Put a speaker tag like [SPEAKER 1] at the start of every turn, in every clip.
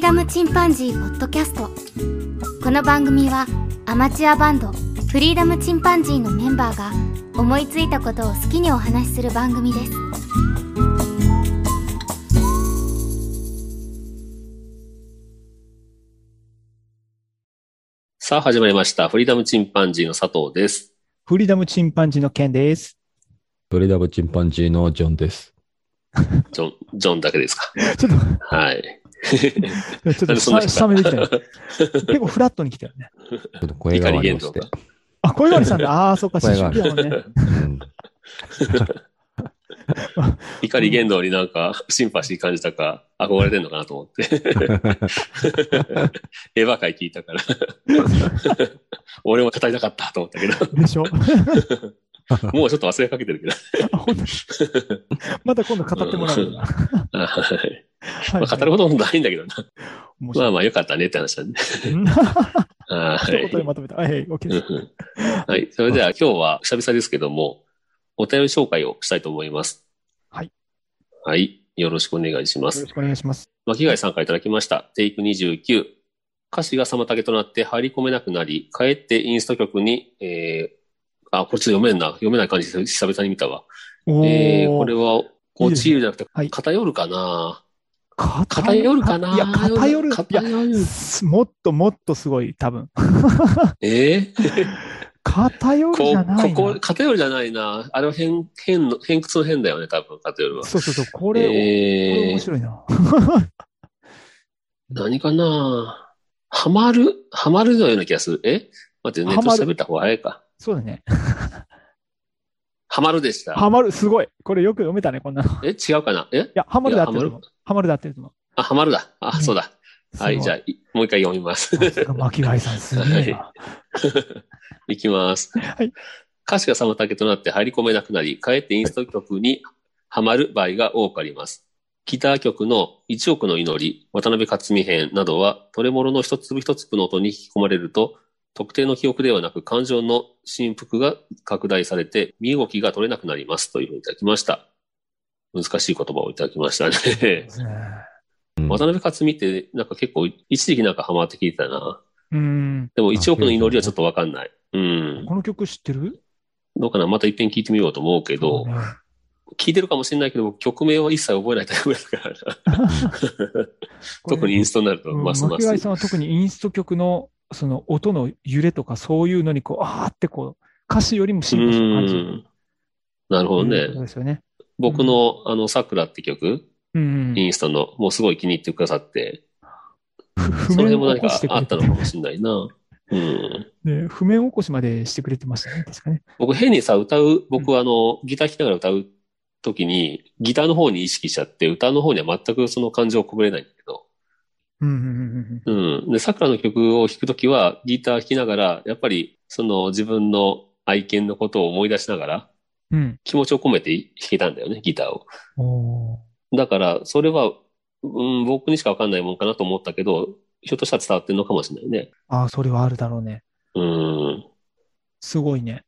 [SPEAKER 1] ダムチンパンジーポッドキャストこの番組はアマチュアバンドフリーダムチンパンジーのメンバーが思いついたことを好きにお話しする番組です
[SPEAKER 2] さあ始まりました。フリーダムチンパンジーの佐藤です。
[SPEAKER 3] フリーダムチンパンジーの件です。
[SPEAKER 4] ブリダブチンパンジーのジョンです。
[SPEAKER 2] ジョン、ジョンだけですか。
[SPEAKER 3] ちょっと、
[SPEAKER 2] はい。
[SPEAKER 3] ちょっ
[SPEAKER 2] なん
[SPEAKER 3] と
[SPEAKER 2] でそんな
[SPEAKER 3] さ、
[SPEAKER 2] 人
[SPEAKER 3] 下めてきたよ。結構フラットに来たよね。
[SPEAKER 4] ちょっと声がありまして。
[SPEAKER 3] あ、小祝さんだ。ああ、そうか、思
[SPEAKER 4] 声があ
[SPEAKER 3] 春期
[SPEAKER 4] る
[SPEAKER 3] だもんね。
[SPEAKER 4] うん
[SPEAKER 2] 怒り言動になんかシンパシー感じたか、憧れてんのかなと思 って。エヴァ会聞いたから。俺も語りたかったと思ったけど、
[SPEAKER 3] でしょ
[SPEAKER 2] もうちょっと忘れかけてるけど。
[SPEAKER 3] あ本当にまた今度語ってもらうよな。
[SPEAKER 2] はい
[SPEAKER 3] は
[SPEAKER 2] まあ、語るこ
[SPEAKER 3] ほ
[SPEAKER 2] ともないんだけどな。
[SPEAKER 3] 面
[SPEAKER 2] ま
[SPEAKER 3] 白
[SPEAKER 2] あ
[SPEAKER 3] い。
[SPEAKER 2] まあよかったねって話なんで。は
[SPEAKER 3] 一言でまとめた。はい、はい、
[SPEAKER 2] い。う
[SPEAKER 3] OK で
[SPEAKER 2] ん
[SPEAKER 3] す。
[SPEAKER 2] うんはい。それでは今日は久々ですけども、お便り紹介をしたいと思います。
[SPEAKER 3] はい。
[SPEAKER 2] はい。よろしくお願いしま
[SPEAKER 3] よ
[SPEAKER 2] す
[SPEAKER 3] ろ。しくお願いします。
[SPEAKER 2] 巻貝さんからいただきました。テイク29。歌詞が妨げとなって入り込めなくなり、かえってインスト曲に、えー、あ、これちょっと読めんな。読めない感じで久々に見たわ。
[SPEAKER 3] お
[SPEAKER 2] えー、これは、こう、チールじゃなくて、
[SPEAKER 3] はい
[SPEAKER 2] 偏るかな、
[SPEAKER 3] 偏
[SPEAKER 2] 偏るかない
[SPEAKER 3] や、偏る。いや、
[SPEAKER 2] 偏る。
[SPEAKER 3] すもっともっとすごい、多分。
[SPEAKER 2] えー、
[SPEAKER 3] 偏る
[SPEAKER 2] こ
[SPEAKER 3] じゃな
[SPEAKER 2] う、
[SPEAKER 3] い
[SPEAKER 2] ここ、
[SPEAKER 3] な。
[SPEAKER 2] 偏るじゃないな。あれは偏、偏の、偏屈の偏だよね、多分、偏るは。
[SPEAKER 3] そうそうそう、これ、これ
[SPEAKER 2] え
[SPEAKER 3] 面
[SPEAKER 2] ー、
[SPEAKER 3] 白いな。
[SPEAKER 2] 何かなハマるハマるのような気がする。え待って、ネット
[SPEAKER 3] ハマる
[SPEAKER 2] 喋った方が早いか。
[SPEAKER 3] そうだね。
[SPEAKER 2] ハマるでした。
[SPEAKER 3] ハマる、すごい。これよく読めたね、こんなの。
[SPEAKER 2] え、
[SPEAKER 3] い
[SPEAKER 2] 違うかなえ
[SPEAKER 3] や、ハマるだってると
[SPEAKER 2] いやハ
[SPEAKER 3] 思う。ハマるだってると思
[SPEAKER 2] あ、ハマるだ。
[SPEAKER 3] う
[SPEAKER 2] あ、
[SPEAKER 3] ん
[SPEAKER 2] そうだ。
[SPEAKER 3] う。
[SPEAKER 2] はい、じゃあ、いもう一回読みます。
[SPEAKER 3] あ。巻貝さん、すげえな。
[SPEAKER 2] いきます。
[SPEAKER 3] はい。
[SPEAKER 2] 歌詞が妨げとなって入り込めなくなり、かえってインスト曲にハマる場合が多くあります。ギター曲の一億の祈り、渡辺克美編などは、トレモロの一粒一粒の音に引き込まれると、特定の記憶ではなく感情の振幅が拡大されて、身動きが取れなくなります。というふうにいただきました。難しい言葉をいただきました
[SPEAKER 3] そう
[SPEAKER 2] ね
[SPEAKER 3] で。すね
[SPEAKER 4] うん
[SPEAKER 2] 渡辺克美って、なんか結構、一時期なんかハマって聞いてたな。
[SPEAKER 3] うん。
[SPEAKER 2] でも、一億の祈りはちょっとわかんない。うん。
[SPEAKER 3] この曲知ってる
[SPEAKER 2] どうかなまた一遍聞いてみようと思うけど、聞いてるかもしれないけど、僕曲名は一切覚えないタイプだ から、 特にイン
[SPEAKER 3] ス
[SPEAKER 2] ストになる
[SPEAKER 3] ト
[SPEAKER 2] と、ますま
[SPEAKER 3] 巻貝
[SPEAKER 2] す
[SPEAKER 3] さん。は特にインスト曲の、その音の揺れとかそういうのに、こう、あーってこう、歌詞よりも
[SPEAKER 2] う
[SPEAKER 3] 進化した感じる。
[SPEAKER 2] ん。なるほど
[SPEAKER 3] いうこと
[SPEAKER 2] ね。
[SPEAKER 3] ですよね。
[SPEAKER 2] 僕の、あの、桜って曲、
[SPEAKER 3] うん。
[SPEAKER 2] インストの、もうすごい気に入ってくださって、そ
[SPEAKER 3] 譜
[SPEAKER 2] の辺
[SPEAKER 3] 面
[SPEAKER 2] も何
[SPEAKER 3] 起こ
[SPEAKER 2] か
[SPEAKER 3] してく
[SPEAKER 2] あ
[SPEAKER 3] れ
[SPEAKER 2] ってたのかもしれないな。うん。
[SPEAKER 3] ね譜面起こしまでしてくれてましたね、確かね。
[SPEAKER 2] 僕、変にさ、歌う、僕はあの、ギター弾きながら歌う時に、ギターの方に意識しちゃって、歌の方には全くその感情をこぼれないんだけど、
[SPEAKER 3] うんうんうん
[SPEAKER 2] うん。で、桜の曲を弾くときは、ギター弾きながら、やっぱり、その自分の愛犬のことを思い出しながら、
[SPEAKER 3] うん。うん。
[SPEAKER 2] 気持ちを込めて弾けたんだよね、ギターを。
[SPEAKER 3] おー
[SPEAKER 2] だから、それは、うん、僕にしかわかんないもんかなと思ったけど、ひょっとしたら伝わってるのかもしれないね。
[SPEAKER 3] ああ、それはあるだろうね。
[SPEAKER 2] うん。
[SPEAKER 3] すごいね。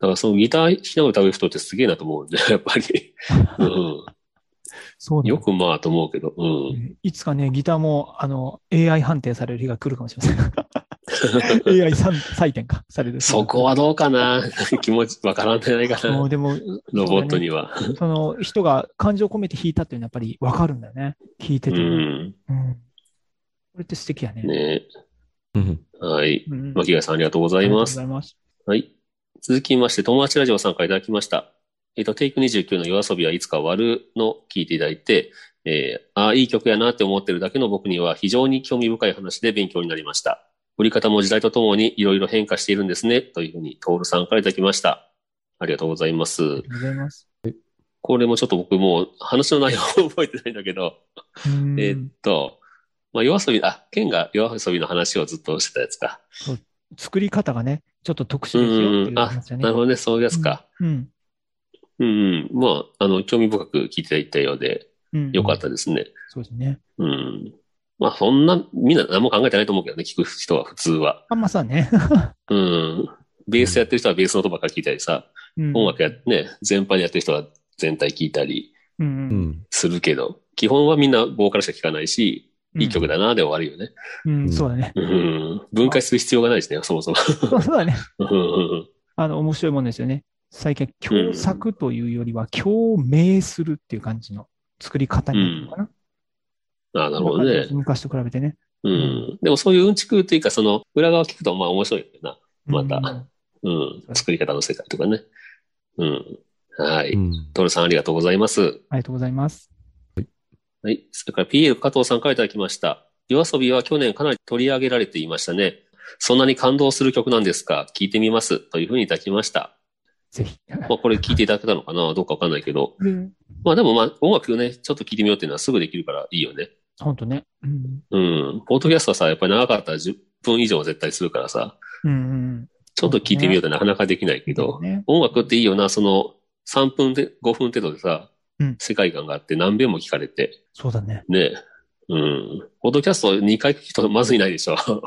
[SPEAKER 2] だから、そのギター弾きながら歌う人ってすげえなと思うんだよ、やっぱり。うん。
[SPEAKER 3] そうだね
[SPEAKER 2] よくまあと思うけど、うん。
[SPEAKER 3] いつかね、ギターも、あの、AI 判定される日が来るかもしれません。AI さん採点か、される。
[SPEAKER 2] そこはどうかな 気持ち、わからんじゃないか
[SPEAKER 3] も
[SPEAKER 2] な
[SPEAKER 3] うでも、
[SPEAKER 2] ロボットには。
[SPEAKER 3] その人が感情を込めて弾いたっていうのはやっぱりわかるんだよね。弾いて
[SPEAKER 2] う
[SPEAKER 3] ても。
[SPEAKER 2] ん。
[SPEAKER 3] うんこれって素敵やね。
[SPEAKER 2] ね
[SPEAKER 4] うん
[SPEAKER 2] はい。
[SPEAKER 3] うん
[SPEAKER 2] 巻貝さんありがとうござ
[SPEAKER 3] あ
[SPEAKER 2] い
[SPEAKER 3] りがとうご
[SPEAKER 2] ます
[SPEAKER 3] ざ。います。
[SPEAKER 2] はい。続きまして、友達ラジオさんからいただきました。えっ、と、テイク29の夜遊びはいつか終わるの聞いていただいて、えーああ、いい曲やなって思ってるだけの僕には非常に興味深い話で勉強になりました。売り方も時代とともにいろいろ変化しているんですね、というふうに、トールさんからいただきました。ありがとうございま
[SPEAKER 3] あり
[SPEAKER 2] す
[SPEAKER 3] が。とうございます。
[SPEAKER 2] これもちょっと僕もう話の内容を覚えてないんだけど、
[SPEAKER 3] うん
[SPEAKER 2] えーっと、まあ、夜遊び、あ、ケンが夜遊びの話をずっとしてたやつか。
[SPEAKER 3] 作り方がね、ちょっと特殊ですよっていう話だね。
[SPEAKER 2] なるほどね、そういうやつか。
[SPEAKER 3] うん。
[SPEAKER 2] うんうん。まあ、あの、興味深く聞いていただいたようで、
[SPEAKER 3] うん。。
[SPEAKER 2] よかったたですね。
[SPEAKER 3] そうですね。
[SPEAKER 2] うん。まあ、そんな、みんな何も考えてないと思うけどね、聞く人は、普通は。
[SPEAKER 3] あんまさね。
[SPEAKER 2] うん。ベースやってる人はベースの音ばっかり聞いたりさ、
[SPEAKER 3] うん
[SPEAKER 2] 音楽や、ね、全般にやってる人は全体聞いたり
[SPEAKER 3] う。
[SPEAKER 4] うんん
[SPEAKER 2] するけど、基本はみんなボーカルしか聞かないし、いい曲だな、で終わるよね。
[SPEAKER 3] うん、そうだね。
[SPEAKER 2] うん分解する必要がないしね、そもそも。
[SPEAKER 3] そうだね。
[SPEAKER 2] うん
[SPEAKER 3] あの、面白いもんですよね。最近、共作というよりは、共鳴するっていう感じの作り方になるのかな。
[SPEAKER 2] ああ、なるほどね。
[SPEAKER 3] 昔と比べてね。
[SPEAKER 2] うん。でもそういううんちくうというか、その裏側を聞くとまあ面白いよな。また
[SPEAKER 3] うん
[SPEAKER 2] うん。作り方の世界とかね。うん。は
[SPEAKER 4] う
[SPEAKER 2] い。
[SPEAKER 4] ん
[SPEAKER 2] トールさんありがとうございます。
[SPEAKER 3] ありがとうございます。
[SPEAKER 2] はい。それから PL 加藤さんからいただきました。夜遊びは去年かなり取り上げられていましたね。そんなに感動する曲なんですか聞いてみます。というふうにいただきました。
[SPEAKER 3] ぜひ。
[SPEAKER 2] まあこれ聞いていただけたのかなどうかわかんないけど。
[SPEAKER 3] で
[SPEAKER 2] まあでもまあ音楽をね、ちょっと聞いてみようっていうのはすぐできるからいいよね。
[SPEAKER 3] ほんとね。うん。
[SPEAKER 2] うん。ポートキャストはさ、やっぱり長かったら10分以上絶対するからさ、
[SPEAKER 3] うんうん。
[SPEAKER 2] ちょっと聞いてみようってなかなかできないけど、
[SPEAKER 3] ね。
[SPEAKER 2] 音楽っていいよな、その3分で、5分程度でさ、
[SPEAKER 3] うん
[SPEAKER 2] 世界観があって何遍も聞かれて、
[SPEAKER 3] そうだね。
[SPEAKER 2] ね。うん。ポートキャスト2回聞く人まずいないでし ょ。
[SPEAKER 3] そ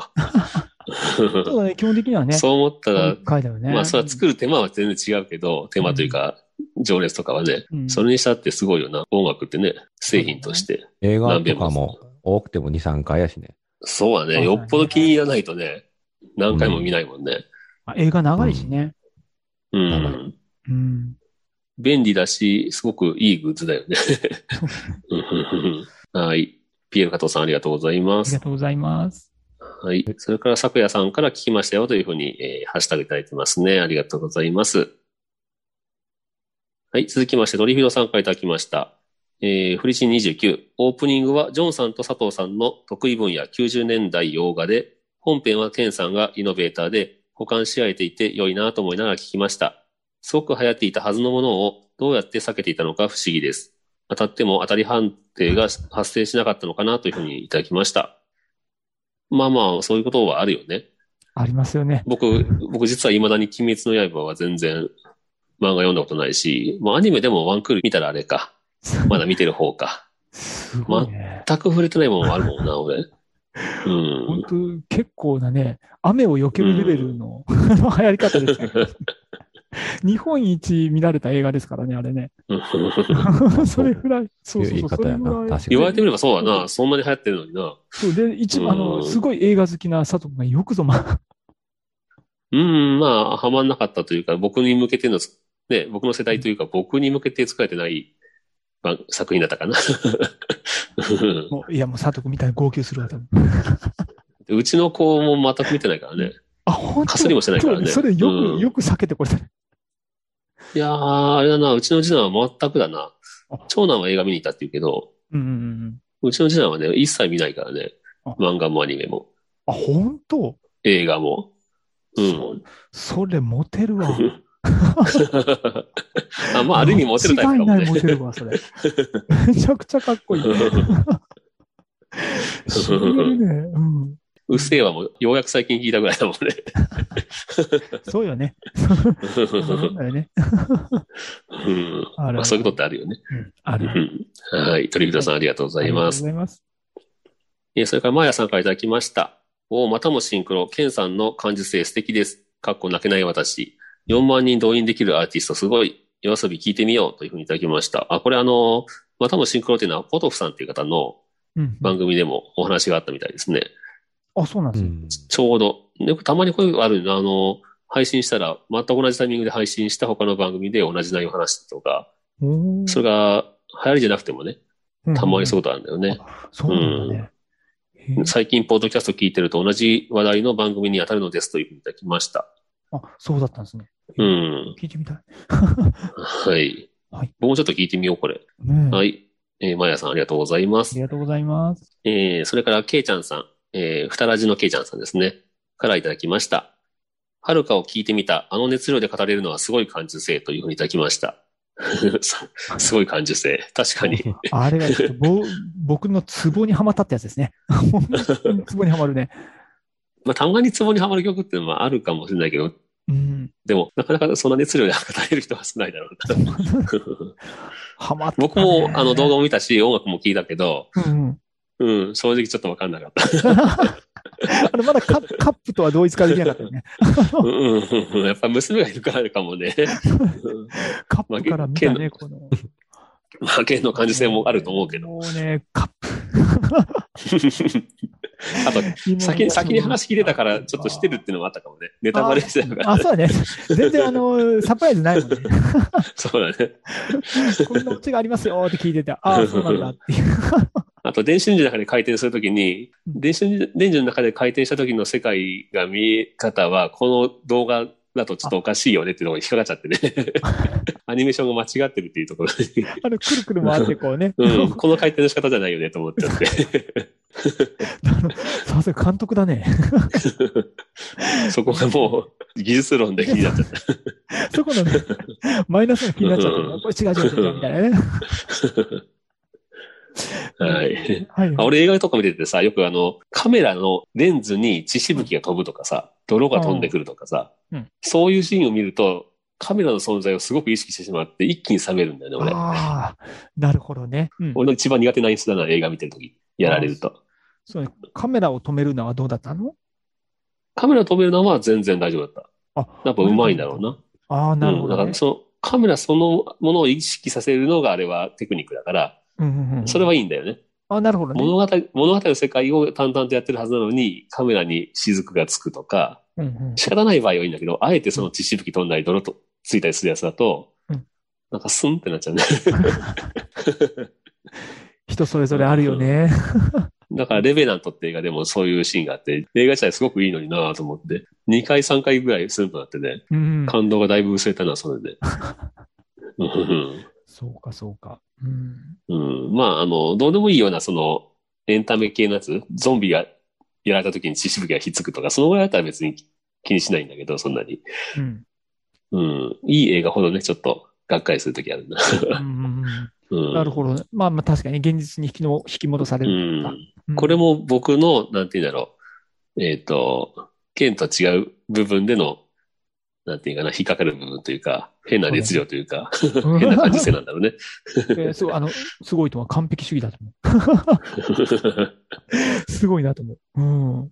[SPEAKER 3] うだね。基本的にはね。
[SPEAKER 2] そう思ったら、
[SPEAKER 3] 一回だよね。
[SPEAKER 2] まあそれは作る手間は全然違うけど、手間というか、情熱とかはね、
[SPEAKER 3] うん
[SPEAKER 2] それにしたってすごいよな、音楽ってね、製品として。
[SPEAKER 4] 映画
[SPEAKER 2] 何
[SPEAKER 4] と
[SPEAKER 2] 遍
[SPEAKER 4] かも多くても2、3回やしね。
[SPEAKER 2] そうだね。よっぽど気に入らないとね、何回も見ないもんね。
[SPEAKER 3] まあ映画長いしね。
[SPEAKER 2] う
[SPEAKER 4] うん
[SPEAKER 2] ん。
[SPEAKER 3] うん。
[SPEAKER 2] 便利だし、すごくいいグッズだよね。うんうんうんはい。ピエール加藤さんありがとうござい
[SPEAKER 3] あ
[SPEAKER 2] ま
[SPEAKER 3] り
[SPEAKER 2] す
[SPEAKER 3] が。とうございます。
[SPEAKER 2] はい。それから、昨夜さんから聞きましたよというふうに、えーハッシュタグいただいてますね。ありがとうございます。はい。続きまして、ドリフィドさんからいただきました。えー、フリチン29。オープニングは、ジョンさんと佐藤さんの得意分野90年代洋画で、本編はケンさんがイノベーターで、保管し合えていて良いなと思いながら聞きました。すごく流行っていたはずのものをどうやって避けていたのか不思議です。当たっても当たり判定が発生しなかったのかなというふうにいただきました。まあまあ、そういうことはあるよね。
[SPEAKER 3] ありますよね。
[SPEAKER 2] 僕、僕実は未だに鬼滅の刃は全然漫画読んだことないし、まあアニメでもワンクール見たらあれか。まだ見てる方か。
[SPEAKER 3] すごいね。
[SPEAKER 2] 全く触れてないもんもあるもんな、俺。う
[SPEAKER 3] 本
[SPEAKER 2] ん。
[SPEAKER 3] 当結構なね、雨を避けるレベルのあの流行り方ですね。 日本一見られた映画ですからね、あれね。 それぐらい、そうそうそう、それ
[SPEAKER 4] いう言い方やな
[SPEAKER 3] ぐらい
[SPEAKER 4] 確かに。
[SPEAKER 2] 言われてみればそうだな。そんなに流行ってるのにな。
[SPEAKER 3] そうで、一
[SPEAKER 2] うん
[SPEAKER 3] あの、すごい映画好きな佐藤君がよくぞ、まあ、
[SPEAKER 2] うん、まあ、はまんなかったというか、僕に向けての、ね、僕の世代というか、僕に向けて作られてない、まあ、作品だったかな。
[SPEAKER 3] もういや、もう佐藤君みたいに号泣するわ、多分。
[SPEAKER 2] うちの子も全く見てないからね。
[SPEAKER 3] あ、本当
[SPEAKER 2] かすりもしてないからね
[SPEAKER 3] そうそれよく、
[SPEAKER 2] うん
[SPEAKER 3] よく避けてこれたね。
[SPEAKER 2] いやー、あれだな、うちの次男は全くだな
[SPEAKER 3] あ。
[SPEAKER 2] 長男は映画見に行ったって言うけど、
[SPEAKER 3] うんうんうん。
[SPEAKER 2] うちの次男はね、一切見ないからね
[SPEAKER 3] あ。
[SPEAKER 2] 漫画もアニメも、
[SPEAKER 3] あ、本当
[SPEAKER 2] 映画も。う
[SPEAKER 3] そ
[SPEAKER 2] ん。
[SPEAKER 3] それ、モテるわ。
[SPEAKER 2] あまあ、ある意味モテるタイプかも
[SPEAKER 3] 間違いない
[SPEAKER 2] ね。
[SPEAKER 3] モテるわ、それ。めちゃくちゃかっこいい。しみるね。うん。
[SPEAKER 2] うっせぇわもう、ようやく最近聞いたぐらいだもんね。
[SPEAKER 3] そうよね。そうだよね。
[SPEAKER 2] うん
[SPEAKER 3] ある
[SPEAKER 2] まあ、そういうことってあるよね。
[SPEAKER 3] うんある。
[SPEAKER 2] うんはい。鳥札さん、ありがとうございま
[SPEAKER 3] ありがとうご
[SPEAKER 2] す。
[SPEAKER 3] ざいます。
[SPEAKER 2] えーそれから、まやさんからいただきました。おーまたもシンクロ。ケンさんの感受性素敵です。かっこ泣けない私。4万人動員できるアーティスト、すごい。夜遊び聞いてみようというふうにいただきました。あ、これあのー、またもシンクロっていうのは、ポトフさんっていう方の
[SPEAKER 3] うん。
[SPEAKER 2] 番組でもお話があったみたいですね。
[SPEAKER 3] あ、そうなん
[SPEAKER 4] う
[SPEAKER 3] ですよ。
[SPEAKER 4] ん
[SPEAKER 2] ちょうど。よくたまにこういうのあるの、あの、配信したら、全く同じタイミングで配信した他の番組で同じ内容を話したとか、
[SPEAKER 3] おー
[SPEAKER 2] それが流行りじゃなくてもね、たまにそういう
[SPEAKER 3] う
[SPEAKER 2] ことあるんだよね。
[SPEAKER 3] ん。そうなんだね。へー
[SPEAKER 2] 最近、ポッドキャスト聞いてると同じ話題の番組に当たるのですというふうにいただきました。
[SPEAKER 3] あ、そうだったんですね。
[SPEAKER 2] うん。
[SPEAKER 3] 聞いてみたい。
[SPEAKER 2] はい。
[SPEAKER 3] はい
[SPEAKER 2] 僕もちょっと聞いてみよう、これ。
[SPEAKER 3] ねえ
[SPEAKER 2] は
[SPEAKER 3] あ
[SPEAKER 2] い。えー、まやさん、ありがとうございます
[SPEAKER 3] り。がとうございます。
[SPEAKER 2] えーそれから、けいちゃんさん、えー、ふたらじのけいちゃんさんですね。からいただきました。はるかを聞いてみた、あの熱量で語れるのはすごい感受性というふうにいただきました。 すすごい感受性。確か に。
[SPEAKER 3] あれがちょっとぼ、 僕のツボにはまったってやつですね。 本当にツボにはまるね。
[SPEAKER 2] まあ、たまにツボにはまる曲っていうのはあるかもしれないけど、
[SPEAKER 3] うん。
[SPEAKER 2] でも、なかなかそんな熱量で語れる人は少ないだろ うな。
[SPEAKER 3] はまった、ね。
[SPEAKER 2] 僕も、あの、動画も見たし、音楽も聞いたけど、
[SPEAKER 3] 画。うんうん。
[SPEAKER 2] うん、正直ちょっとわかんなかった。
[SPEAKER 3] あの、まだカカップとは同一化できなかったよね。
[SPEAKER 2] うんうんうんやっぱ娘がいるからあるかもね。うん
[SPEAKER 3] カップから見たね、この。
[SPEAKER 2] まあ、弦の感受性もあると思うけど。
[SPEAKER 3] もうね、カップ。
[SPEAKER 2] あと、先に、先に話聞いてたから、ちょっとしてるっていうのもあったかもね。ネタバレしてたから。
[SPEAKER 3] あ、そうだね。全然あの、サプライズない もんね。
[SPEAKER 2] そうだね。
[SPEAKER 3] こんなオチがありますよって聞いてて、ああ、そうなんだっていう。
[SPEAKER 2] あと、電子レンジの中で回転するときに、電子レンジの中で回転したときの世界が見え方は、この動画だとちょっとおかしいよねっていうのが引っかかっちゃってね。 アニメーションが間違ってるっていうところに、
[SPEAKER 3] あの、くるくる回ってこうね。
[SPEAKER 2] うん、この回転の仕方じゃないよねと思っちゃって。
[SPEAKER 3] さすが監督だね。
[SPEAKER 2] そこがもう、技術論で気になっちゃった。
[SPEAKER 3] そこのね、マイナスが気になっちゃってる、これ違う違う違うみたいなね。
[SPEAKER 2] はい。
[SPEAKER 3] はい。
[SPEAKER 2] あ俺映画とか見ててさ、よくあの、カメラのレンズに血しぶきが飛ぶとかさ、泥が飛んでくるとかさ、
[SPEAKER 3] うんうん
[SPEAKER 2] そういうシーンを見ると、カメラの存在をすごく意識してしまって、一気に冷めるんだよね、俺。
[SPEAKER 3] ああ、なるほどね。うん
[SPEAKER 2] 俺の一番苦手な演出だな、映画見てるとき、やられると。
[SPEAKER 3] そうね、カメラを止めるのはどうだったの
[SPEAKER 2] カメラ止めるのは全然大丈夫だった。
[SPEAKER 3] あ、
[SPEAKER 2] やっぱ上手いんだろうな。
[SPEAKER 3] ああ、なるほ
[SPEAKER 2] うん、だ
[SPEAKER 3] ど、
[SPEAKER 2] から
[SPEAKER 3] ね。
[SPEAKER 2] その、カメラそのものを意識させるのがあれはテクニックだから、
[SPEAKER 3] うんうんうん
[SPEAKER 2] それはいいんだよね。
[SPEAKER 3] あなるほどね。
[SPEAKER 2] 物語、物語の世界を淡々とやってるはずなのに、カメラに雫がつくとか、
[SPEAKER 3] うんうん
[SPEAKER 2] 仕方ない場合はいいんだけど、あえてその血しぶき飛んだり、泥とついたりするやつだと、
[SPEAKER 3] うん
[SPEAKER 2] なんかスンってなっちゃうね。
[SPEAKER 3] 人それぞれあるよね。
[SPEAKER 2] だから、レベナントって映画でもそういうシーンがあって、映画自体すごくいいのになぁと思って、2回3回ぐらいスンとなってね、
[SPEAKER 3] うん、
[SPEAKER 2] 感動がだいぶ薄れたな、それで。うん
[SPEAKER 3] そうか、そうか。うん、
[SPEAKER 2] うん、まあ、あの、どうでもいいような、その、エンタメ系のやつ、ゾンビがやられた時に血しぶきがひっつくとか、そのぐらいだったら別に気にしないんだけど、そんなに。
[SPEAKER 3] うん
[SPEAKER 2] うん、いい映画ほどね、ちょっと、がっかりするときあるな。
[SPEAKER 3] うんうん
[SPEAKER 2] う
[SPEAKER 3] うん
[SPEAKER 2] ん、
[SPEAKER 3] なるほどね。まあまあ確かに現実に引きの引き戻され
[SPEAKER 2] う
[SPEAKER 3] る。
[SPEAKER 2] ん。
[SPEAKER 3] うん
[SPEAKER 2] これも僕の、なんて言うんだろう。えっ、と、剣と違う部分での、なんていうかな、引っかかる部分というか、変な熱量というか、
[SPEAKER 3] 変
[SPEAKER 2] 変な感じ性なんだろう ね。
[SPEAKER 3] すごい、あの、すごいとは完璧主義だと思う。すごいなと思う。うん。
[SPEAKER 2] は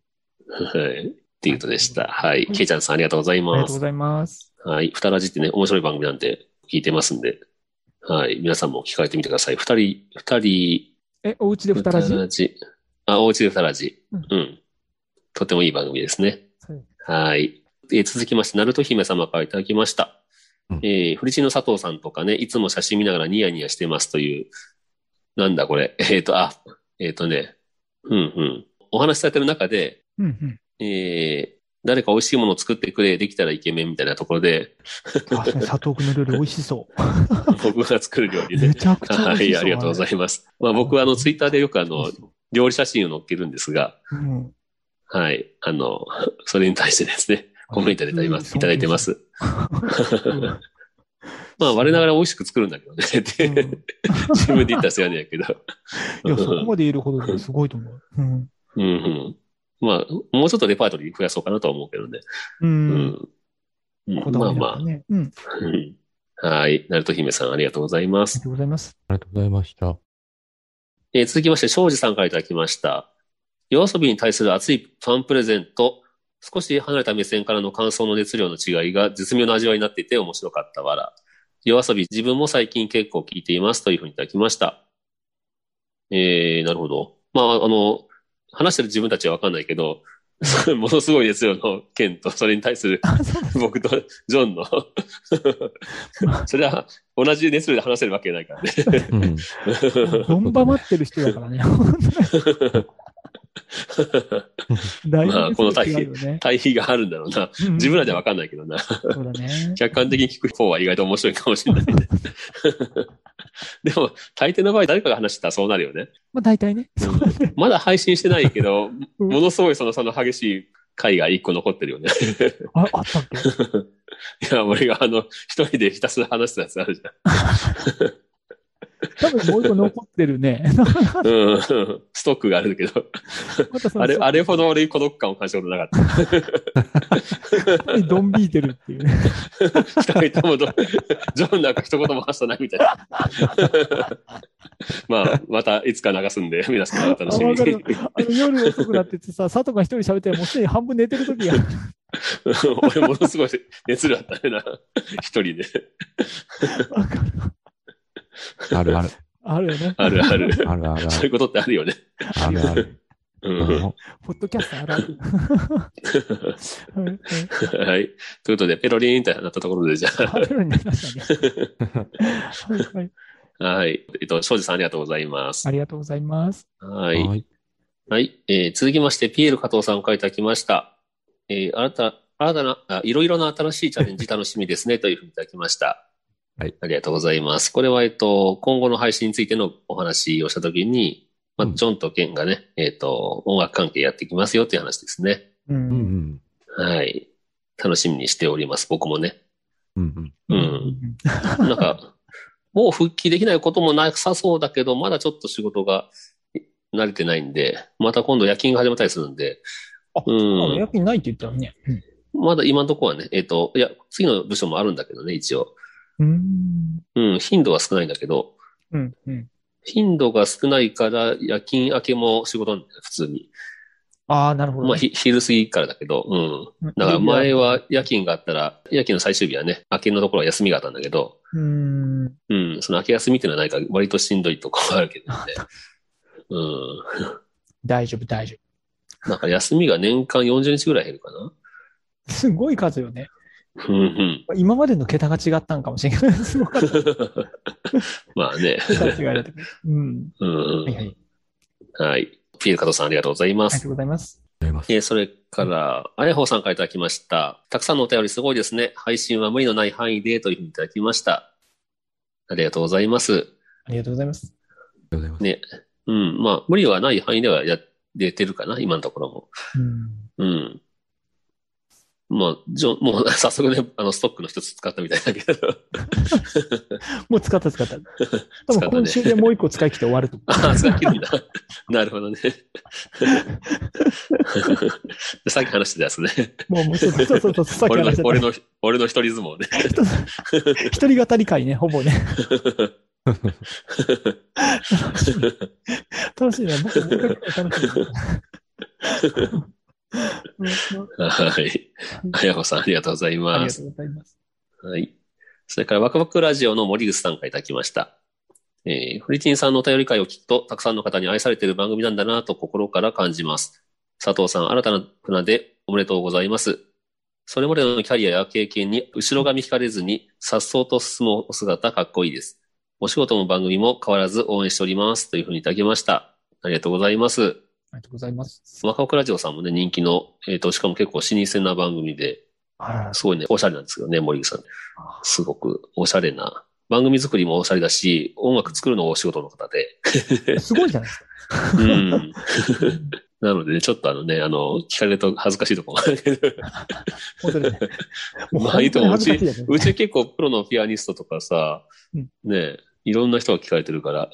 [SPEAKER 2] い。っていうことでした。はい。ケイちゃんさんありがとうござい
[SPEAKER 3] ありが
[SPEAKER 2] ま
[SPEAKER 3] とう
[SPEAKER 2] す
[SPEAKER 3] ご。ざいます。
[SPEAKER 2] はい。ふたらじってね、面白い番組なんで聞いてますんで、はい。皆さんも聞かれてみてください。二人、二人、
[SPEAKER 3] え、お家でふたらじ
[SPEAKER 2] ふあ、おうちでふたらじ。
[SPEAKER 3] う
[SPEAKER 2] うんん、とてもいい番組ですね。
[SPEAKER 3] はい
[SPEAKER 2] はい。えー続きまして、ナルト姫様からいただきました。
[SPEAKER 4] うん
[SPEAKER 2] えー、フリチの佐藤さんとかね、いつも写真見ながらニヤニヤしてますという、なんだこれ。 えっ、と、あ、えっ、とね、うんうん。お話しされてる中で、
[SPEAKER 3] うんうん。
[SPEAKER 2] えー、誰か美味しいものを作ってくれ、できたらイケメンみたいなところで、
[SPEAKER 3] 確かに佐藤君の料理美味しそう。
[SPEAKER 2] 僕が作る料理で
[SPEAKER 3] め。ちゃくちゃ美
[SPEAKER 2] は
[SPEAKER 3] 味しそう、
[SPEAKER 2] い、ありがとうございます。まあ僕はあの、ツイッターでよくあの、料理写真を載っけるんですが、
[SPEAKER 3] ます。うん
[SPEAKER 2] はい。あの、 それに対してですね、コメントいただいます。いただいてま。す。
[SPEAKER 3] うん
[SPEAKER 2] まあ、我ながら美味しく作るんだけどね。って
[SPEAKER 3] うん
[SPEAKER 2] 自分で言ったらせやねんやけど。
[SPEAKER 3] いや、そこまで言えるほどですごいと思う。うん。
[SPEAKER 2] うんうん。まあ、もうちょっとレパートリー増やそうかなとは思うけどね。
[SPEAKER 3] う。
[SPEAKER 2] うんん。うん
[SPEAKER 3] こだ
[SPEAKER 2] ま
[SPEAKER 3] わ
[SPEAKER 2] あ
[SPEAKER 3] りだ
[SPEAKER 2] ま
[SPEAKER 3] った
[SPEAKER 2] あ
[SPEAKER 3] ね。うん。あり
[SPEAKER 2] うん。はい。ナルト姫さん、ありがとうございま
[SPEAKER 3] が
[SPEAKER 2] す。
[SPEAKER 3] とうございます。
[SPEAKER 4] ありがとうございました。
[SPEAKER 2] えー続きまして、庄司さんからいただきました。夜遊びに対する熱いファンプレゼント、少し離れた目線からの感想の熱量の違いが絶妙な味わいになっていて面白かったわら。夜遊び、自分も最近結構聞いていますというふうにいただきました。えー、なるほど。まあ、あの、話してる自分たちはわかんないけど、 ものすごい熱量の件と、それに対する
[SPEAKER 3] あそうです
[SPEAKER 2] 僕とジョンの、 それは同じ熱量で話せるわけないからね。
[SPEAKER 4] うん
[SPEAKER 3] どんばまってる人だからね。 だいぶ
[SPEAKER 2] まあこの対比
[SPEAKER 3] 違うよね。
[SPEAKER 2] 対比があるんだろうな。
[SPEAKER 3] うん
[SPEAKER 2] 自分らではわかんないけどな。
[SPEAKER 3] そうだね。
[SPEAKER 2] 客観的に聞く方は意外と面白いかもしれないね。 でも、大抵の場合誰かが話してたらそうなるよね。
[SPEAKER 3] まあ大体ね。そうだね。
[SPEAKER 2] まだ配信してないけど、
[SPEAKER 3] うん
[SPEAKER 2] ものすごいその差の激しい回が一個残ってるよね。
[SPEAKER 3] あ、あったっけ
[SPEAKER 2] いや、俺があの、一人でひたすら話したやつあるじゃん。
[SPEAKER 3] 多分もう一個残ってる ね。
[SPEAKER 2] うん、ストックがあるけど、
[SPEAKER 3] またその
[SPEAKER 2] あれ、あれほど俺孤独感を感じたことなかっ
[SPEAKER 3] ドン引いてるっていうね。
[SPEAKER 2] た。二人ともど、 ジョンなんか一言も話さないみたいな。 まあ、またいつか流すんで、皆さんお楽しみ
[SPEAKER 3] あわかる
[SPEAKER 2] に。
[SPEAKER 3] あの夜遅くなっててさ、佐藤が一人喋ってもうすでに半分寝てる時が。
[SPEAKER 2] 俺ものすごい熱量あ ったねな。一人で。
[SPEAKER 3] わかる
[SPEAKER 4] あるある。
[SPEAKER 3] あるよね。
[SPEAKER 2] あるある。
[SPEAKER 4] あるある
[SPEAKER 2] そういうことってあるよね。
[SPEAKER 4] あるある。
[SPEAKER 2] う。
[SPEAKER 4] うんん
[SPEAKER 3] ポッドキャストあるある。はいはい
[SPEAKER 2] はい。ということで、ペロリーンとなったところで、じゃ
[SPEAKER 3] あるようになりましたね。はいはい。
[SPEAKER 2] あ、はい。えっと、庄司さんありがとうございます
[SPEAKER 3] あ。りがとうございます。
[SPEAKER 2] はい。
[SPEAKER 4] はい。
[SPEAKER 2] はい。えー続きまして、ピエール加藤さんからいただきました。えー新た、新たな、あいろいろな新しいチャレンジ楽しみですね、と いうふうにいただきました。
[SPEAKER 4] はい。
[SPEAKER 2] ありがとうございます。これは、えっと、今後の配信についてのお話をしたときに、まあ、
[SPEAKER 4] うん
[SPEAKER 2] ジョンとケンがね、えっと、音楽関係やっていきますよという話ですね。
[SPEAKER 3] う。
[SPEAKER 4] うんうんん。
[SPEAKER 2] はい。楽しみにしております、僕もね。
[SPEAKER 4] うんう
[SPEAKER 2] う
[SPEAKER 4] ん。
[SPEAKER 2] んなんか、 もう復帰できないこともなさそうだけど、まだちょっと仕事が慣れてないんで、また今度夜勤が始まったりするんで、
[SPEAKER 3] あ
[SPEAKER 2] う
[SPEAKER 3] あ
[SPEAKER 2] ん。
[SPEAKER 3] 役にないって言ったのね。
[SPEAKER 2] まだ今のところはね、えっ、と、いや、次の部署もあるんだけどね、一応。
[SPEAKER 3] うん。
[SPEAKER 2] うん、頻度は少ないんだけど、
[SPEAKER 3] うん。うん。
[SPEAKER 2] 頻度が少ないから夜勤明けも仕事なんだよ、普通に。
[SPEAKER 3] ああ、なるほどね。
[SPEAKER 2] まあ、ひ昼過ぎからだけど、うん。
[SPEAKER 3] うん
[SPEAKER 2] だから前は夜勤があったら、夜勤の最終日はね、明けのところは休みがあったんだけど、
[SPEAKER 3] うん。
[SPEAKER 2] うん、その明け休みっていうのはないから、割としんどいとこはあるけどね。うん。
[SPEAKER 3] 大丈夫、大丈
[SPEAKER 2] なんか休みが年間40日ぐらい減るかな。
[SPEAKER 3] 夫。すごい数よね。
[SPEAKER 2] うんうん。
[SPEAKER 3] 今までの桁が違ったんかもしれない。すごかった。
[SPEAKER 2] まあね。
[SPEAKER 3] 桁が違いだったけど。うん。
[SPEAKER 2] うん
[SPEAKER 3] はいはい。あり
[SPEAKER 2] うん。はい。ピエール加藤さんありがとうございま
[SPEAKER 3] が
[SPEAKER 2] す
[SPEAKER 3] と。うございます。
[SPEAKER 4] あります。
[SPEAKER 2] えーそれから、あやほうさんからいただきました。たくさんのお便りすごいですね。配信は無理のない範囲でというふうにいただきました。ありがとうございます。
[SPEAKER 3] ありがとうございます。
[SPEAKER 4] ありがとうございます。
[SPEAKER 2] ね。うん。まあ、無理はない範囲ではやれてるかな、今のところも。
[SPEAKER 3] うん。
[SPEAKER 2] うん。まあ、じょもう 早速ね、あの、ストックの一つ使ったみたいだけど。
[SPEAKER 3] もう使った使った。多分今週でもう一個使い切って終わると思う。
[SPEAKER 2] ああ、使い切るんだ。な るほどね。さっき話してたやつね。
[SPEAKER 3] もう、もうそうそうそうそう、さっき
[SPEAKER 2] 俺の
[SPEAKER 3] 話し、
[SPEAKER 2] 俺
[SPEAKER 3] て
[SPEAKER 2] の、俺の一人相撲ね。
[SPEAKER 3] た。一人語り会ね、ほぼね。楽しいね。僕も僕が楽しいね。うん
[SPEAKER 2] はい。あやほさん、ありがとうござい
[SPEAKER 3] あり
[SPEAKER 2] ま
[SPEAKER 3] が
[SPEAKER 2] す。
[SPEAKER 3] とうございます。
[SPEAKER 2] はい。それから、ワクワクラジオの森口さんからいただきました。えー、フリチンさんのお便り会を聞くと、たくさんの方に愛されている番組なんだなと心から感じます。佐藤さん、新たな船でおめでとうございます。それまでのキャリアや経験に後ろ髪引かれずに、颯爽と進むお姿かっこいいです。お仕事も番組も変わらず応援しております。というふうにいただきました。ありがとうございます。
[SPEAKER 3] ありがとうございます。
[SPEAKER 2] ワクワクラジオさんもね、人気の、えっ、と、しかも結構老舗な番組で、
[SPEAKER 3] あらら
[SPEAKER 2] すごいね、おしゃれなんですよね、森口さん。すごくおしゃれな。番組作りもおしゃれだし、音楽作るのもお仕事の方で。
[SPEAKER 3] すごいじゃないですか。
[SPEAKER 2] うん。 なのでね、ちょっとあのね、あの、聞かれると恥ずかしいとこもあるけど。
[SPEAKER 3] 本当にね。
[SPEAKER 2] まあいいと思う
[SPEAKER 3] 本当に恥ずかしいやつね
[SPEAKER 2] うち結構プロのピアニストとかさ
[SPEAKER 3] うん、
[SPEAKER 2] ね、いろんな人が聞かれてるから、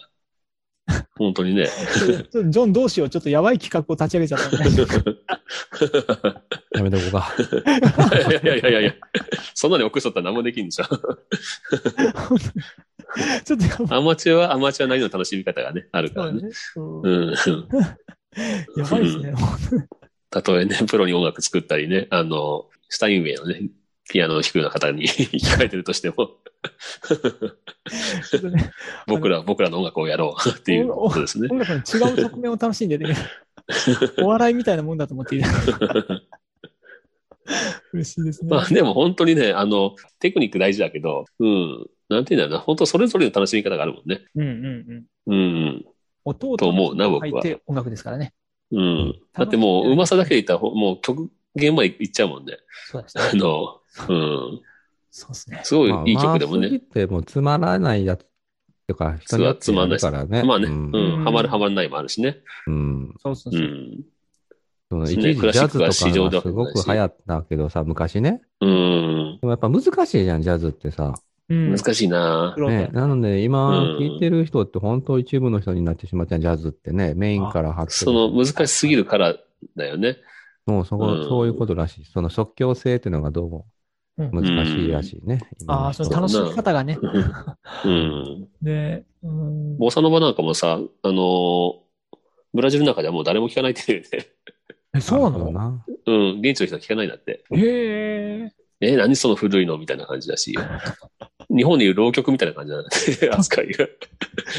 [SPEAKER 2] 本当にね。
[SPEAKER 3] ちょっとジョンどうしよう。ちょっとやばい企画を立ち上げちゃったね。
[SPEAKER 4] やめとこうか。
[SPEAKER 2] いやいやいやいやいや、そんなに送っとったら何もできんじゃん。
[SPEAKER 3] ちょっとやばい。
[SPEAKER 2] アマチュアはアマチュアなりの楽しみ方がね、あるからね。
[SPEAKER 3] そう
[SPEAKER 2] う
[SPEAKER 3] ね
[SPEAKER 2] ん。
[SPEAKER 3] うんやばいですね。
[SPEAKER 2] たとえね、プロに音楽作ったりね、あの、スタインウェイのね、ピアノを弾くような方に 聞かれてるとしても、
[SPEAKER 3] ちょっとね
[SPEAKER 2] 僕ら、僕らの音楽をやろうっていうことですね。
[SPEAKER 3] 音楽の違う側面を楽しん でね。お笑いみたいなもんだと思っている。 嬉しいですね。
[SPEAKER 2] まあでも本当にね、あの、テクニック大事だけど、うん、なんていうんだろうな、本当それぞれの楽しみ方があるもんね。
[SPEAKER 3] うんうんうん。
[SPEAKER 2] うん、
[SPEAKER 3] 音を
[SPEAKER 2] と思うな僕は
[SPEAKER 3] 書いて音楽ですからね。
[SPEAKER 2] うん。だってもう、うまさだけで言ったら、ほもう曲、現場行っちゃうもんね。
[SPEAKER 3] そうですね。
[SPEAKER 2] あの、うん。
[SPEAKER 3] そうですね。
[SPEAKER 2] すごいいい曲でも
[SPEAKER 4] まあま
[SPEAKER 2] ね
[SPEAKER 4] あ過。ぎてもつまらないやつとか、人によってやるからね。
[SPEAKER 2] まあね、
[SPEAKER 4] う
[SPEAKER 2] うん
[SPEAKER 4] ん。
[SPEAKER 2] ハマるハマらないもあるしね。
[SPEAKER 4] うん
[SPEAKER 3] そうそう
[SPEAKER 2] う
[SPEAKER 3] そう。
[SPEAKER 2] ん。
[SPEAKER 4] その
[SPEAKER 2] そう
[SPEAKER 4] 一
[SPEAKER 2] ね
[SPEAKER 4] 時ジ
[SPEAKER 2] クラシ
[SPEAKER 4] ャ
[SPEAKER 2] ック
[SPEAKER 4] ズとか
[SPEAKER 2] は
[SPEAKER 4] が
[SPEAKER 2] 市
[SPEAKER 4] す
[SPEAKER 2] 場では
[SPEAKER 4] ごく流行ったけどさ、昔ね。
[SPEAKER 2] うん。
[SPEAKER 4] でもやっぱ難しいじゃん、ジャズってさ。
[SPEAKER 3] うん。
[SPEAKER 2] 難しいな
[SPEAKER 3] 黒
[SPEAKER 4] ね、
[SPEAKER 3] と
[SPEAKER 4] なので今
[SPEAKER 2] うん
[SPEAKER 4] 聞いてる人って本当一部の人になってしまったジャズってね、メインから張ってる
[SPEAKER 2] その難しすぎるからだよね。
[SPEAKER 4] もうそこ、
[SPEAKER 2] うん
[SPEAKER 4] そういうことらしい。その即興性っていうのがどうも難しいらしいね。今
[SPEAKER 3] ああ、その楽しみ方がね。
[SPEAKER 2] うん。
[SPEAKER 3] で、うん。
[SPEAKER 2] ボサノバなんかもさ、あのーブラジルなんかではもう誰も聞かないっていうね。
[SPEAKER 3] え、そうな
[SPEAKER 4] だ
[SPEAKER 3] の
[SPEAKER 4] な。
[SPEAKER 2] うん、現地の人は聞かないんだって。
[SPEAKER 3] へえ。
[SPEAKER 2] え、何 その古いのみたいな感じだし。日本でいう浪曲みたいな感じだな扱いが。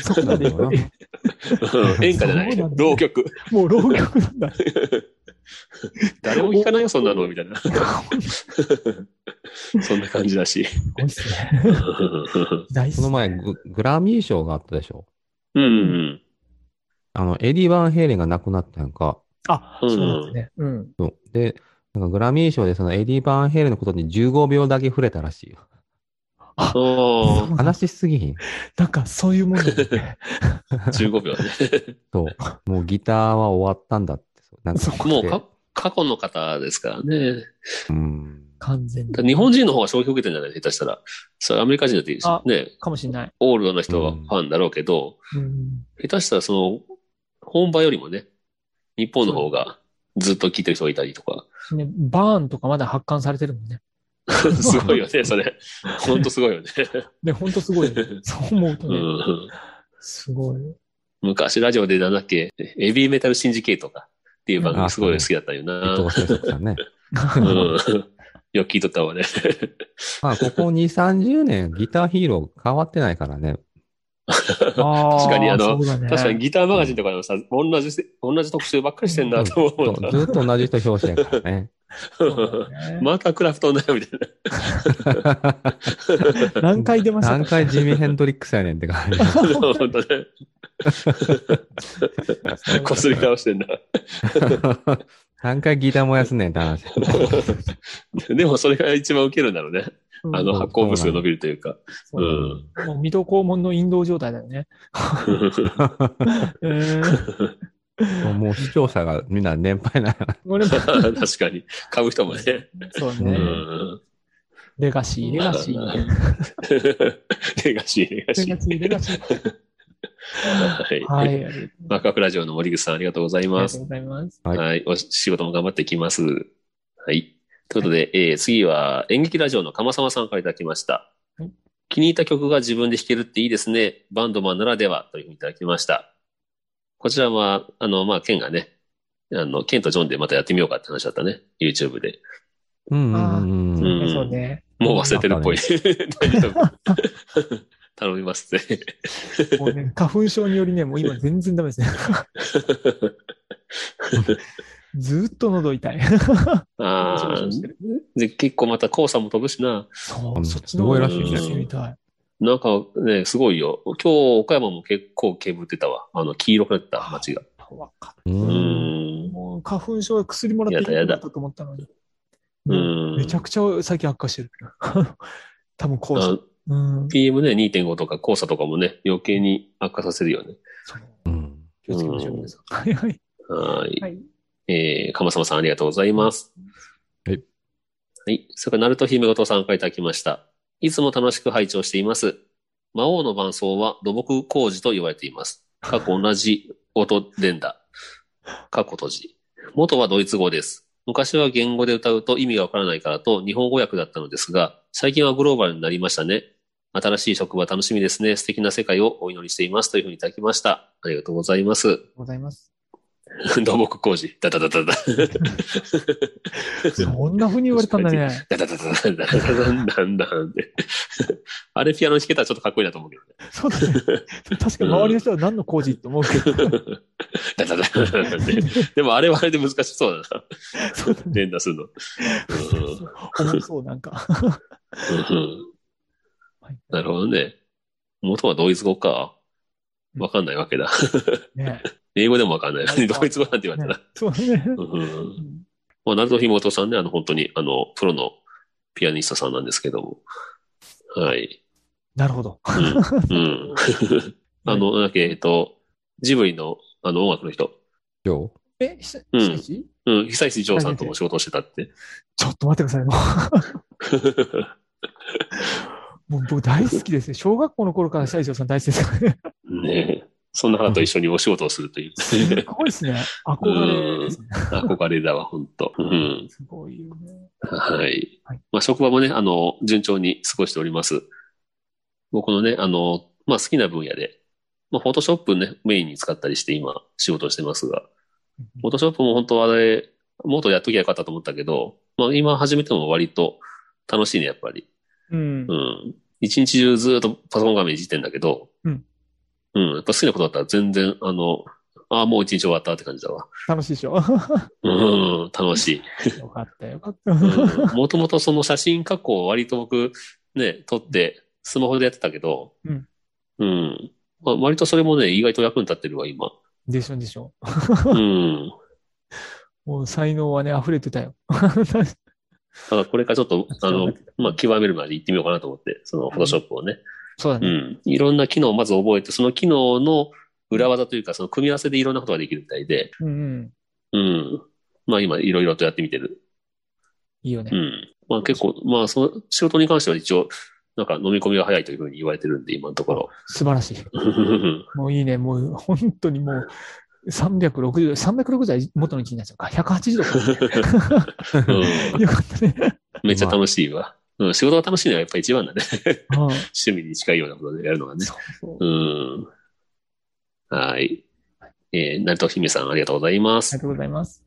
[SPEAKER 3] そこまで言っ
[SPEAKER 4] なる
[SPEAKER 3] て、
[SPEAKER 2] 演歌じゃな
[SPEAKER 3] そうなん
[SPEAKER 2] い。
[SPEAKER 3] だ
[SPEAKER 2] 浪曲。
[SPEAKER 3] もう浪曲なんだ。
[SPEAKER 2] 誰も聞かないよ、そんなの、みたいな。 そんな感じだ し。
[SPEAKER 3] すごいっすね。大好
[SPEAKER 4] この
[SPEAKER 3] き。
[SPEAKER 4] 前グ、グラミー賞があったでしょ。
[SPEAKER 2] うんうん。
[SPEAKER 4] あの、エディ・バンヘイレンが亡くなったやんか。
[SPEAKER 3] あ、
[SPEAKER 2] うん
[SPEAKER 3] そうなんですね。うん。
[SPEAKER 4] そうで、なんかグラミー賞でそのエディ・バンヘイレンのことに15秒だけ触れたらしいよ。
[SPEAKER 2] ああ、
[SPEAKER 4] 話しすぎひん。
[SPEAKER 3] なんかそういうもんなんで すね。
[SPEAKER 2] 15秒ね。
[SPEAKER 4] そう。もうギターは終わったんだって。そうなんか
[SPEAKER 3] そ
[SPEAKER 2] もうか過去の方ですからね。
[SPEAKER 4] うん。
[SPEAKER 3] 完全に。
[SPEAKER 2] 日本人の方が消費を受けてんじゃない下手したら。それアメリカ人だっていいし
[SPEAKER 3] あ
[SPEAKER 2] ね、
[SPEAKER 3] かもしれない。
[SPEAKER 2] オールドな人はファンだろうけど、
[SPEAKER 3] うん。
[SPEAKER 2] 下手したらその、本場よりもね、日本の方がずっと聴いてる人がいたりとか。
[SPEAKER 3] ね、バーンとかまだ発刊されてるもんね。
[SPEAKER 2] すごいよね、それ。ほんとすごいよね。
[SPEAKER 3] で、ほんとす ごいよ。そう思うと
[SPEAKER 2] う
[SPEAKER 3] ね、
[SPEAKER 2] ん、
[SPEAKER 3] すごい。
[SPEAKER 2] 昔ラジオでなんだっけ、エビーメタルシンジケートかっていう番組すごい好きだったよな。
[SPEAKER 4] 伊藤聖徳さんね。
[SPEAKER 2] うん。よく聞いとったわね。
[SPEAKER 4] まあ、ここ2、30年、ギターヒーロー変わってないからね。
[SPEAKER 3] 確
[SPEAKER 2] かにあの
[SPEAKER 3] 確
[SPEAKER 2] 確かにギターマガジンとかでもさ、同じせ、同じ特集ばっかりしてんなと思った。
[SPEAKER 4] ずっと同じ人表紙やから ね。
[SPEAKER 2] またクラフトンだよ、みたいな。
[SPEAKER 3] 何回出ました
[SPEAKER 4] 何
[SPEAKER 3] か
[SPEAKER 4] 回ジミー・ヘンドリックスやねんって感じ。
[SPEAKER 2] 本当ね。 こすり倒してんだ。
[SPEAKER 4] 何回ギター燃やすねんって話。
[SPEAKER 2] でもそれが一番受けるんだろうね。あの、
[SPEAKER 4] うん
[SPEAKER 2] 発行部数が伸びるというか。
[SPEAKER 3] そううな
[SPEAKER 2] ん。
[SPEAKER 3] んだもう水戸黄門の引導状態だよね。えー、
[SPEAKER 4] もう視聴者がみんな年配な。
[SPEAKER 3] これも、
[SPEAKER 2] 確かに。買う人もね。
[SPEAKER 3] そう
[SPEAKER 2] う
[SPEAKER 3] ね。
[SPEAKER 2] ん。
[SPEAKER 3] レガシー、レガシー。
[SPEAKER 2] レガシー、レガ
[SPEAKER 3] レ
[SPEAKER 2] シ
[SPEAKER 3] ガ
[SPEAKER 2] ー。
[SPEAKER 3] シー、レガシー。は、
[SPEAKER 2] はい
[SPEAKER 3] あ
[SPEAKER 2] い。
[SPEAKER 3] りがとう
[SPEAKER 2] マカクラジオの森口さん、ありがとうござい
[SPEAKER 3] あり
[SPEAKER 2] ま
[SPEAKER 3] がと
[SPEAKER 2] す
[SPEAKER 3] う。ございます。
[SPEAKER 4] はい
[SPEAKER 2] はい。お仕事も頑張っていきます。はい。ということで、えー次は演劇ラジオの鎌様さんからいただきました。
[SPEAKER 3] はい
[SPEAKER 2] 気に入った曲が自分で弾けるっていいですね。バンドマンならではというふうにいただきました。こちらは、あの、まあ、ケンがね、あの、ケンとジョンでまたやってみようかって話だったね。YouTube で。
[SPEAKER 4] うんうんうん。
[SPEAKER 2] うん
[SPEAKER 3] そうね。
[SPEAKER 2] もう忘れてるっぽい。 大丈夫頼みますね。
[SPEAKER 3] もうね、花粉症によりね、もう今全然ダメですね。 ずーっと喉痛い。
[SPEAKER 2] あ あ、で結構また黄砂も飛ぶしな。
[SPEAKER 3] そうう、
[SPEAKER 4] ん
[SPEAKER 3] そっち
[SPEAKER 4] す
[SPEAKER 3] の
[SPEAKER 4] ご
[SPEAKER 3] 方
[SPEAKER 4] い
[SPEAKER 3] が
[SPEAKER 4] ら
[SPEAKER 2] しいね
[SPEAKER 3] 進みたい。
[SPEAKER 2] なんかね、すごいよ。今日、岡山も結構煙ってたわ。あの、黄色くなってた、街が。
[SPEAKER 3] わか
[SPEAKER 4] う
[SPEAKER 2] うー
[SPEAKER 4] ん
[SPEAKER 3] る。
[SPEAKER 2] ん。
[SPEAKER 3] もう花粉症薬もらっていい
[SPEAKER 2] やだ
[SPEAKER 3] んだ
[SPEAKER 2] やだ
[SPEAKER 3] と思ったのに。
[SPEAKER 2] う
[SPEAKER 3] ね
[SPEAKER 2] ん。
[SPEAKER 3] めちゃくちゃ最近悪化してる。 多分こう
[SPEAKER 2] あ
[SPEAKER 3] さ。うん。
[SPEAKER 2] PM ね、2.5とか黄砂とかもね、余計に悪化させるよね。
[SPEAKER 3] そう
[SPEAKER 4] うん。
[SPEAKER 3] 気をつけましょう、皆さん。はいはい。
[SPEAKER 2] はい。
[SPEAKER 3] はい。
[SPEAKER 2] えー、かまさまさんありがとうございます。
[SPEAKER 4] はい。
[SPEAKER 2] はい。それから、ナルト姫ごとさんからいただきました。いつも楽しく拝聴しています。魔王の伴奏は土木工事と言われています。過去同じ音連打。過去閉じ。元はドイツ語です。昔は言語で歌うと意味がわからないからと日本語訳だったのですが、最近はグローバルになりましたね。新しい職場楽しみですね。素敵な世界をお祈りしています。というふうにいただきました。ありがとうございます。
[SPEAKER 3] ございます。
[SPEAKER 2] 土木工事。ダダダダダ。
[SPEAKER 3] そんな風に言われたんだ ね。
[SPEAKER 2] ダダダダダダダダダダンダンって。あれピアノ弾けたらちょっとかっこいいなと思うけどね。
[SPEAKER 3] そうだね。確かに周りの人は何の工事って思うけど。
[SPEAKER 2] ダダダダダダンって。でもあれはあれで難しそうだな。
[SPEAKER 3] そうだね。
[SPEAKER 2] 連打するの。うん
[SPEAKER 3] 重そう、なんか。
[SPEAKER 2] うん
[SPEAKER 3] はい
[SPEAKER 2] なるほどね。元はドイツ語か。わかんないわけだ。
[SPEAKER 3] ね
[SPEAKER 2] 英語でもわかんないのに、ドイツ語なんて言われた
[SPEAKER 3] ね
[SPEAKER 2] ら。
[SPEAKER 3] そうね。
[SPEAKER 2] うん
[SPEAKER 3] うん
[SPEAKER 2] まあ、ナルトヒモトさんね、あの、本当に、あの、プロのピアニストさんなんですけども。はい。
[SPEAKER 3] なるほど。
[SPEAKER 2] うん。うん。 あの、なんだっけ、えっと、ジブリの、あの、音楽の人。
[SPEAKER 4] 今日
[SPEAKER 3] え、ひさ
[SPEAKER 2] うん
[SPEAKER 3] 久し
[SPEAKER 2] うん、久石譲さんとも仕事をしてたって。
[SPEAKER 3] ちょっと待ってください。もうもう僕大好きですね。小学校の頃から久石さん大好きですからね。
[SPEAKER 2] ねえ。そんな方と一緒にお仕事をするという。
[SPEAKER 3] すごいですね。憧れですね。
[SPEAKER 2] 憧れだわ、本当。うん。
[SPEAKER 3] すごいよね。
[SPEAKER 2] はい
[SPEAKER 3] はい。
[SPEAKER 2] まあ、職場もね、あの、順調に過ごしております。僕のね、あの、まあ、好きな分野で、まあ、フォトショップね、メインに使ったりして今、仕事をしてますが、フォトショップも本当はあれ、もっとやっときゃよかったと思ったけど、まあ、今始めても割と楽しいね、やっぱり。
[SPEAKER 3] うん
[SPEAKER 2] う。ん。一日中ずっとパソコン画面いじってんだけど、
[SPEAKER 3] うん
[SPEAKER 2] うん。やっぱ好きなことだったら全然、あの、ああ、もう一日終わったって感じだわ。
[SPEAKER 3] 楽しいでしょ
[SPEAKER 2] うん、楽しい。
[SPEAKER 3] よかったよかった。
[SPEAKER 2] もともとその写真加工を割と僕、ね、撮って、スマホでやってたけど、
[SPEAKER 3] うん。
[SPEAKER 2] うん。まあ、割とそれもね、意外と役に立ってるわ、今。
[SPEAKER 3] でしょでしょ。
[SPEAKER 2] うん。
[SPEAKER 3] もう才能はね、溢れてたよ。
[SPEAKER 2] ただこれからちょっと、あの、まあ、極めるまで行ってみようかなと思って、その、フォトショップをね。
[SPEAKER 3] そうだ
[SPEAKER 2] う
[SPEAKER 3] ね。
[SPEAKER 2] ん。いろんな機能をまず覚えて、その機能の裏技というか、その組み合わせでいろんなことができるみたいで、
[SPEAKER 3] うんうん。
[SPEAKER 2] うん。まあ、今、いろいろとやってみてる。
[SPEAKER 3] いいよ
[SPEAKER 2] う
[SPEAKER 3] ね。
[SPEAKER 2] ん。まあ、結構、まあ、その、仕事に関しては一応、なんか飲み込みが早いというふうに言われてるんで、今のところ。
[SPEAKER 3] 素晴らしい。もういいね。もう本当にもう360度、360度は元の位置になっちゃうか。180 度か。
[SPEAKER 2] うん
[SPEAKER 3] よかったね。
[SPEAKER 2] めっちゃ楽しいわ。うん、仕事が楽しいのはやっぱ一番だね。
[SPEAKER 3] うん
[SPEAKER 2] 趣味に近いようなことでやるのがね。
[SPEAKER 3] そうそう
[SPEAKER 2] う
[SPEAKER 3] あ
[SPEAKER 2] ん。はい。えー、成田姫さんありがとうございま
[SPEAKER 3] りが
[SPEAKER 2] す。
[SPEAKER 3] とうございます。
[SPEAKER 2] は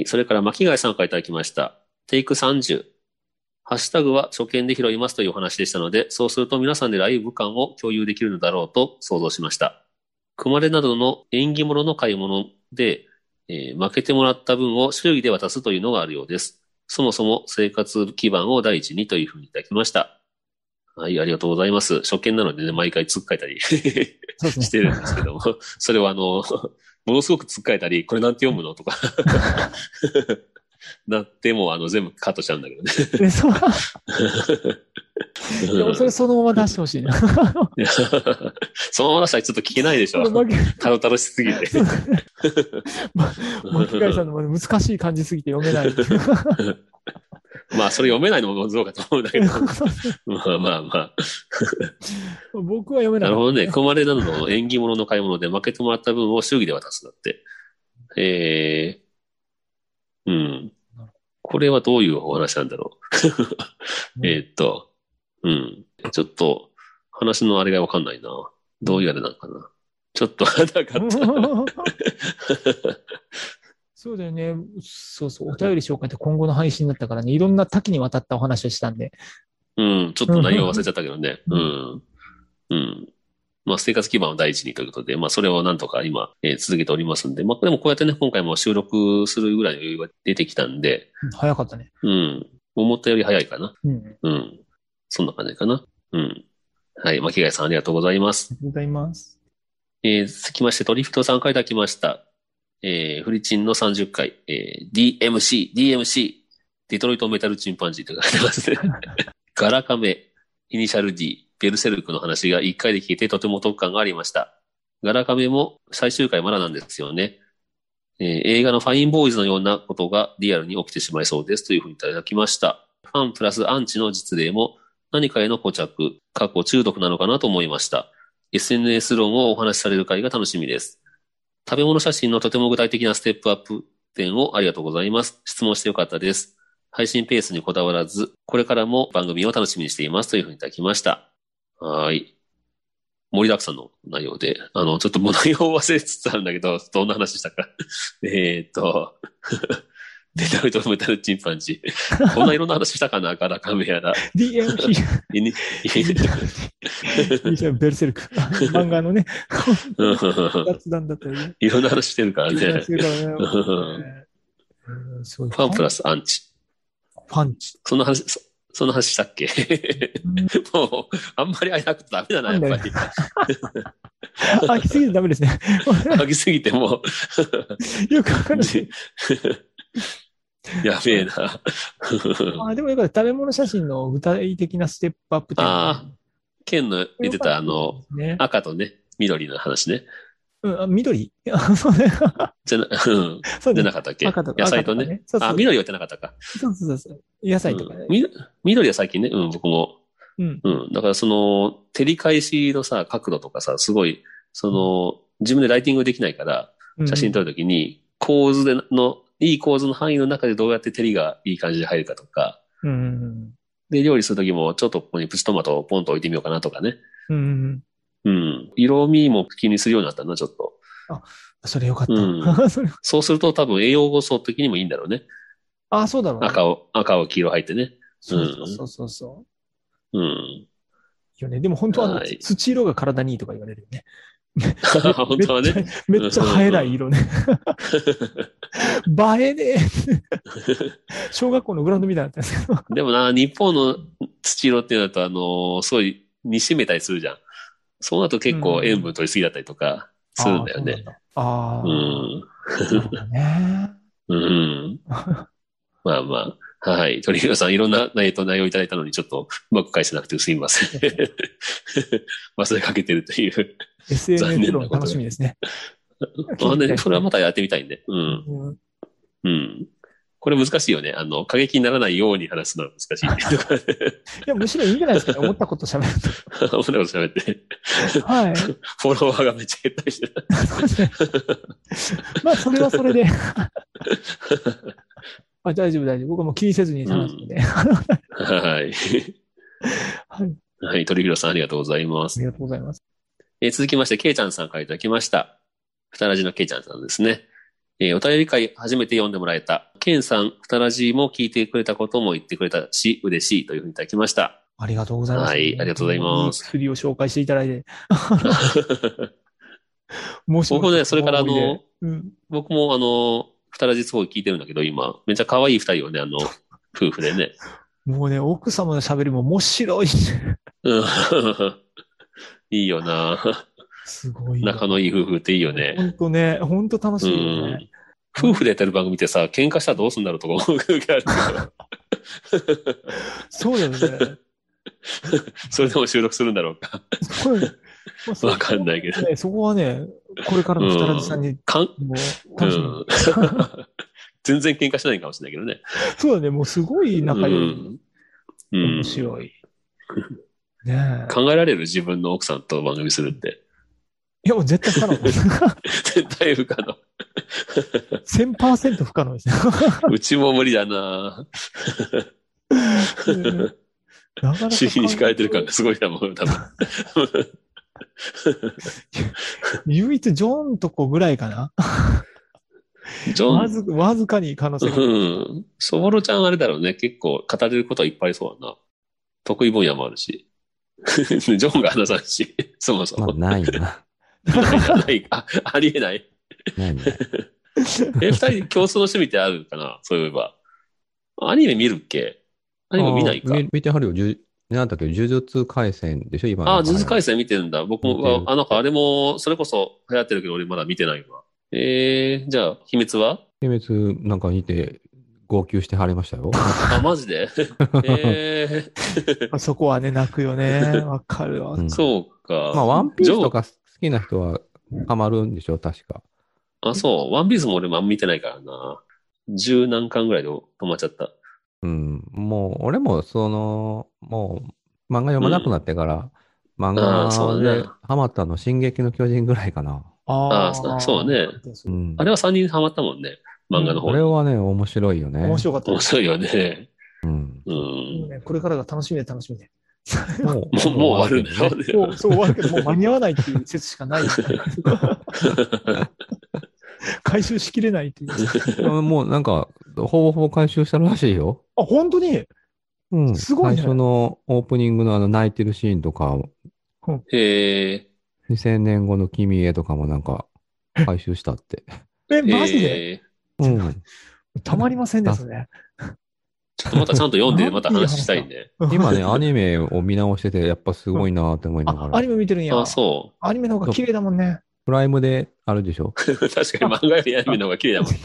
[SPEAKER 2] いそれから巻貝さんからいただきました。テイク30。ハッシュタグは初見で拾いますというお話でしたので、そうすると皆さんでライブ感を共有できるのだろうと想像しました。熊手などの縁起物の買い物で、えー負けてもらった分を祝儀で渡すというのがあるようです。そもそも生活基盤を第一にというふうにいただきました。はい、ありがとうございます。初見なのでね、毎回つっかえたりし
[SPEAKER 3] そうですね。
[SPEAKER 2] てるんですけ ども、それはあの、ものすごくつっかえたり、これなんて読むの とか、なっても、あの、全部カットしちゃうんだけどね。
[SPEAKER 3] でそうでもそれそのまま出してほし いな。
[SPEAKER 2] いや そのまま出したらちょっと聞けないでし
[SPEAKER 3] こ
[SPEAKER 2] ょ
[SPEAKER 3] れ。巻
[SPEAKER 2] たろたろしす ぎて。
[SPEAKER 3] き返さんのも難しい漢字すぎて読め ない。
[SPEAKER 2] まあ、それ読めないのもものすごいかと思うんだけど。まあまあま
[SPEAKER 3] 僕は読め
[SPEAKER 2] あ。な
[SPEAKER 3] な
[SPEAKER 2] る
[SPEAKER 3] い。
[SPEAKER 2] ほどね。コマレなどの縁起物の買い物で負けてもらった分を祝儀で渡すんだって。ええうん。これはどういうお話なんだろう。 えーっと、うん。ちょっと、話のあれがわかんないな。どういうあれなのかな。ちょっと、なかった。
[SPEAKER 3] そうだよね。そうそう。お便り紹介って今後の配信だったからね、いろんな多岐にわたったお話をしたんで。
[SPEAKER 2] うん、ちょっと内容忘れちゃったけどね。うん。うん。まあ、生活基盤を第一にということで、まあ、それをなんとか今、えー続けておりますんで、まあ、でもこうやってね、今回も収録するぐらいの余裕が出てきたんで、
[SPEAKER 3] 早かったね。
[SPEAKER 2] うん。思ったより早いかな。
[SPEAKER 3] うん。あり
[SPEAKER 2] うん。そんな感じかな。うん。はい。巻貝さん、ありがとうございます。
[SPEAKER 3] がとうございます。
[SPEAKER 2] えー続きまして、トリフトさんからいただきました。えーフリチンの30回、えー DMC、DMC、デトロイトメタルチンパンジーと書いてますね。ガラカメ、イニシャル D、ベルセルクの話が1回で聞いてとても特感がありました。ガラカメも最終回まだなんですよね。えー映画のファインボーイズのようなことがリアルに起きてしまいそうですというふうにいただきました。ファンプラスアンチの実例も何かへの固着、過去中毒なのかなと思いました。SNS 論をお話しされる会が楽しみです。食べ物写真のとても具体的なステップアップ点をありがとうございます。質問してよかったです。配信ペースにこだわらず、これからも番組を楽しみにしていますというふうにいただきました。はい。盛りだくさんの内容で、あの、ちょっともう内容を忘れつつあるんだけど、どんな話したか。 えーっと、 デタルとメタルチンパンジー。こんないろんな話したかな、ガラカメやら。
[SPEAKER 3] DMP。
[SPEAKER 2] イニ
[SPEAKER 3] ベル セルク。漫画のね、
[SPEAKER 2] うん
[SPEAKER 3] 雑談だったよね。
[SPEAKER 2] いろんな話してるからね。
[SPEAKER 3] すごいからね
[SPEAKER 2] フ
[SPEAKER 3] うんすごい
[SPEAKER 2] ァンプラスアンチ。
[SPEAKER 3] ファンチ。
[SPEAKER 2] そんな話、そそんな話したっけもう、あんまり会えなくてダメだな、やっぱり。
[SPEAKER 3] 飽きすぎてダメですね。
[SPEAKER 2] 飽きすぎても
[SPEAKER 3] よくわか
[SPEAKER 2] う、
[SPEAKER 3] んない。
[SPEAKER 2] じやべえな。
[SPEAKER 3] あでもよかった。食べ物写真の具体的なステップアップ点
[SPEAKER 2] あ県の言ってたあの、、
[SPEAKER 3] ね、
[SPEAKER 2] 赤とね、緑の話ね。
[SPEAKER 3] うん、あ緑 あそうね。
[SPEAKER 2] じゃな、うん
[SPEAKER 3] そう
[SPEAKER 2] じゃ
[SPEAKER 3] ね
[SPEAKER 2] な。かったっけ
[SPEAKER 3] 赤とか
[SPEAKER 2] 野菜とね。。
[SPEAKER 3] 赤か
[SPEAKER 2] あ、緑はやってなかったか。
[SPEAKER 3] そうそうそうそうそうそう。野菜とか
[SPEAKER 2] う
[SPEAKER 3] ね
[SPEAKER 2] ん。み緑は最近ね、うん、僕も。
[SPEAKER 3] うん。
[SPEAKER 2] うん。だからその、照り返しのさ、角度とかさ、すごい、その、自分でライティングできないから、
[SPEAKER 3] うん
[SPEAKER 2] 写真撮るときに、構図での、いい構図の範囲の中でどうやって照りがいい感じで入るかとか、
[SPEAKER 3] うんうん
[SPEAKER 2] で、料理するときも、ちょっとここにプチトマトをポンと置いてみようかなとかね。
[SPEAKER 3] うん。うんうん。
[SPEAKER 2] うん。色味も気にするようになったな、ちょっと。
[SPEAKER 3] それよかった。
[SPEAKER 2] う
[SPEAKER 3] それ
[SPEAKER 2] そうすると多分栄養素的にもいいんだろうね。
[SPEAKER 3] あ、そうだろうね。
[SPEAKER 2] 赤を、赤を黄色入ってね。
[SPEAKER 3] そうそうそうそう。
[SPEAKER 2] うん。
[SPEAKER 3] よね。でも本当はあの
[SPEAKER 2] はい
[SPEAKER 3] 土色が体にいいとか言われるよね。
[SPEAKER 2] 本当はね。
[SPEAKER 3] めっちゃ映えない色ね。映えね え。小学校のグラウンドみたいになったんで すけど。
[SPEAKER 2] でもな、日本の土色っていうのだと、あのーすごい煮しめたりするじゃん。そうなると結構塩分取りすぎだったりとかするんだよね。
[SPEAKER 3] あ
[SPEAKER 2] う
[SPEAKER 3] ー
[SPEAKER 2] ん。
[SPEAKER 3] そうなんだ。あー。なるほど ね。
[SPEAKER 2] うん。まあまあ。はい。鳥広さん、いろんな内容と内容をいただいたのに、ちょっとうまく返せなくてすみません。 忘れかけてるという。
[SPEAKER 3] SNS 論楽しみですね。
[SPEAKER 2] まあね、それはまたやってみたいんで。うん。
[SPEAKER 3] うん
[SPEAKER 2] うん。これ難しいよね。あの、過激にならないように話すのは難しい。 とかね
[SPEAKER 3] いや、むしろいいんじゃないですかね。思ったこと喋
[SPEAKER 2] そんな
[SPEAKER 3] る
[SPEAKER 2] こと喋って。
[SPEAKER 3] と。はい。
[SPEAKER 2] フォロワーがめっちゃ減ったりしてた。
[SPEAKER 3] まあ、それはそれで。 あ大丈夫、大丈夫。僕はもう気にせずに話すので。あ
[SPEAKER 2] はい。
[SPEAKER 3] はい。
[SPEAKER 2] はい、鳥広さんありがとうございます。
[SPEAKER 3] りがとうございます。
[SPEAKER 2] えー続きまして、けいちゃんさんからいただきました。ふたらじのけいちゃんさんですね。えーお便り会初めて読んでもらえた。けんさん、ふたらじも聞いてくれたことも言ってくれたし、嬉しいというふうにいただきました。
[SPEAKER 3] ありがとうございます。
[SPEAKER 2] はいありがとうございます
[SPEAKER 3] いい薬を紹介していただいて。もしも
[SPEAKER 2] 僕ね、それからあの、、
[SPEAKER 3] うん。
[SPEAKER 2] 僕もあの、ふたらじすごい聞いてるんだけど、今、めっちゃ可愛い二人をね、 あの、夫婦でね。
[SPEAKER 3] もうね、奥様の喋りも面白い。
[SPEAKER 2] うん いいよな
[SPEAKER 3] すごいな。
[SPEAKER 2] 仲のいい夫婦っていいよね。
[SPEAKER 3] 本当ね、本当楽
[SPEAKER 2] う
[SPEAKER 3] しいよね
[SPEAKER 2] ん。夫婦でやってる番組ってさ、喧嘩したらどうすんだろうとか思う時あるけど、
[SPEAKER 3] そうだよね。
[SPEAKER 2] それでも収録するんだろうか。
[SPEAKER 3] そうだよねまあそ
[SPEAKER 2] わかんないけど。
[SPEAKER 3] ねそこはね、これからの二らじさんに、
[SPEAKER 2] かん、
[SPEAKER 3] もう、
[SPEAKER 2] う
[SPEAKER 3] 楽しみ、
[SPEAKER 2] ん、全然喧嘩しないかもしれないけどね。
[SPEAKER 3] そうだね、もうすごい仲良い。
[SPEAKER 2] うん。うん
[SPEAKER 3] 面白い。ねえ。
[SPEAKER 2] 考えられる自分の奥さんと番組するって。
[SPEAKER 3] いや、もう絶対不可能です。
[SPEAKER 2] 絶対不可能。
[SPEAKER 3] 1000%不可能 ですね。
[SPEAKER 2] うちも無理だな
[SPEAKER 3] なかなか
[SPEAKER 2] 主義に敷かれてる感がすごいだもん、多分。
[SPEAKER 3] 唯一ジョンとこぐらいかな。
[SPEAKER 2] ジョ
[SPEAKER 3] わ
[SPEAKER 2] ン、
[SPEAKER 3] ずわずかに可能性が。
[SPEAKER 2] うん。そぼろちゃんあれだろうね。結構語れることはいっぱいありそうだな。得意分野もあるし。 ジョンが話さんし、そもそ
[SPEAKER 4] まあ
[SPEAKER 2] も。
[SPEAKER 4] ないな。
[SPEAKER 2] ないかないか。ありえない。
[SPEAKER 4] ないな。
[SPEAKER 2] え、二人共通の趣味ってあるかなそういえば。アニメ見るっけアニメ見ないか。
[SPEAKER 4] 見見てはるよ。じゅなんだっけ、呪術廻戦でしょ今
[SPEAKER 2] ああ、呪術廻
[SPEAKER 4] 戦。
[SPEAKER 2] 戦見てるんだ。僕
[SPEAKER 4] 見て
[SPEAKER 2] も
[SPEAKER 4] る、
[SPEAKER 2] あ、なんかあれも、それこそ流行ってるけど、俺まだ見てないわ。えー、じゃあ、秘密は
[SPEAKER 4] 秘密なんか見て、号泣してはりましたよ。
[SPEAKER 2] あ、マジでえ
[SPEAKER 3] あ そこはね、泣くよね。わかるわ
[SPEAKER 4] う。ん
[SPEAKER 2] そうか。
[SPEAKER 4] まあ、ワンピースと
[SPEAKER 2] ジョー。
[SPEAKER 4] か好きな人はハマるんでしょ確か。
[SPEAKER 2] あ、そう。ワンピースも俺もあんま見てないからな。十何巻ぐらいで止まっちゃった。
[SPEAKER 4] うん。もう、俺も、その、もう、漫画読まなくなってから、漫
[SPEAKER 2] あーそ
[SPEAKER 4] 画
[SPEAKER 2] うだ
[SPEAKER 4] で
[SPEAKER 2] ね
[SPEAKER 4] ハマったの、進撃の巨人ぐらいかな。
[SPEAKER 3] あ
[SPEAKER 2] あそそうね
[SPEAKER 4] うん。
[SPEAKER 2] あれは三人ハマったもんね。漫画の
[SPEAKER 4] こ
[SPEAKER 2] 方
[SPEAKER 4] れ
[SPEAKER 2] に。
[SPEAKER 4] はね、面白いよね。
[SPEAKER 3] 面白かった
[SPEAKER 2] 面
[SPEAKER 3] です。
[SPEAKER 2] 白いよね。
[SPEAKER 4] うん。
[SPEAKER 2] う
[SPEAKER 3] いい
[SPEAKER 2] ん。
[SPEAKER 3] ねこれからが楽しみで楽しみで。
[SPEAKER 4] も
[SPEAKER 2] もう、もう終わるんだ
[SPEAKER 4] 終わ
[SPEAKER 2] ろうね。
[SPEAKER 3] もう、そう終わるけど、もう間に合わないっていう説し かない。回収しきれないっていう。
[SPEAKER 4] けどねもうなんか、ほぼほぼ回収したらしいよ。
[SPEAKER 3] あ、本当に
[SPEAKER 4] うん。
[SPEAKER 3] すごいね
[SPEAKER 4] 最初のオープニングのあの泣いてるシーンとか、
[SPEAKER 2] へえ。
[SPEAKER 4] 2000年後の君へとかもなんか、回収したって。
[SPEAKER 3] え、マジで
[SPEAKER 2] えー
[SPEAKER 4] うん。
[SPEAKER 3] たまりませんね、それ。
[SPEAKER 2] ちょっとまたちゃんと読ん
[SPEAKER 3] な
[SPEAKER 2] で、
[SPEAKER 3] んて
[SPEAKER 2] また話したいね。
[SPEAKER 4] 今ね、アニメを見直してて、やっぱすごいなって思いなが
[SPEAKER 3] あ、
[SPEAKER 4] ら。
[SPEAKER 3] アニメ見てるんや
[SPEAKER 2] あ、。そ
[SPEAKER 3] アニメの方が綺麗だもんね。
[SPEAKER 4] プライムであるでしょ
[SPEAKER 2] う。確かに漫画よりアニメの方が綺麗だも んな。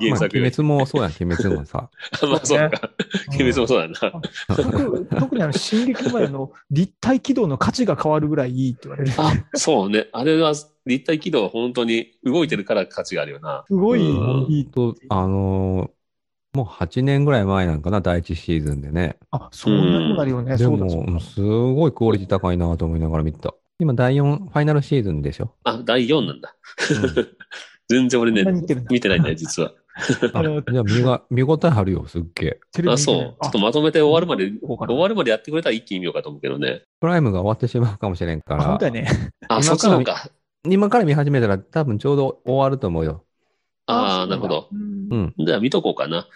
[SPEAKER 2] 原
[SPEAKER 4] まあ
[SPEAKER 2] 作よ
[SPEAKER 4] 鬼
[SPEAKER 2] り。
[SPEAKER 4] 滅もそうやん、鬼滅 もさ。
[SPEAKER 2] あまあ、そうか。 鬼滅もそうだな。
[SPEAKER 3] 特特にあの、進撃の前の立体軌道の価値が変わるぐらいいいって言われる。
[SPEAKER 2] あ、 そうね。あれは立体軌道は本当に動いてるから価値があるよな。
[SPEAKER 3] すごい
[SPEAKER 2] うん
[SPEAKER 3] いいと。
[SPEAKER 4] と、あのーもう8年ぐらい前なんかな、第一シーズンでね。
[SPEAKER 3] あ、そんなになるよね。
[SPEAKER 4] で
[SPEAKER 3] そうだそう
[SPEAKER 4] も、
[SPEAKER 3] だ。
[SPEAKER 4] すごいクオリティ高いなと思いながら見てた。今、第4、ファイナルシーズンで しょ、
[SPEAKER 2] あ、第4なんだ。
[SPEAKER 4] うん
[SPEAKER 2] 全然俺ね
[SPEAKER 3] 何言ってるん、だ
[SPEAKER 2] 見てないんだよ、 実は。
[SPEAKER 3] あの、
[SPEAKER 4] じゃあ見が、見応えあるよ、すっげえ。
[SPEAKER 3] テレビ
[SPEAKER 2] あ、
[SPEAKER 3] 見て
[SPEAKER 2] そ。
[SPEAKER 3] ないう
[SPEAKER 2] ちょっとまとめて終わるまで、
[SPEAKER 3] こうかな
[SPEAKER 2] 終わるまでやってくれたら一気に見ようかと思うけどね。
[SPEAKER 4] プライムが終わってしまうかもしれんか
[SPEAKER 3] あ本当や
[SPEAKER 4] ら、
[SPEAKER 3] ね。
[SPEAKER 2] あ、そ
[SPEAKER 4] 今
[SPEAKER 2] っ
[SPEAKER 4] から
[SPEAKER 2] か
[SPEAKER 4] 見
[SPEAKER 2] か。
[SPEAKER 4] 今から見始めたら多分ちょうど終わると思うよ。
[SPEAKER 2] ああ、なるほど。
[SPEAKER 3] うん
[SPEAKER 4] うん。
[SPEAKER 2] じゃあ見とこうかな。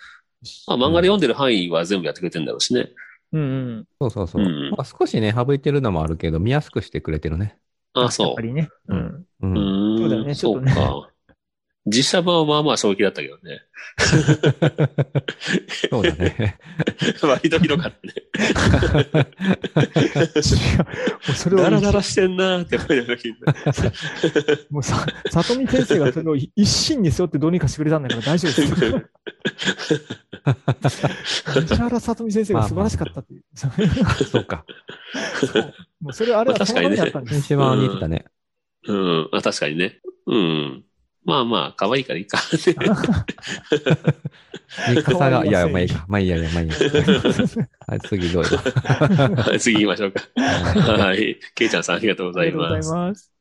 [SPEAKER 2] まあ、漫画で読んでる範囲は全部やってくれてんだろうしね。
[SPEAKER 3] うんうん。
[SPEAKER 4] そうそうそう。
[SPEAKER 2] うん
[SPEAKER 4] まあ、少しね、省いてるのもあるけど、見やすくしてくれてるね。
[SPEAKER 2] あ、
[SPEAKER 3] やっ
[SPEAKER 2] そ
[SPEAKER 3] ぱりね。う。
[SPEAKER 4] うんう。
[SPEAKER 2] う。うんーん。
[SPEAKER 3] そうだよねち
[SPEAKER 2] そ
[SPEAKER 3] ょっと
[SPEAKER 2] う
[SPEAKER 3] ね
[SPEAKER 2] か。実写版はまあまあ衝撃だったけどね。
[SPEAKER 4] そうだね。
[SPEAKER 2] 割とひどかったね。
[SPEAKER 3] 違う。もう それを、
[SPEAKER 2] ダラダラしてんなーって思いながら聞いてた。
[SPEAKER 3] もうさ、里見先生がそれを一心に背負ってどうにかしてくれたんだから大丈夫ですよ。西原里見先生が素晴らしかったっていう。
[SPEAKER 4] そうか。
[SPEAKER 3] そうもうそれあれはそのためだったんです。
[SPEAKER 4] 一番似てたね。
[SPEAKER 2] うん。あ、確かにね。うん。まあまあ、可愛いからいいか。
[SPEAKER 4] 三笠が、い
[SPEAKER 3] 変
[SPEAKER 4] や、まあ
[SPEAKER 3] わ
[SPEAKER 4] い
[SPEAKER 3] りませ
[SPEAKER 4] い
[SPEAKER 3] ん
[SPEAKER 4] か。まあいいや、いやまあいいや。はい、次どうよ。
[SPEAKER 2] 次行きまし ょうか。はい。ケイちゃんさん、ありがとうご
[SPEAKER 3] あ
[SPEAKER 2] ざ
[SPEAKER 3] り
[SPEAKER 2] い
[SPEAKER 3] がとうご
[SPEAKER 2] ま
[SPEAKER 3] ざ
[SPEAKER 2] す
[SPEAKER 3] い。ます。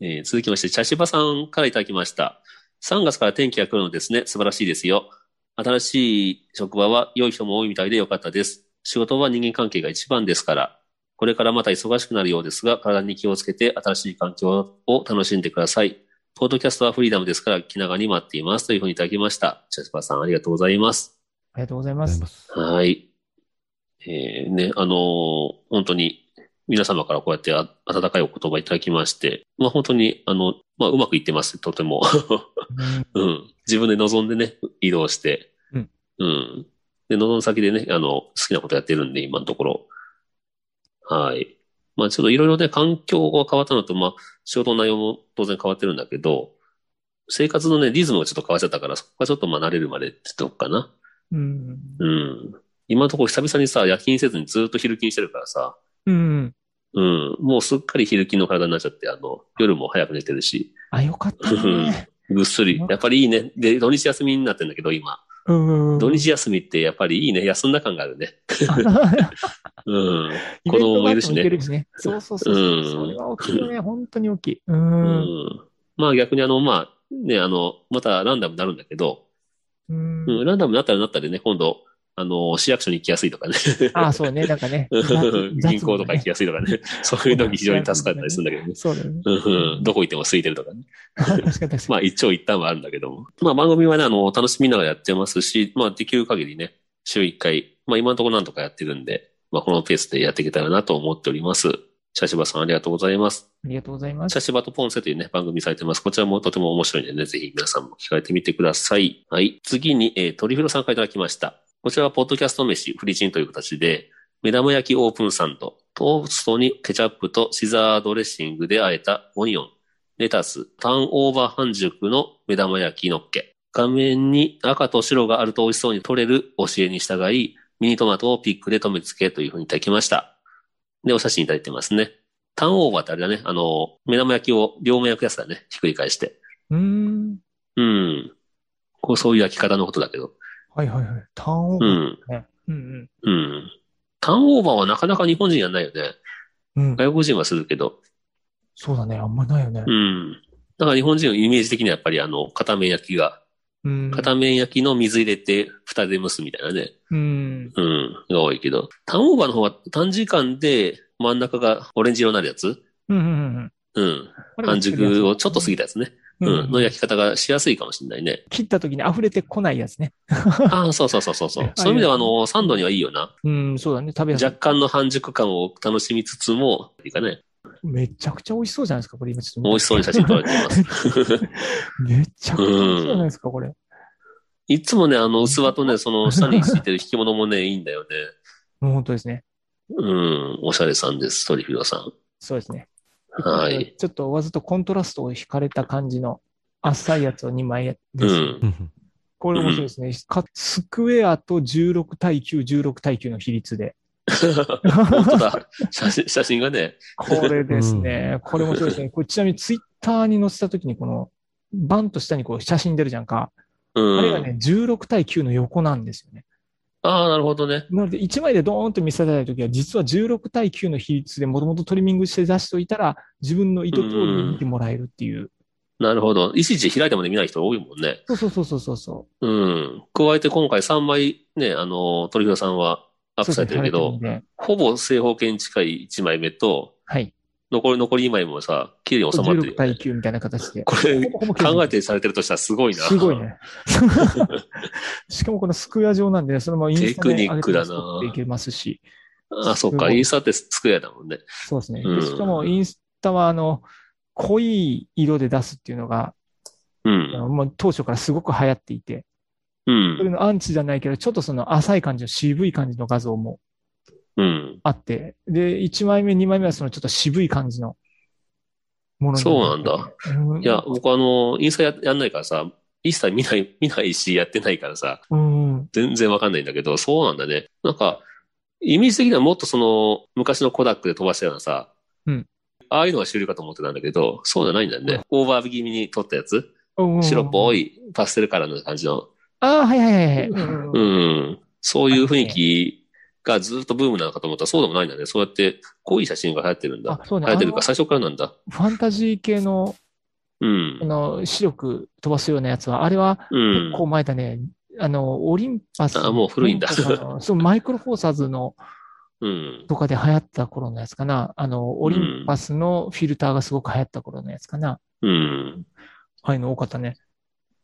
[SPEAKER 2] えー続きまして、茶芝さんからいただきました。3月から天気が来るのですね。素晴らしいですよ。新しい職場は良い人も多いみたいで良かったです。仕事は人間関係が一番ですから。これからまた忙しくなるようですが、体に気をつけて新しい環境を楽しんでください。ポッドキャストはフリーダムですから気長に待っています。というふうにいただきました。茶芝さん、ありがとうございます。
[SPEAKER 3] ありがとうございます。
[SPEAKER 2] はい。えーね、あのー本当に皆様からこうやってあ温かいお言葉いただきまして、まあ本当に、あの、まあうまくいってます、とても。 うん。自分で望んでね、移動して。
[SPEAKER 3] うん。
[SPEAKER 2] うん。で、望む先でね、あの、好きなことやってるんで、今のところ。はい。まあちょっといろいろね、環境が変わったのと、まあ仕事の内容も当然変わってるんだけど、生活のね、リズムがちょっと変わっちゃったから、そこはちょっとまあ慣れるまでってとこかな。
[SPEAKER 3] うん。
[SPEAKER 2] うん。今のところ久々にさ、夜勤せずにずっと昼勤してるからさ、
[SPEAKER 3] うん。
[SPEAKER 2] うん。もうすっかり昼勤の体になっちゃって、あの、夜も早く寝てるし、
[SPEAKER 3] あ、よかったね。
[SPEAKER 2] ぐっすり。やっぱりいいね。で、土日休みになってんだけど、今。
[SPEAKER 3] うんうんうん。
[SPEAKER 2] 土日休みってやっぱりいいね。休んだ感があるね。 うん。子
[SPEAKER 3] イベン
[SPEAKER 2] 供
[SPEAKER 3] ト
[SPEAKER 2] も
[SPEAKER 3] が
[SPEAKER 2] い
[SPEAKER 3] あっ
[SPEAKER 2] る
[SPEAKER 3] て
[SPEAKER 2] し
[SPEAKER 3] もいけ
[SPEAKER 2] ね。
[SPEAKER 3] るしね。そうそうそうそうう。
[SPEAKER 2] ん
[SPEAKER 3] それは大きいよね。本当に大きい。う。
[SPEAKER 2] うんん。まあ逆にあの、まあ、ね、あの、またランダムになるんだけど、
[SPEAKER 3] うん
[SPEAKER 2] うん、ランダムになったらなったでね、今度、あの、市役所に行きやすいとかね。。
[SPEAKER 3] ああ、そうね。なんかね 雑
[SPEAKER 2] 銀行とか行きやすいとかね。そういう時非常に助かったりするんだけどね。
[SPEAKER 3] そうだよね。
[SPEAKER 2] うんうんどこ行っても空いてるとかね。
[SPEAKER 3] 確かに確かに。
[SPEAKER 2] まあ一長一短はあるんだけども。まあ番組はね、あの、楽しみながらやってますし、まあできる限りね、週1回、まあ今のところなんとかやってるんで、まあこのペースでやっていけたらなと思っております。茶芝さんありがとうございます。
[SPEAKER 3] ありがとうございます。
[SPEAKER 2] 茶芝とポンセというね、番組されてます。こちらもとても面白いんでね、ぜひ皆さんも聞かれてみてください。はい。次に、えー、トリフロさんからいただきました。こちらはポッドキャスト飯、フリチンという形で、目玉焼きオープンサンド、トーストにケチャップとシザードレッシングで和えたオニオン、レタス、ターンオーバー半熟の目玉焼きのっけ。画面に赤と白があると美味しそうに取れる教えに従い、ミニトマトをピックで留め付けというふうにいただきました。で、お写真いただいてますね。ターンオーバーってあれだね。あの、目玉焼きを両面焼くやつだね。ひっくり返して。
[SPEAKER 3] うーん。
[SPEAKER 2] うん。こう、そういう焼き方のことだけど。
[SPEAKER 3] はいはいはい。ターンオー
[SPEAKER 2] う
[SPEAKER 3] バー。
[SPEAKER 2] ん。
[SPEAKER 3] うん
[SPEAKER 2] うん。ターンオーバーはなかなか日本人やんないよね。
[SPEAKER 3] うん。うん。
[SPEAKER 2] 外国人はするけど。
[SPEAKER 3] そうだね。あんまないよね
[SPEAKER 2] う。ん。だから日本人のイメージ的にはやっぱりあの、片面焼きが、
[SPEAKER 3] うん。
[SPEAKER 2] 片面焼きの水入れて蓋で蒸すみたいなね。
[SPEAKER 3] うん。
[SPEAKER 2] うん。が多いけど。ターンオーバーの方は短時間で真ん中がオレンジ色になるやつ
[SPEAKER 3] うんうんうん
[SPEAKER 2] うん。
[SPEAKER 3] うん。
[SPEAKER 2] 半熟をちょっと過ぎたやつね。
[SPEAKER 3] う
[SPEAKER 2] うん。の
[SPEAKER 3] ん。
[SPEAKER 2] 焼き方がしやすいかもしれないね。
[SPEAKER 3] 切った時に溢れてこないやつね。
[SPEAKER 2] ああ、そうそうそうそうそう
[SPEAKER 3] ね。
[SPEAKER 2] そういう意味では、あの、サンドにはいいよな。
[SPEAKER 3] うん、そうだね。食べやす
[SPEAKER 2] 若
[SPEAKER 3] い。
[SPEAKER 2] 干の半熟感を楽しみつつも、いいかね、
[SPEAKER 3] めちゃくちゃ美味しそうじゃないですか、これ今ちょっと。
[SPEAKER 2] 美味しそうに写真撮られています。
[SPEAKER 3] めちゃくちゃ美味しそうじゃないですか、これ。
[SPEAKER 2] いつもね、あの、器とね、その、下についてる引き物もね、いいんだよね。
[SPEAKER 3] もう本当ですね。
[SPEAKER 2] うん、おしゃれさんです、トリフィドさん。
[SPEAKER 3] そうですね。
[SPEAKER 2] はい。
[SPEAKER 3] ちょっとわざとコントラストを引かれた感じの、あっさいやつを2枚で
[SPEAKER 2] う
[SPEAKER 3] す。
[SPEAKER 2] ん。
[SPEAKER 3] これ面白いですね。かスクエアと16対9、16対9の比率で。
[SPEAKER 2] 本当だ。写真、写真がね、
[SPEAKER 3] これですね。これ面白いですね。これちなみにツイッターに載せたときに、この、バンと下にこう写真出るじゃんか。
[SPEAKER 2] う
[SPEAKER 3] あれが
[SPEAKER 2] ん。
[SPEAKER 3] ね、16対9の横なんですよね。
[SPEAKER 2] ああ、なるほどね。
[SPEAKER 3] なので、1枚でドーンと見せたいときは、実は16対9の比率でもともとトリミングして出しておいたら、自分の意図通りに見てもらえるっていう。
[SPEAKER 2] なるほど。いちいち開いてまで見ない人多いもんね。
[SPEAKER 3] そうそうそうそうそ
[SPEAKER 2] うん。加えて今回3枚ね、あの、トリフィドさんはアッ
[SPEAKER 3] う。
[SPEAKER 2] プされてるけ
[SPEAKER 3] そ
[SPEAKER 2] ど
[SPEAKER 3] う、ですね
[SPEAKER 2] ほぼ正方形に近い1枚目と、
[SPEAKER 3] はい。
[SPEAKER 2] 残り、残り2枚もさ、綺麗に収まってる
[SPEAKER 3] 16
[SPEAKER 2] よ
[SPEAKER 3] 対
[SPEAKER 2] ね。
[SPEAKER 3] 9みたいな形で。
[SPEAKER 2] これ、
[SPEAKER 3] ほぼほぼ
[SPEAKER 2] 考えてされてるとしたらすごいな。
[SPEAKER 3] すごい。ね。 しかもこのスクエア状なんで、そのままインスタで
[SPEAKER 2] テクニックだな
[SPEAKER 3] 上げても作っていけますし。
[SPEAKER 2] あ、そっ
[SPEAKER 3] すご
[SPEAKER 2] か。
[SPEAKER 3] い
[SPEAKER 2] インスタってスクエアだもんね。
[SPEAKER 3] そうですね。
[SPEAKER 2] うん
[SPEAKER 3] でしかもインスタは、あの、濃い色で出すっていうのが、
[SPEAKER 2] う
[SPEAKER 3] あ
[SPEAKER 2] ん。
[SPEAKER 3] のもう当初からすごく流行っていて、
[SPEAKER 2] う
[SPEAKER 3] それ
[SPEAKER 2] ん。
[SPEAKER 3] のアンチじゃないけど、ちょっとその浅い感じの渋い感じの画像も
[SPEAKER 2] うん。
[SPEAKER 3] あって、で、1枚目、2枚目はそのちょっと渋い感じのものにってて。う
[SPEAKER 2] いや、僕あの、インスタややんないからさ、一切見ない、見ないし、やってないからさ、
[SPEAKER 3] うん。
[SPEAKER 2] 全然わかんないんだけど、そうなんだね。なんか、イメージ的にはもっとその、昔のコダックで飛ばしたようなさ、
[SPEAKER 3] うん
[SPEAKER 2] ああいうのが主流かと思ってたんだけど、そうじゃないんだね。オーバー気味に撮ったやつ。
[SPEAKER 3] うん
[SPEAKER 2] 白っぽいパステルカラーの感じの。
[SPEAKER 3] ああ、はいはいはいはい。うん
[SPEAKER 2] うん。そういう雰囲気がずっとブームなのかと思ったらそうでもないんだね。そうやって濃い写真が流行ってるんだ。
[SPEAKER 3] あそうね
[SPEAKER 2] 流行ってるか
[SPEAKER 3] あの
[SPEAKER 2] 最初からなんだ。
[SPEAKER 3] ファンタジー系の
[SPEAKER 2] うん
[SPEAKER 3] あ。の白く飛ばすようなやつは、あれは
[SPEAKER 2] うん
[SPEAKER 3] 結。構前だね。あの、オリンパス。
[SPEAKER 2] あもう古いんだ
[SPEAKER 3] オリンパスのそう、マイクロフォーサーズの
[SPEAKER 2] うん。
[SPEAKER 3] とかで流行った頃のやつかな。あの、オリンパスのフィルターがすごく流行った頃のやつかな。
[SPEAKER 2] うん。
[SPEAKER 3] ああいうの多かったね。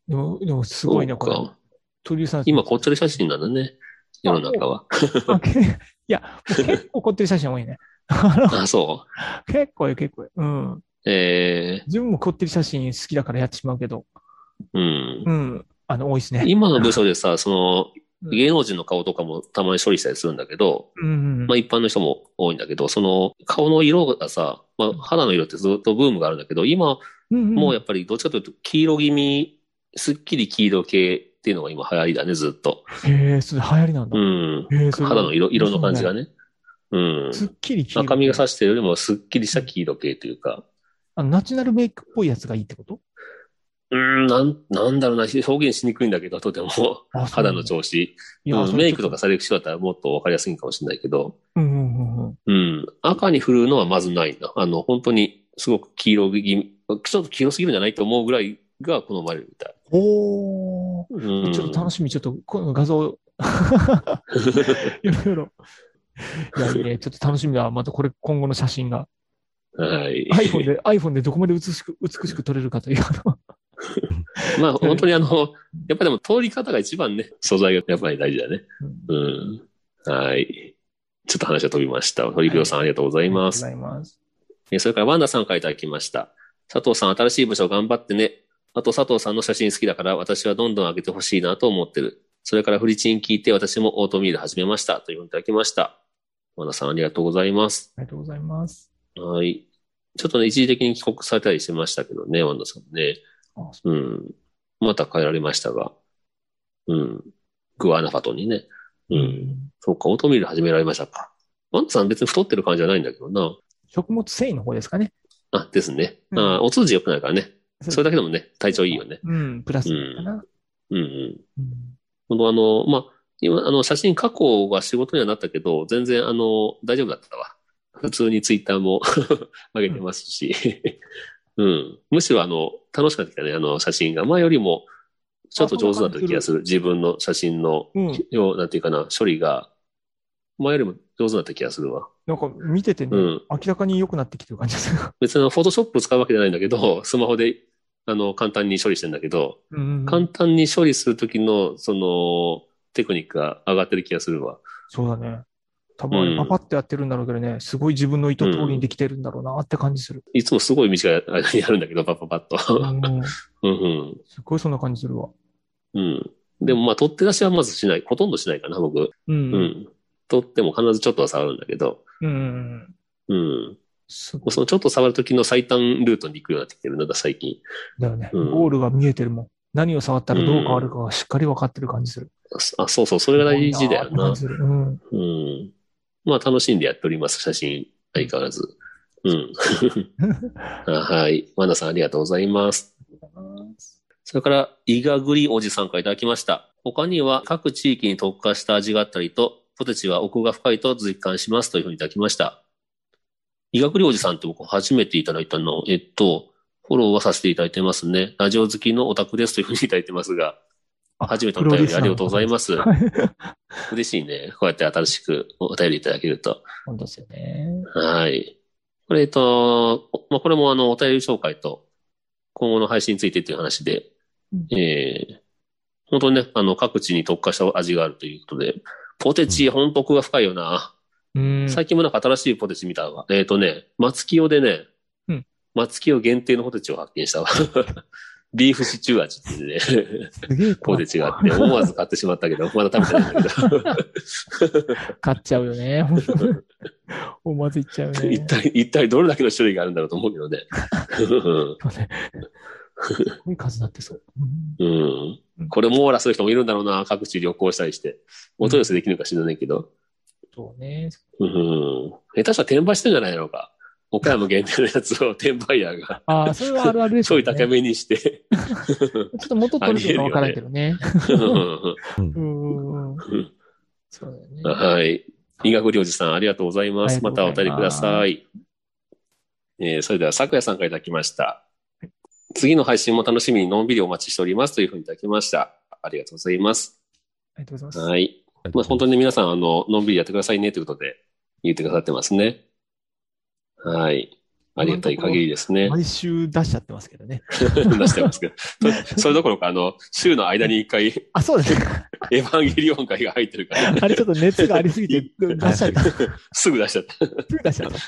[SPEAKER 3] でも、でもすごい
[SPEAKER 2] そ
[SPEAKER 3] ね、
[SPEAKER 2] う
[SPEAKER 3] こ
[SPEAKER 2] か
[SPEAKER 3] れ。鳥居さん。
[SPEAKER 2] 今、こっちり写真なんだね。世の中は。
[SPEAKER 3] あけい や、もう結構こってり写真多いね。 あ
[SPEAKER 2] あ、そ
[SPEAKER 3] の結構よ、結構よ。うん。
[SPEAKER 2] う。え
[SPEAKER 3] 自分もこってり写真好きだからやってしまうけど。
[SPEAKER 2] ー、うん。
[SPEAKER 3] うん。あの、多いですね。
[SPEAKER 2] 今の部署でさ、そ
[SPEAKER 3] うん
[SPEAKER 2] の、芸能人の顔とかもたまに処理したりするんだけど、
[SPEAKER 3] うん。
[SPEAKER 2] まあ一般の人も多いんだけど、その顔の色がさ、まあ肌の色ってずっとブームがあるんだけど、今もうやっぱりどっちかというと黄色気味、すっきり黄色系っていうのが今流行りだね、ずっと。
[SPEAKER 3] へえ、それ流行りなんだ
[SPEAKER 2] う。ん。
[SPEAKER 3] へえ、それ
[SPEAKER 2] 肌の色、色の感じが。ね。うん。
[SPEAKER 3] すっきり黄色
[SPEAKER 2] 赤みがさしてるよりもすっきりした黄色系というか。
[SPEAKER 3] あのナチュラルメイクっぽいやつがいいってこと
[SPEAKER 2] うーん、なん、なんだろうな、表現しにくいんだけど、とても、
[SPEAKER 3] あそうな
[SPEAKER 2] 肌
[SPEAKER 3] んだ
[SPEAKER 2] の調子。
[SPEAKER 3] いや
[SPEAKER 2] うん
[SPEAKER 3] それ
[SPEAKER 2] メイクとかされる人だったらもっとわかりやすいかもしれないけど、
[SPEAKER 3] うんうんうんうん。
[SPEAKER 2] うん、赤に振るのはまずないな。あの、本当に、すごく黄色気味、ちょっと黄色すぎるんじゃないと思うぐらいが好まれるみたい。
[SPEAKER 3] おー。
[SPEAKER 2] うん、
[SPEAKER 3] ちょっと楽しみ、ちょっとこの画像、 いろいろ。いや、いいね、ちょっと楽しみだ。またこれ、今後の写真が。
[SPEAKER 2] はい。
[SPEAKER 3] iPhone で、iPhone でどこまで美しく、美しく撮れるかという。あの
[SPEAKER 2] まあ、本当にあの、やっぱでも通り方が一番ね、素材がやっぱり大事だね。うん。はい。ちょっと話が飛びました。堀京さん、ありがとうございま
[SPEAKER 3] あ
[SPEAKER 2] す。
[SPEAKER 3] りがとうございます。
[SPEAKER 2] えーそれからワンダさんからいただきました。佐藤さん、新しい部署頑張ってね。あと佐藤さんの写真好きだから私はどんどん上げてほしいなと思ってる。それからフリチン聞いて私もオートミール始めました。というふうにいただきました。ワンダさんありがとうございます。
[SPEAKER 3] ありがとうございます。
[SPEAKER 2] はい。ちょっとね、一時的に帰国されたりしましたけどね、ワンダさんね。
[SPEAKER 3] あ
[SPEAKER 2] うん。また帰られましたが。うん。グアナファトにね。うん。そうか、オートミール始められましたか。ワンダさん別に太ってる感じじゃないんだけどな。
[SPEAKER 3] 食物繊維の方ですかね。
[SPEAKER 2] あ、ですね。
[SPEAKER 3] うん
[SPEAKER 2] あお通じ良くないからね。
[SPEAKER 3] そう
[SPEAKER 2] それだけでもね、体調いいよね。
[SPEAKER 3] うん、プラスかな。
[SPEAKER 2] うんうん。
[SPEAKER 3] うん
[SPEAKER 2] このあの、まあ、今、あの、写真加工が仕事にはなったけど、全然、あの、大丈夫だったわ。普通にツイッターも 上げてますし。うん。むしろ、あの、楽しかったね、あの、写真が。前よりも、ちょっと上手だった気がする。自分の写真の、
[SPEAKER 3] うん
[SPEAKER 2] よう、なんていうかな、処理が、前よりも上手だった気がするわ。
[SPEAKER 3] なんか見ててね、
[SPEAKER 2] うん。
[SPEAKER 3] 明らかに良くなってきてる感じがする。
[SPEAKER 2] 別にあの、フォトショップ使うわけじゃないんだけど、スマホで、あの、簡単に処理してんだけど、
[SPEAKER 3] うん
[SPEAKER 2] 簡単に処理するときの、その、テクニックが上がってる気がするわ。
[SPEAKER 3] そうだね。多分あれ
[SPEAKER 2] うん
[SPEAKER 3] パパッとやってるんだろうけどね、すごい自分の意図通りにできてるんだろうなって感じする。
[SPEAKER 2] いつもすごい短い間にやるんだけど、パッパッパッ
[SPEAKER 3] う
[SPEAKER 2] と。
[SPEAKER 3] ん、
[SPEAKER 2] うん
[SPEAKER 3] すごいそんな感じするわ。
[SPEAKER 2] うん。うん。でもまあ、取って出しはまずしない。ほとんどしないかな、僕。
[SPEAKER 3] う。
[SPEAKER 2] うんん。取っても必ずちょっとは触るんだけど、
[SPEAKER 3] うん。
[SPEAKER 2] うん。
[SPEAKER 3] す
[SPEAKER 2] も
[SPEAKER 3] ご
[SPEAKER 2] う
[SPEAKER 3] い。
[SPEAKER 2] そのちょっと触るときの最短ルートに行くようになってきてるんだ、最近。
[SPEAKER 3] だよね。
[SPEAKER 2] うん
[SPEAKER 3] ゴールが見えてるもん。何を触ったらどう変わるかがしっかり分かってる感じする。
[SPEAKER 2] あ、そうそう、それが大事だよ
[SPEAKER 3] すごいな
[SPEAKER 2] な
[SPEAKER 3] って感じ。するうん。
[SPEAKER 2] うん。まあ、楽しんでやっております、写真。相変わらず。うん。あはい。ワナさん、ありがとうございます。それから、イガグリおじさんからいただきました。他には各地域に特化した味があったりと、ポテチは奥が深いと実感しますというふうにいただきました。イガグリおじさんって僕初めていただいたの、えっと、フォローはさせていただいてますね。ラジオ好きのオタクですというふうにいただいてますが、
[SPEAKER 3] あ
[SPEAKER 2] 初めてのお便りありがとうござい
[SPEAKER 3] す。
[SPEAKER 2] ます。嬉しいね。こうやって新しくお便りいただけると。
[SPEAKER 3] 本当ですよね。
[SPEAKER 2] はい。これ、えっと、おまあ、これもあの、お便り紹介と、今後の配信についてという話で、
[SPEAKER 3] うん
[SPEAKER 2] えー本当にね、あの、各地に特化した味があるということで、ポテチ、本当奥が深いよな。
[SPEAKER 3] うん。
[SPEAKER 2] 最近もなんか新しいポテチ見たわ。えっ、とね、松清でね、
[SPEAKER 3] うん
[SPEAKER 2] 松清限定のポテチを発見したわ。 ビーフシチュー味っていう ね、
[SPEAKER 3] すげえ
[SPEAKER 2] ポテチがあって、思わず買ってしまったけど、まだ食べてないんだけど。
[SPEAKER 3] 買っちゃうよね。 思わず言っちゃう
[SPEAKER 2] 一
[SPEAKER 3] ね。
[SPEAKER 2] 体、一体どれだけの種類があるんだろうと思うけど ね。
[SPEAKER 3] すごい数になってそう。
[SPEAKER 2] うん。これ網羅する人もいるんだろうな、各地旅行したりして。お取り寄せできるか知らないけど。
[SPEAKER 3] そうね。
[SPEAKER 2] うん。下手したら転売してんじゃないのか。岡山限定のやつを転売ヤーが、
[SPEAKER 3] ああ、 それはあるあるでし
[SPEAKER 2] ち
[SPEAKER 3] ょ
[SPEAKER 2] ょ
[SPEAKER 3] うね。
[SPEAKER 2] い高めにして。
[SPEAKER 3] ちょっと元取るのかわからんけどね。
[SPEAKER 2] うん
[SPEAKER 3] うん。そうだよね。
[SPEAKER 2] はい。医学領事さん、ありがとうございま
[SPEAKER 3] あ
[SPEAKER 2] す。
[SPEAKER 3] りが
[SPEAKER 2] ま
[SPEAKER 3] と
[SPEAKER 2] た
[SPEAKER 3] う
[SPEAKER 2] お
[SPEAKER 3] ござ
[SPEAKER 2] 便
[SPEAKER 3] い
[SPEAKER 2] り
[SPEAKER 3] ます
[SPEAKER 2] ください。えーそれでは、咲夜さんからいただきました。次の配信も楽しみにのんびりお待ちしておりますというふうにいただきました。ありがとうございます。
[SPEAKER 3] ありがとうございます。
[SPEAKER 2] はい。まあ、本当にね皆さん、あの、のんびりやってくださいねということで言ってくださってますね。はい。ありがたい限りですね。
[SPEAKER 3] 毎週出しちゃってますけどね。
[SPEAKER 2] 出 してますけど。とそれどころか、あの、週の間に一回、 エ
[SPEAKER 3] あ、そうですね。
[SPEAKER 2] ヴァンゲリオン会が入ってるから、
[SPEAKER 3] あれちょっと熱がありすぎて出しち ゃった。す
[SPEAKER 2] すぐ出しちゃった。
[SPEAKER 3] ぐ出しち ゃった。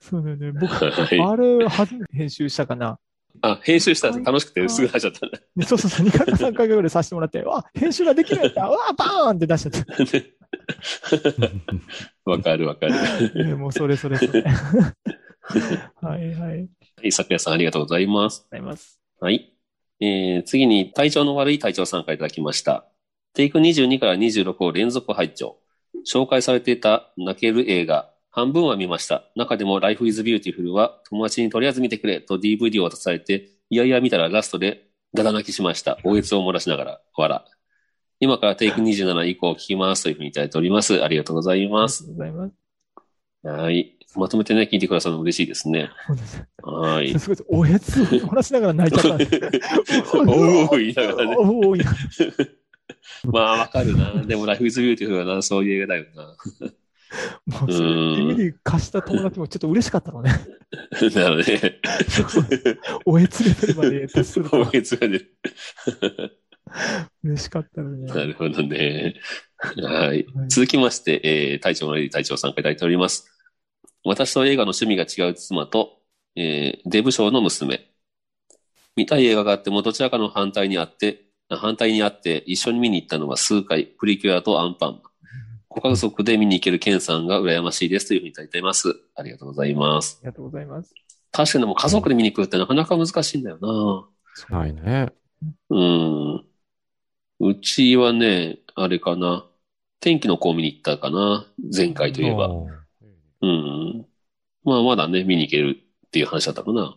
[SPEAKER 3] そうだよね。僕、
[SPEAKER 2] はい
[SPEAKER 3] あれ、初めて編集したかな。
[SPEAKER 2] あ、編集したら楽しくてすぐ出しちゃったんだ。
[SPEAKER 3] でそうそうそう、2回か3回ぐらいさせてもらって、わ、編集ができるやったわ、バーンって出しちゃっ
[SPEAKER 2] わかるわかる。
[SPEAKER 3] た。ねもうそれそれそれ。はいはい。ありがとう
[SPEAKER 2] はい、さくやさんありがとうございます。
[SPEAKER 3] ございます。
[SPEAKER 2] はい。えー、次に体調の悪い隊長さんからいただきました。テイク22から26を連続拝聴。紹介されていた泣ける映画、半分は見ました。中でも Life is Beautiful は友達にとりあえず見てくれと DVD を渡されて、いやいや見たらラストでダダ泣きしました。おえつを漏らしながら、笑。今からテイク27以降聞きますというふうにいただいております。ありがとうござい
[SPEAKER 3] あり
[SPEAKER 2] ま
[SPEAKER 3] が
[SPEAKER 2] す
[SPEAKER 3] と。うございます。
[SPEAKER 2] はい。まとめてね、聞いてくださるの嬉しいですね。
[SPEAKER 3] そうです
[SPEAKER 2] は い。
[SPEAKER 3] すごいです、おやつを話しながら泣いちゃったんです。
[SPEAKER 2] おうおう言いながらね。
[SPEAKER 3] おおい
[SPEAKER 2] まあ、わかるな。でも、ライフイズビューティフルはな、そういう映画だよな。
[SPEAKER 3] もうそれ、
[SPEAKER 2] うーん
[SPEAKER 3] DVD 貸した友達もちょっと嬉しかったのね。
[SPEAKER 2] なので、
[SPEAKER 3] おえつレベルまで達すると
[SPEAKER 2] おえつが出る。
[SPEAKER 3] 嬉しかったのね。
[SPEAKER 2] なるほどね。はい
[SPEAKER 3] は。い
[SPEAKER 2] 続きまして、えー、隊長のり隊長さんからいただいております。私と映画の趣味が違う妻と、えー、デブ賞の娘。見たい映画があってもどちらかの反対にあって、あ反対にあって一緒に見に行ったのは数回、プリキュアとアンパンマン。ご家族で見に行けるケンさんが羨ましいですというふうにいただいています。ありがとうございます
[SPEAKER 3] あ。りがとうございます。
[SPEAKER 2] 確かにでも家族で見に行くってなかなか難しいんだよな。
[SPEAKER 4] ないね。
[SPEAKER 2] うん。うちはね、あれかな。天気の子を見に行ったかな。前回といえば。
[SPEAKER 4] おー
[SPEAKER 2] うん。まあ、まだね、見に行けるっていう話だったかな。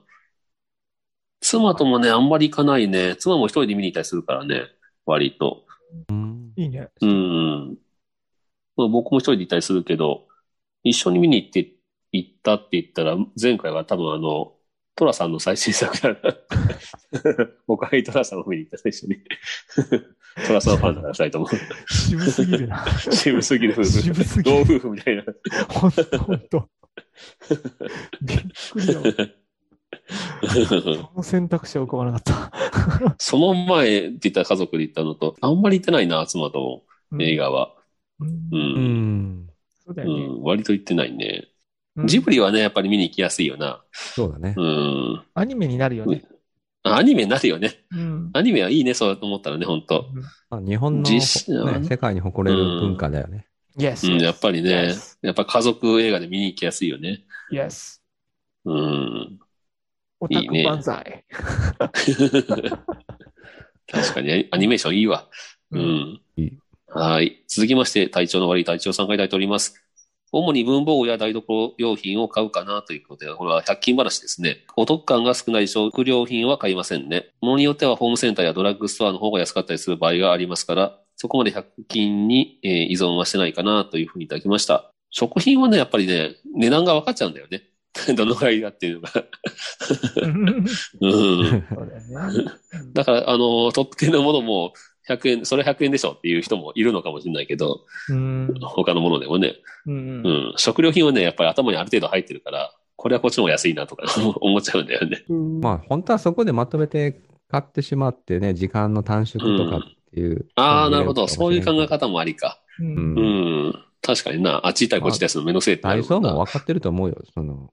[SPEAKER 2] 妻ともね、あんまり行かないね。妻も一人で見に行ったりするからね。割と。
[SPEAKER 4] うん
[SPEAKER 3] いいね。
[SPEAKER 2] うん。まあ、僕も一人で行ったりするけど、一緒に見に行って、行ったって言ったら、前回は多分あの、トラさんの最新作だから。僕はトラさんを見に行った最初に。トラさんファンだからしたいと思う。
[SPEAKER 3] 渋すぎるな。
[SPEAKER 2] 渋すぎる夫婦。
[SPEAKER 3] 渋すぎ
[SPEAKER 2] 同
[SPEAKER 3] る。
[SPEAKER 2] 夫婦みたいな。
[SPEAKER 3] ほんと、ほんと。びっくりだわ。この選択肢は浮かばなかった。
[SPEAKER 2] その前って言ったら家族で行ったのと、あんまり行ってないな、妻とも、
[SPEAKER 3] うん
[SPEAKER 2] 映。画は。
[SPEAKER 3] う。
[SPEAKER 2] うん。
[SPEAKER 4] うんん。
[SPEAKER 3] そうだ
[SPEAKER 2] う
[SPEAKER 3] よね。
[SPEAKER 2] ん、割と行ってないね。
[SPEAKER 3] うん
[SPEAKER 2] ジブリはね、やっぱり見に行きやすいよな。
[SPEAKER 4] そうだね
[SPEAKER 2] う。ん。
[SPEAKER 3] アニメになるよね。
[SPEAKER 2] あアニメになるよね。
[SPEAKER 3] うん。
[SPEAKER 2] アニメはいいね、そう思ったらね、本当。
[SPEAKER 4] まあ日本の、
[SPEAKER 2] 実写はね
[SPEAKER 4] ね世界に誇れる文化だよね。
[SPEAKER 2] う
[SPEAKER 3] Yes.
[SPEAKER 2] ん、やっぱりね
[SPEAKER 3] Yes.、
[SPEAKER 2] やっぱ家族映画で見に行きやすいよね。
[SPEAKER 3] Yes.
[SPEAKER 2] うん。
[SPEAKER 3] オタ
[SPEAKER 2] いい
[SPEAKER 3] ク
[SPEAKER 2] ね
[SPEAKER 3] 万歳。
[SPEAKER 2] 確かに、アニメーションいいわ。うん。はい。続きまして、体調の悪い体調さんがいただいております。主に文房具や台所用品を買うかなということで、これは100均話ですね。お得感が少ない食料品は買いませんね。ものによってはホームセンターやドラッグストアの方が安かったりする場合がありますから、そこまで100均に、えー依存はしてないかなというふうにいただきました。食品はね、やっぱりね、値段が分かっちゃうんだよね。 どのぐらいだっていうのが。
[SPEAKER 3] うん
[SPEAKER 2] うん。
[SPEAKER 3] そうだよね。
[SPEAKER 2] だから、あの、特定のものも、100円、それ100円でしょっていう人もいるのかもしれないけど、
[SPEAKER 3] うん。
[SPEAKER 2] 他のものでもね。
[SPEAKER 3] う。
[SPEAKER 2] うんん。食料品はね、やっぱり頭にある程度入ってるから、これはこっちの方が安いなとか 思っちゃうんだよね。
[SPEAKER 3] うん。
[SPEAKER 4] まあ、本当はそこでまとめて買ってしまってね、時間の短縮とかっていう。
[SPEAKER 2] ああ、なるほど。そういう考え。方もありか。
[SPEAKER 3] う。
[SPEAKER 4] うんん。
[SPEAKER 2] うん。確かにな。あっち行ったりこっち行ったりするのめんどくせえってな
[SPEAKER 4] ダ
[SPEAKER 2] る
[SPEAKER 4] イソ
[SPEAKER 2] も
[SPEAKER 4] ー
[SPEAKER 2] んな。
[SPEAKER 4] も分かってると思うよ。その、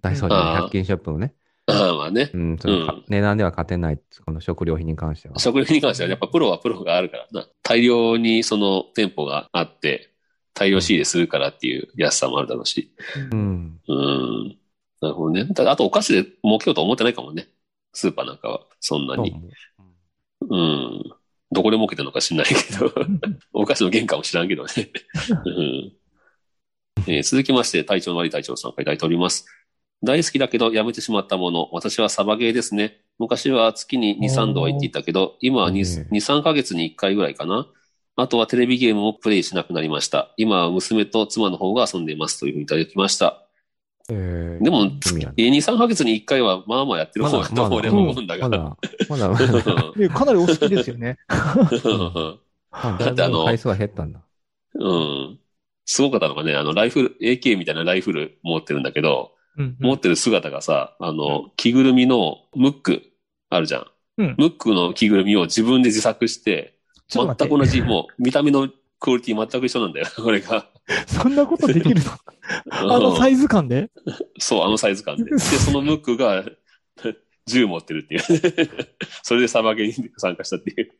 [SPEAKER 4] ダイソーじゃない
[SPEAKER 2] あー
[SPEAKER 4] 100均ショップのね。
[SPEAKER 2] ああ、まあね。
[SPEAKER 4] うん、そのか
[SPEAKER 2] うん
[SPEAKER 4] 値段では勝てない、この食料品に関しては。
[SPEAKER 2] 食料に関してはやっぱプロはプロがあるからな。大量にその店舗があって、大量仕入れするからっていう安さもあるだろうし。
[SPEAKER 4] うん。
[SPEAKER 2] うん。なるほどね。ただあとお菓子で儲けようと思ってないかもね。スーパーなんかは。そんな
[SPEAKER 4] そう
[SPEAKER 2] に。
[SPEAKER 4] 思う
[SPEAKER 2] うん。どこで儲けたのか知らないけど。お菓子の原価も知らんけど ね。うんえー続きまして、体調の悪い隊長さんからいただいております。大好きだけどやめてしまったもの。私はサバゲーですね。昔は月に2、3度は行っていたけど、今は 2,
[SPEAKER 4] うん
[SPEAKER 2] 2、3ヶ月に1回ぐらいかな。あとはテレビゲームもプレイしなくなりました。今は娘と妻の方が遊んでいますというふうにいただきました。
[SPEAKER 4] えー
[SPEAKER 2] でも、
[SPEAKER 4] 意味ある
[SPEAKER 2] えー2、3ヶ月に1回はまあまあやってる
[SPEAKER 4] ま
[SPEAKER 2] 方
[SPEAKER 4] だ
[SPEAKER 2] だと
[SPEAKER 4] ま
[SPEAKER 2] 俺
[SPEAKER 4] だ
[SPEAKER 2] も思うんだが。
[SPEAKER 4] まだ、まだ、まだ、 まだ
[SPEAKER 3] でかなりお好きですよね。
[SPEAKER 4] ま
[SPEAKER 2] だってあの
[SPEAKER 4] 回数は減ったんだ。
[SPEAKER 2] うん。すごかったのがね、あの、ライフル、AK みたいなライフル持ってるんだけど、
[SPEAKER 3] うん
[SPEAKER 2] 持ってる姿がさ、あの、着ぐるみのムックあるじゃん。
[SPEAKER 3] うん
[SPEAKER 2] ムックの着ぐるみを自分で自作して、
[SPEAKER 3] ちょっと
[SPEAKER 2] 全く
[SPEAKER 3] 待って
[SPEAKER 2] 同じ、もう、見た目のクオリティ全く一緒なんだよ、これが。
[SPEAKER 3] そんなことできるのあのサイズ感で
[SPEAKER 2] そう、あのサイズ感で。で、そのムックが 銃持ってるっていう。 それでサバゲーに参加したって いう。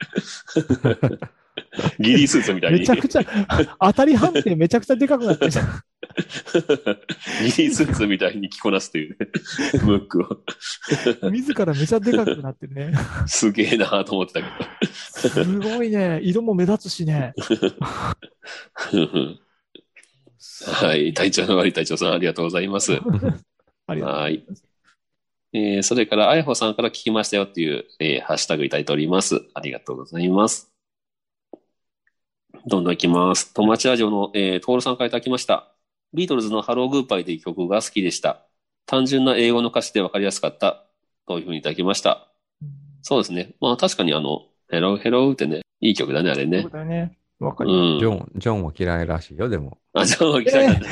[SPEAKER 2] ギリースーツみたいに。
[SPEAKER 3] めちゃくちゃ、当たり判定めちゃくちゃでかくな ってるじゃん。
[SPEAKER 2] ギリースーツみたいに着こなすというね、ムックを。
[SPEAKER 3] 自らめちゃでかくなってるね。
[SPEAKER 2] すげえなと思ってた
[SPEAKER 3] すごいね。色も目立つしね。
[SPEAKER 2] けど。はい。隊長の悪い隊長さん、ありがとうございます。
[SPEAKER 3] ありがとうございます。
[SPEAKER 2] えーそれから、あやほさんから聞きましたよっていう、えーハッシュタグいただいております。ありがとうございます。どんどんいきます。友達ラジオの、えー、トールさんからいただきました。ビートルズのハローグーパイという曲が好きでした。単純な英語の歌詞でわかりやすかった。というふうにいただきました。そうですね。まあ確かにあの、ヘローヘローってね、いい曲だね、あれ
[SPEAKER 3] そう
[SPEAKER 2] ね
[SPEAKER 3] いうこ。とだよね。わか
[SPEAKER 2] う
[SPEAKER 3] る。
[SPEAKER 4] ジ
[SPEAKER 2] ん。
[SPEAKER 4] ョン、ジョンは嫌いらしいよ、でも。
[SPEAKER 2] あ、ジョン・キ嫌いなんだ。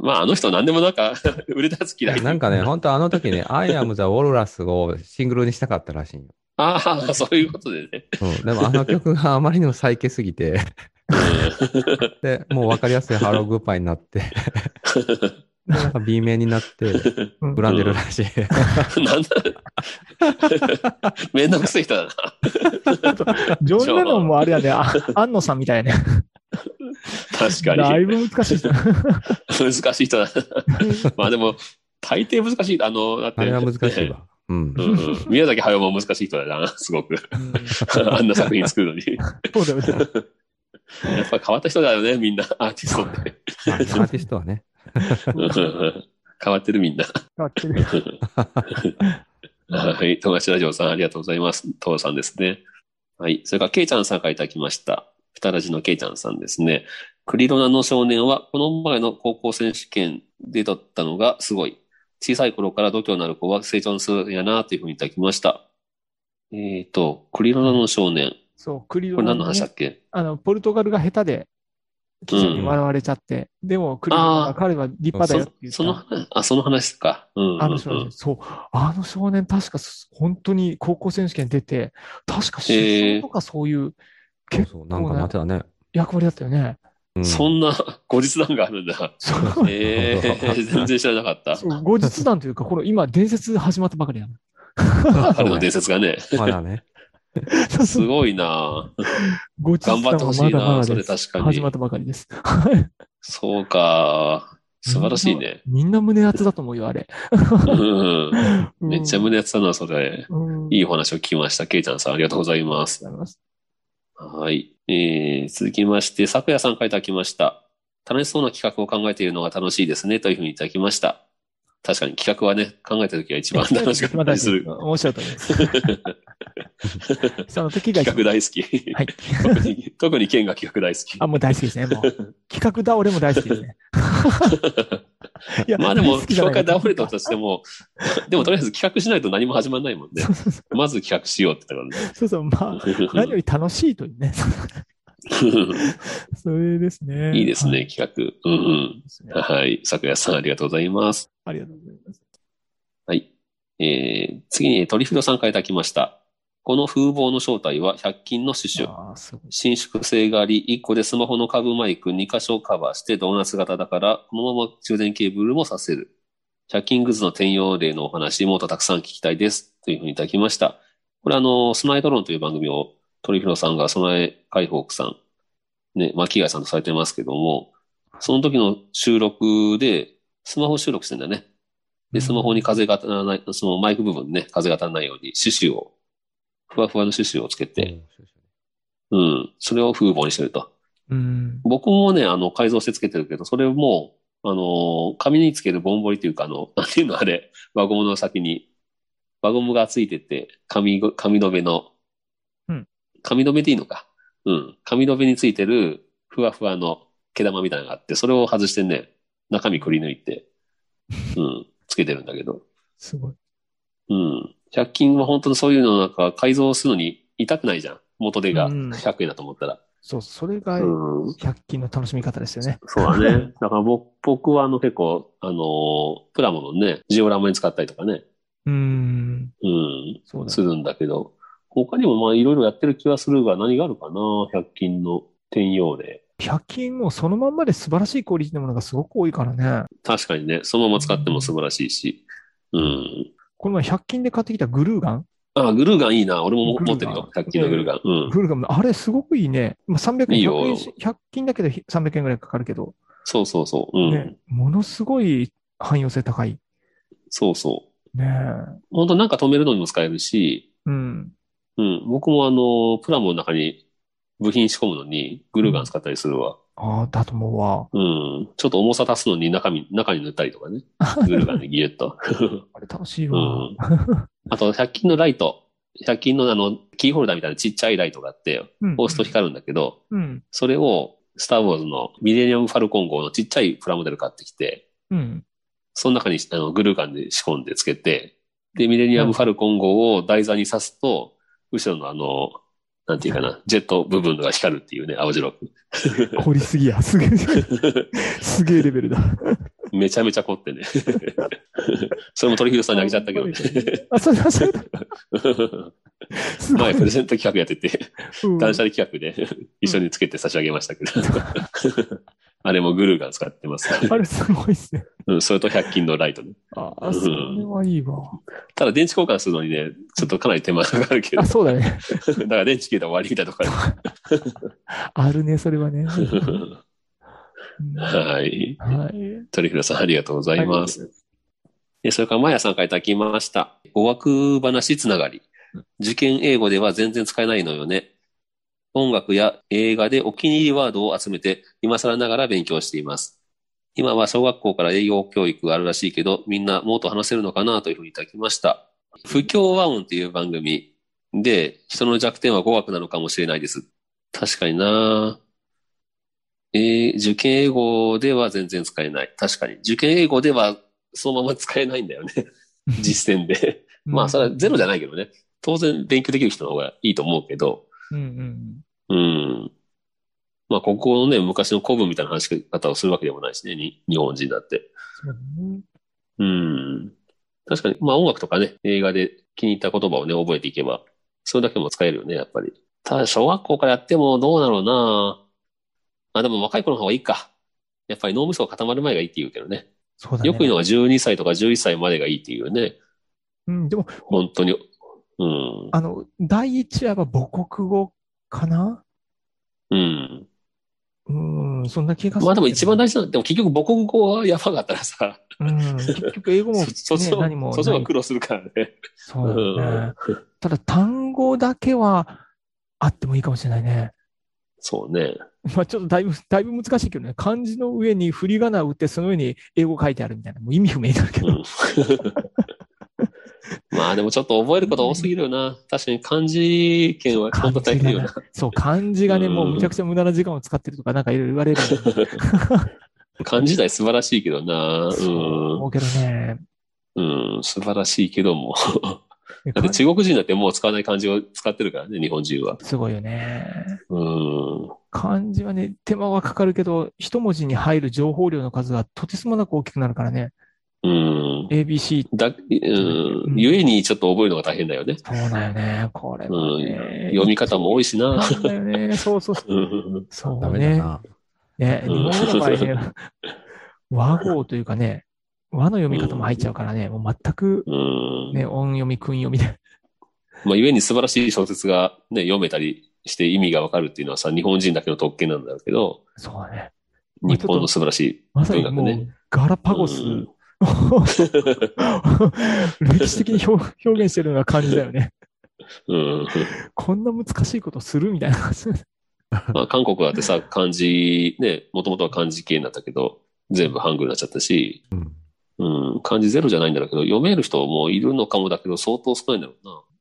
[SPEAKER 2] まああの人何でもなんか、 売れたやつ嫌い。
[SPEAKER 4] なん かね、本当あの時ね、I am the Walrus をシングルにしたかったらしいよ。
[SPEAKER 2] ああ、そういうことでね。
[SPEAKER 4] うん、でもあの曲があまりにも最低すぎて、 で、もう分かりやすいハローグーパイになって、なんか B 面になって、
[SPEAKER 3] ブ
[SPEAKER 4] 恨んでるら しい。
[SPEAKER 2] なんだ めんどくせえ人だな。
[SPEAKER 3] ジョン・レノンもあれやね。あ安野さんみたいやね。
[SPEAKER 2] 確か
[SPEAKER 3] だい
[SPEAKER 2] に。
[SPEAKER 3] ぶ難しい人。
[SPEAKER 2] 難しい人だ な。まあでも、大抵難しい。あの、だって。
[SPEAKER 4] あれは難しいわ。う
[SPEAKER 2] う。ん
[SPEAKER 4] ん
[SPEAKER 2] うん宮崎駿も難しい人だな、す ごく。あんな作品作るのに。
[SPEAKER 3] そうだよね。
[SPEAKER 2] やっぱ変わった人だよね、みんな。アーティストって。
[SPEAKER 4] アーティストはね。
[SPEAKER 2] うんうん変わってるみんな。
[SPEAKER 3] 変わってる。
[SPEAKER 2] はい。友達ラジオさん、ありがとうございます。父さんですね。はい。それから、ケイちゃんさんからいただきました。ふたらじのケイちゃんさんですね。クリロナの少年は、この前の高校選手権で取ったのがすごい。小さい頃から度胸のある子は成長するんやな、というふうにいただきました。えっ、と、クリロナの少年。
[SPEAKER 3] そう、クリ
[SPEAKER 2] こ
[SPEAKER 3] ロ
[SPEAKER 2] れ
[SPEAKER 3] ナ
[SPEAKER 2] 何の
[SPEAKER 3] のね
[SPEAKER 2] 話だっけ
[SPEAKER 3] あの、ポルトガルが下手で、記者に笑われちゃって、でも、クリロナが彼は立派だよっ
[SPEAKER 2] そ
[SPEAKER 3] て言った
[SPEAKER 2] その、あ、その話か。うんうんうん
[SPEAKER 3] あの少年、そう、あの少年、確かす本当に高校選手権出て、確か出走とかそういう
[SPEAKER 4] そう
[SPEAKER 3] 結
[SPEAKER 4] そう、なんかなってたね。
[SPEAKER 3] 役割だったよね。
[SPEAKER 4] うん
[SPEAKER 2] そんな後日談があるんだ。
[SPEAKER 3] そう
[SPEAKER 2] ええ 全然知らなかった。
[SPEAKER 3] そう後日談というか、この今、伝説始まったばかりやな。
[SPEAKER 2] 彼の伝説がね。
[SPEAKER 4] ま だね。
[SPEAKER 2] すごいなぁ
[SPEAKER 3] 後日談
[SPEAKER 2] 頑張ってほしいな
[SPEAKER 3] はまだまだ
[SPEAKER 2] それ
[SPEAKER 3] です
[SPEAKER 2] 確かに
[SPEAKER 3] 始まったばかりです。
[SPEAKER 2] そうか。素晴らしいね。
[SPEAKER 3] みんな胸熱だと思うよ、あれ。
[SPEAKER 2] うん。めっちゃ
[SPEAKER 3] 熱。
[SPEAKER 2] 胸熱だな、それ。
[SPEAKER 3] うん
[SPEAKER 2] いいお話を聞きました。ケイちゃんさん、ありがとうございま
[SPEAKER 3] あり
[SPEAKER 2] す。
[SPEAKER 3] がとうございます。
[SPEAKER 2] はい。えー、続きまして、咲夜さんからいただきました。楽しそうな企画を考えているのが楽しいですね、というふうにいただきました。確かに企画はね、考えた時が 一番楽しかったりする。
[SPEAKER 3] 面白いと思い ます。その時が一
[SPEAKER 2] 企画
[SPEAKER 3] 番
[SPEAKER 2] 大好き。
[SPEAKER 3] はい。
[SPEAKER 2] 特に、特にケンが企画大好き。
[SPEAKER 3] あ、もう大好きですね。もう。企画だ、俺も大好きですね。いや
[SPEAKER 2] まあでも、
[SPEAKER 3] 好きじゃ
[SPEAKER 2] 評
[SPEAKER 3] ない
[SPEAKER 2] 価倒れたとしても、でもとりあえず企画しないと何も始まらないもんね
[SPEAKER 3] そ。うそうそ
[SPEAKER 2] まず企画しようって言っ
[SPEAKER 3] うそうそう、まあ、
[SPEAKER 2] たから
[SPEAKER 3] 何よ
[SPEAKER 2] ね。
[SPEAKER 3] り楽しいというね。 それですね。
[SPEAKER 2] いいです
[SPEAKER 3] は
[SPEAKER 2] ね、。企画。うんうん。
[SPEAKER 3] ですね
[SPEAKER 2] はい。桜さん、ありがとうございます。
[SPEAKER 3] ありがとうございます。
[SPEAKER 2] はい。えー、次に、トリフィドさんからいただきました。この風貌の正体は100均の刺繍。
[SPEAKER 3] ああ、すごい。
[SPEAKER 2] 伸縮性があり、1個でスマホの株マイク2箇所カバーしてドーナツ型だから、このまま充電ケーブルもさせる。100均グッズの転用例のお話、もっとたくさん聞きたいです。というふうにいただきました。これあの、スナイドローンという番組を、鳥広さんが備え海北さん、ね、巻貝さんとされてますけども、その時の収録で、スマホ収録してんだよね。で、スマホに風が当たらない、そのマイク部分にね、風が当たらないように、シュシュを、ふわふわのシュシュをつけて、うん。それを風貌にしてると。
[SPEAKER 3] うん。
[SPEAKER 2] 僕もね、あの、改造してつけてるけど、それも、あの、紙につけるぼんぼりというか、あの、 なんていうのあれ、輪ゴムの先に、輪ゴムがついてて、紙ご、紙留めの、
[SPEAKER 3] うん。
[SPEAKER 2] 紙留めでいいのか。うん。紙留めについてる、ふわふわの毛玉みたいなのがあって、それを外してね、中身くり抜い て、うん、つけてるんだけど。
[SPEAKER 3] すごい。
[SPEAKER 2] うん。100均は本当にそういうのなんか改造するのに痛くないじゃん。元手が
[SPEAKER 3] うん
[SPEAKER 2] 100円だと思ったら。
[SPEAKER 3] そう、それが
[SPEAKER 2] うん。
[SPEAKER 3] 100均の楽しみ方ですよね。
[SPEAKER 2] そうだね。だから僕僕はあの結構、あのープラモのね、ジオラマに使ったりとかね、
[SPEAKER 3] うん。
[SPEAKER 2] うん、
[SPEAKER 3] そうだ
[SPEAKER 2] するんだけど、他にもまあいろいろやってる気はするが、何があるかな、100均の転用例。
[SPEAKER 3] 100均もそのまんまで素晴らしいクオリティのものがすごく多いからね。
[SPEAKER 2] 確かにね、そのまま使っても素晴らしいし、うん。
[SPEAKER 3] この前100均で買ってきたグルーガン。
[SPEAKER 2] あ、グルーガンいいな。俺も持ってるよ。
[SPEAKER 3] グルーガン
[SPEAKER 2] 100均のグルーガン。うん。
[SPEAKER 3] グルーガンも、あれすごくいいね。まあ、300円
[SPEAKER 2] いいよ
[SPEAKER 3] 100円し100均だけで300円ぐらいかかるけど、
[SPEAKER 2] そうそうそう。うん。
[SPEAKER 3] ね、ものすごい汎用性高い。
[SPEAKER 2] そうそう。
[SPEAKER 3] ね
[SPEAKER 2] 本当なんか止めるのにも使えるし、
[SPEAKER 3] うん。
[SPEAKER 2] うん。僕もあのープラモの中に部品仕込むのにグルーガン使ったりするわ。
[SPEAKER 3] ああ、だと思うわ。
[SPEAKER 2] うん。ちょっと重さ足すのに中身、中に塗ったりとかね。グルーガンでギュッと。
[SPEAKER 3] あれ楽しいうわ。
[SPEAKER 2] ん。あと、100均のライト。100均のあの、キーホルダーみたいなちっちゃいライトがあって、
[SPEAKER 3] うん
[SPEAKER 2] 押すと光るんだけど、
[SPEAKER 3] うん。
[SPEAKER 2] それを、スター・ウォーズのミレニアム・ファルコン号のちっちゃいプラモデル買ってきて、
[SPEAKER 3] うん。
[SPEAKER 2] その中にあのグルーガンで仕込んでつけて、で、ミレニアム・ファルコン号を台座に刺すと、後ろのあの、なんていうかな、ジェット部分が光るっていうね、青白く。
[SPEAKER 3] 凝りすぎや。すげえ、すげえレベルだ。
[SPEAKER 2] めちゃめちゃ凝ってね。 それも鳥広さんにあげちゃったけどね。
[SPEAKER 3] あ、そうだ、そうだ。す ご
[SPEAKER 2] 前
[SPEAKER 3] い
[SPEAKER 2] プ。レゼント企画やってて、
[SPEAKER 3] うん
[SPEAKER 2] 断捨離企画で一緒につけて差し上げましたけど、 あれもグルーガン使ってます。
[SPEAKER 3] あれすごいっすね。
[SPEAKER 2] うん、それと100均のライトね。
[SPEAKER 3] ああ、それはいいわ。
[SPEAKER 2] ただ電池交換するのにね、ちょっとかなり手間がかかるけど
[SPEAKER 3] あ、、そうだね。
[SPEAKER 2] だから電池切れたら終わりみたいなとこ
[SPEAKER 3] あるね、それはね。
[SPEAKER 2] ある。
[SPEAKER 3] うんは
[SPEAKER 2] はい。
[SPEAKER 3] い。
[SPEAKER 2] 鳥広さんありがとうございます。えそれから、まやさんからいただきました。語学話つながり。受験英語では全然使えないのよね。音楽や映画でお気に入りワードを集めて、今更ながら勉強しています。今は小学校から栄養教育があるらしいけど、みんなもっと話せるのかなというふうにいただきました。不協和音という番組で、人の弱点は語学なのかもしれないです。確かになえー受験英語では全然使えない。確かに。受験英語ではそのまま使えないんだよね。実践で。まあ、それはゼロじゃないけどね。当然勉強できる人の方がいいと思うけど。
[SPEAKER 3] うんう
[SPEAKER 2] う
[SPEAKER 3] ん
[SPEAKER 2] ん。まあ、ここのね、昔の古文みたいな話し方をするわけでもないしね、に日本人だって。
[SPEAKER 3] そうだね。
[SPEAKER 2] うん。確かに、まあ音楽とかね、映画で気に入った言葉をね、覚えていけば、それだけでも使えるよね、やっぱり。ただ、小学校からやってもどうだろうなあ、でも若い頃の方がいいか。やっぱり脳みそが固まる前がいいって言うけどね。
[SPEAKER 3] そうだね。
[SPEAKER 2] よく言うのは12歳とか11歳までがいいっていうね。
[SPEAKER 3] うん、でも、
[SPEAKER 2] 本当に。うん。
[SPEAKER 3] あの、第一話は母国語かな
[SPEAKER 2] うん。
[SPEAKER 3] うん、そんな気がする。
[SPEAKER 2] まあでも一番大事なのでも結局母国語はやばかったらさ、
[SPEAKER 3] うん、結局英語も、ね
[SPEAKER 2] そ、そっち
[SPEAKER 3] 何も
[SPEAKER 2] の、そっちの方
[SPEAKER 3] ない
[SPEAKER 2] が苦労するからね。
[SPEAKER 3] そうだね。
[SPEAKER 2] うん
[SPEAKER 3] ただ単語だけはあってもいいかもしれないね。
[SPEAKER 2] そうね。
[SPEAKER 3] まあちょっとだいぶ、だいぶ難しいけどね。漢字の上に振り仮名を打って、その上に英語書いてあるみたいな。もう意味不明になるけど。
[SPEAKER 2] うん まあでもちょっと覚えること多すぎるよな。確かに漢字圏は本当大変よな。
[SPEAKER 3] そう、漢字がね、
[SPEAKER 2] うん
[SPEAKER 3] もうむちゃくちゃ無駄な時間を使ってるとか、なんかいろいろ言われるんだけど。
[SPEAKER 2] 漢字自体素晴らしいけどな。
[SPEAKER 3] そう思うけどね。
[SPEAKER 2] うん。うん。素晴らしいけども。
[SPEAKER 3] で
[SPEAKER 2] だって
[SPEAKER 3] 漢字
[SPEAKER 2] 中国人だってもう使わない漢字を使ってるからね、日本人は。
[SPEAKER 3] すごいよね。
[SPEAKER 2] うん。
[SPEAKER 3] 漢字はね、手間はかかるけど、一文字に入る情報量の数がとてつもなく大きくなるからね。
[SPEAKER 2] うん。
[SPEAKER 3] ABC
[SPEAKER 2] だ、うん。ゆえにちょっと覚えるのが大変だよね。
[SPEAKER 3] そうだよね。これはね。
[SPEAKER 2] 読み方も多いし な。
[SPEAKER 3] そうだよね。そうそうそう。
[SPEAKER 2] うん
[SPEAKER 3] そ
[SPEAKER 4] ダ
[SPEAKER 3] う
[SPEAKER 4] メだ
[SPEAKER 3] ね。
[SPEAKER 4] な。
[SPEAKER 3] ね、
[SPEAKER 2] うん
[SPEAKER 3] 日本語の場合 ね、和語というかね、和の読み方も入っちゃうからね、もう全く
[SPEAKER 2] うん。
[SPEAKER 3] ね、音読み、訓読みで。
[SPEAKER 2] まあ、ゆえに素晴らしい小説がね、読めたりして意味がわかるっていうのはさ、日本人だけの特権なんだろうけど、
[SPEAKER 3] そうだね。
[SPEAKER 2] 日本の素晴らしい
[SPEAKER 3] まさ
[SPEAKER 2] 文
[SPEAKER 3] に
[SPEAKER 2] 学
[SPEAKER 3] も
[SPEAKER 2] ね
[SPEAKER 3] う。、ガラパゴス、
[SPEAKER 2] うん
[SPEAKER 3] 歴史的に表表現してるような感じだよね。
[SPEAKER 2] うん。
[SPEAKER 3] こんな難しいことするみたいな感じ。
[SPEAKER 2] まあ、韓国だってさ、漢字、ね、もともとは漢字系になったけど、全部ハングルになっちゃったし、
[SPEAKER 4] うん。
[SPEAKER 2] うん、漢字ゼロじゃないんだろうけど、読める人もいるのかもだけど、相当少ないんだろ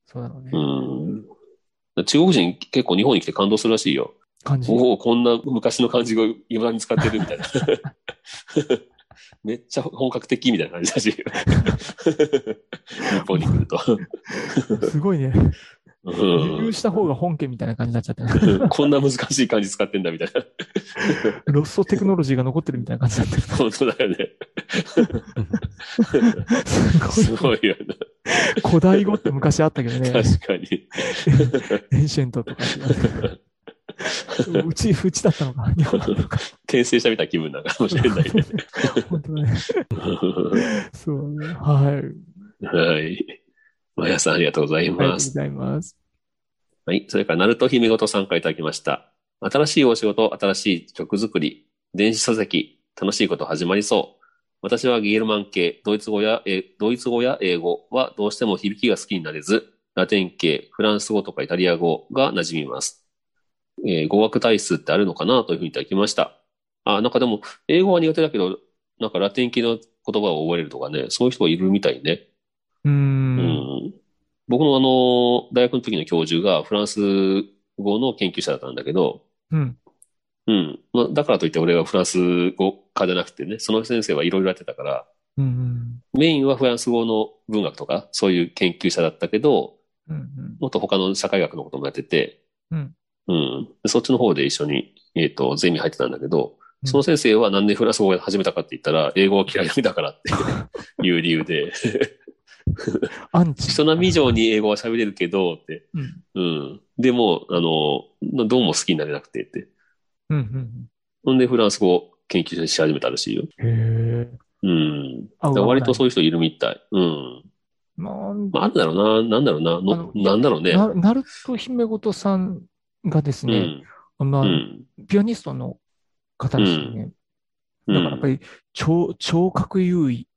[SPEAKER 3] そうだろうね
[SPEAKER 2] う。な。うん。中国人結構日本に来て感動するらしいよ。
[SPEAKER 3] 感じ。
[SPEAKER 2] おお、こんな昔の漢字が未だに使ってるみたいな。めっちゃ本格的みたいな感じだし。日本に来ると。
[SPEAKER 3] すごいね。
[SPEAKER 2] う
[SPEAKER 3] 輸入
[SPEAKER 2] ん
[SPEAKER 3] した方が本家みたいな感じになっちゃってね。
[SPEAKER 2] こんな難しい漢字使ってんだみたいな。
[SPEAKER 3] ロストテクノロジーが残ってるみたいな感じになって
[SPEAKER 2] 本当だよね。
[SPEAKER 3] る。す
[SPEAKER 2] す
[SPEAKER 3] ごい。
[SPEAKER 2] ごいよね。
[SPEAKER 3] 古代語って昔あったけどね。
[SPEAKER 2] 確かに。
[SPEAKER 3] エンシェントとか。うち、うちだったのか。日本だったのか。
[SPEAKER 2] 転生したみたいな気分なのかもしれない ね。
[SPEAKER 3] 本当だね。そうね。はい。あり
[SPEAKER 2] はい。マヤさんありがとうござい
[SPEAKER 3] がとう
[SPEAKER 2] ま
[SPEAKER 3] ご
[SPEAKER 2] す。
[SPEAKER 3] ざいます。
[SPEAKER 2] はい。それから、ナルト姫ごと参加いただきました。新しいお仕事、新しい曲作り、電子書籍、楽しいこと始まりそう。私はゲールマン系、ドイツ語や、えドイツ語や英語はどうしても響きが好きになれず、ラテン系、フランス語とかイタリア語が馴染みます。えー語学体質ってあるのかなというふうにいただきました。あ、なんかでも、英語は苦手だけど、なんかラテン系の言葉を覚えれるとかね、そういう人がいるみたいね。
[SPEAKER 3] うー。
[SPEAKER 2] うんん僕のあの、大学の時の教授がフランス語の研究者だったんだけど、
[SPEAKER 3] うん。
[SPEAKER 2] うん。まあだからといって俺はフランス語科じゃなくてね、その先生はいろいろやってたから、
[SPEAKER 3] うんうん。
[SPEAKER 2] メインはフランス語の文学とか、そういう研究者だったけど、
[SPEAKER 3] うんうん。
[SPEAKER 2] もっと他の社会学のこともやってて、
[SPEAKER 3] うん。
[SPEAKER 2] うん。でそっちの方で一緒に、えっ、と、ゼミ入ってたんだけど、
[SPEAKER 3] うん
[SPEAKER 2] その先生はなんでフランス語を始めたかって言ったら、英語は嫌いだからっていう理由 で、
[SPEAKER 3] アンチ。
[SPEAKER 2] 人並み以上に英語は喋れるけど、って、
[SPEAKER 3] うん。
[SPEAKER 2] うん。でも、あの、どうも好きになれなくてって。
[SPEAKER 3] うん
[SPEAKER 2] ほんで、フランス語研究し始めたらしいよ。
[SPEAKER 3] うん。へえ。
[SPEAKER 2] うん。
[SPEAKER 3] あ
[SPEAKER 2] だから割と
[SPEAKER 3] う。
[SPEAKER 2] そういう人いるみたい。うん。
[SPEAKER 3] なん
[SPEAKER 2] まあ、あるだろうな、なんだろうな、の
[SPEAKER 3] あの
[SPEAKER 2] なんだろうね。
[SPEAKER 3] ななると姫ごとさんがです
[SPEAKER 2] う
[SPEAKER 3] ね、
[SPEAKER 2] ん。
[SPEAKER 3] ま
[SPEAKER 2] う
[SPEAKER 3] あ、
[SPEAKER 2] ん。
[SPEAKER 3] ピアニストの方ですよね。
[SPEAKER 2] うん
[SPEAKER 3] だからやっぱり聴聴覚優位、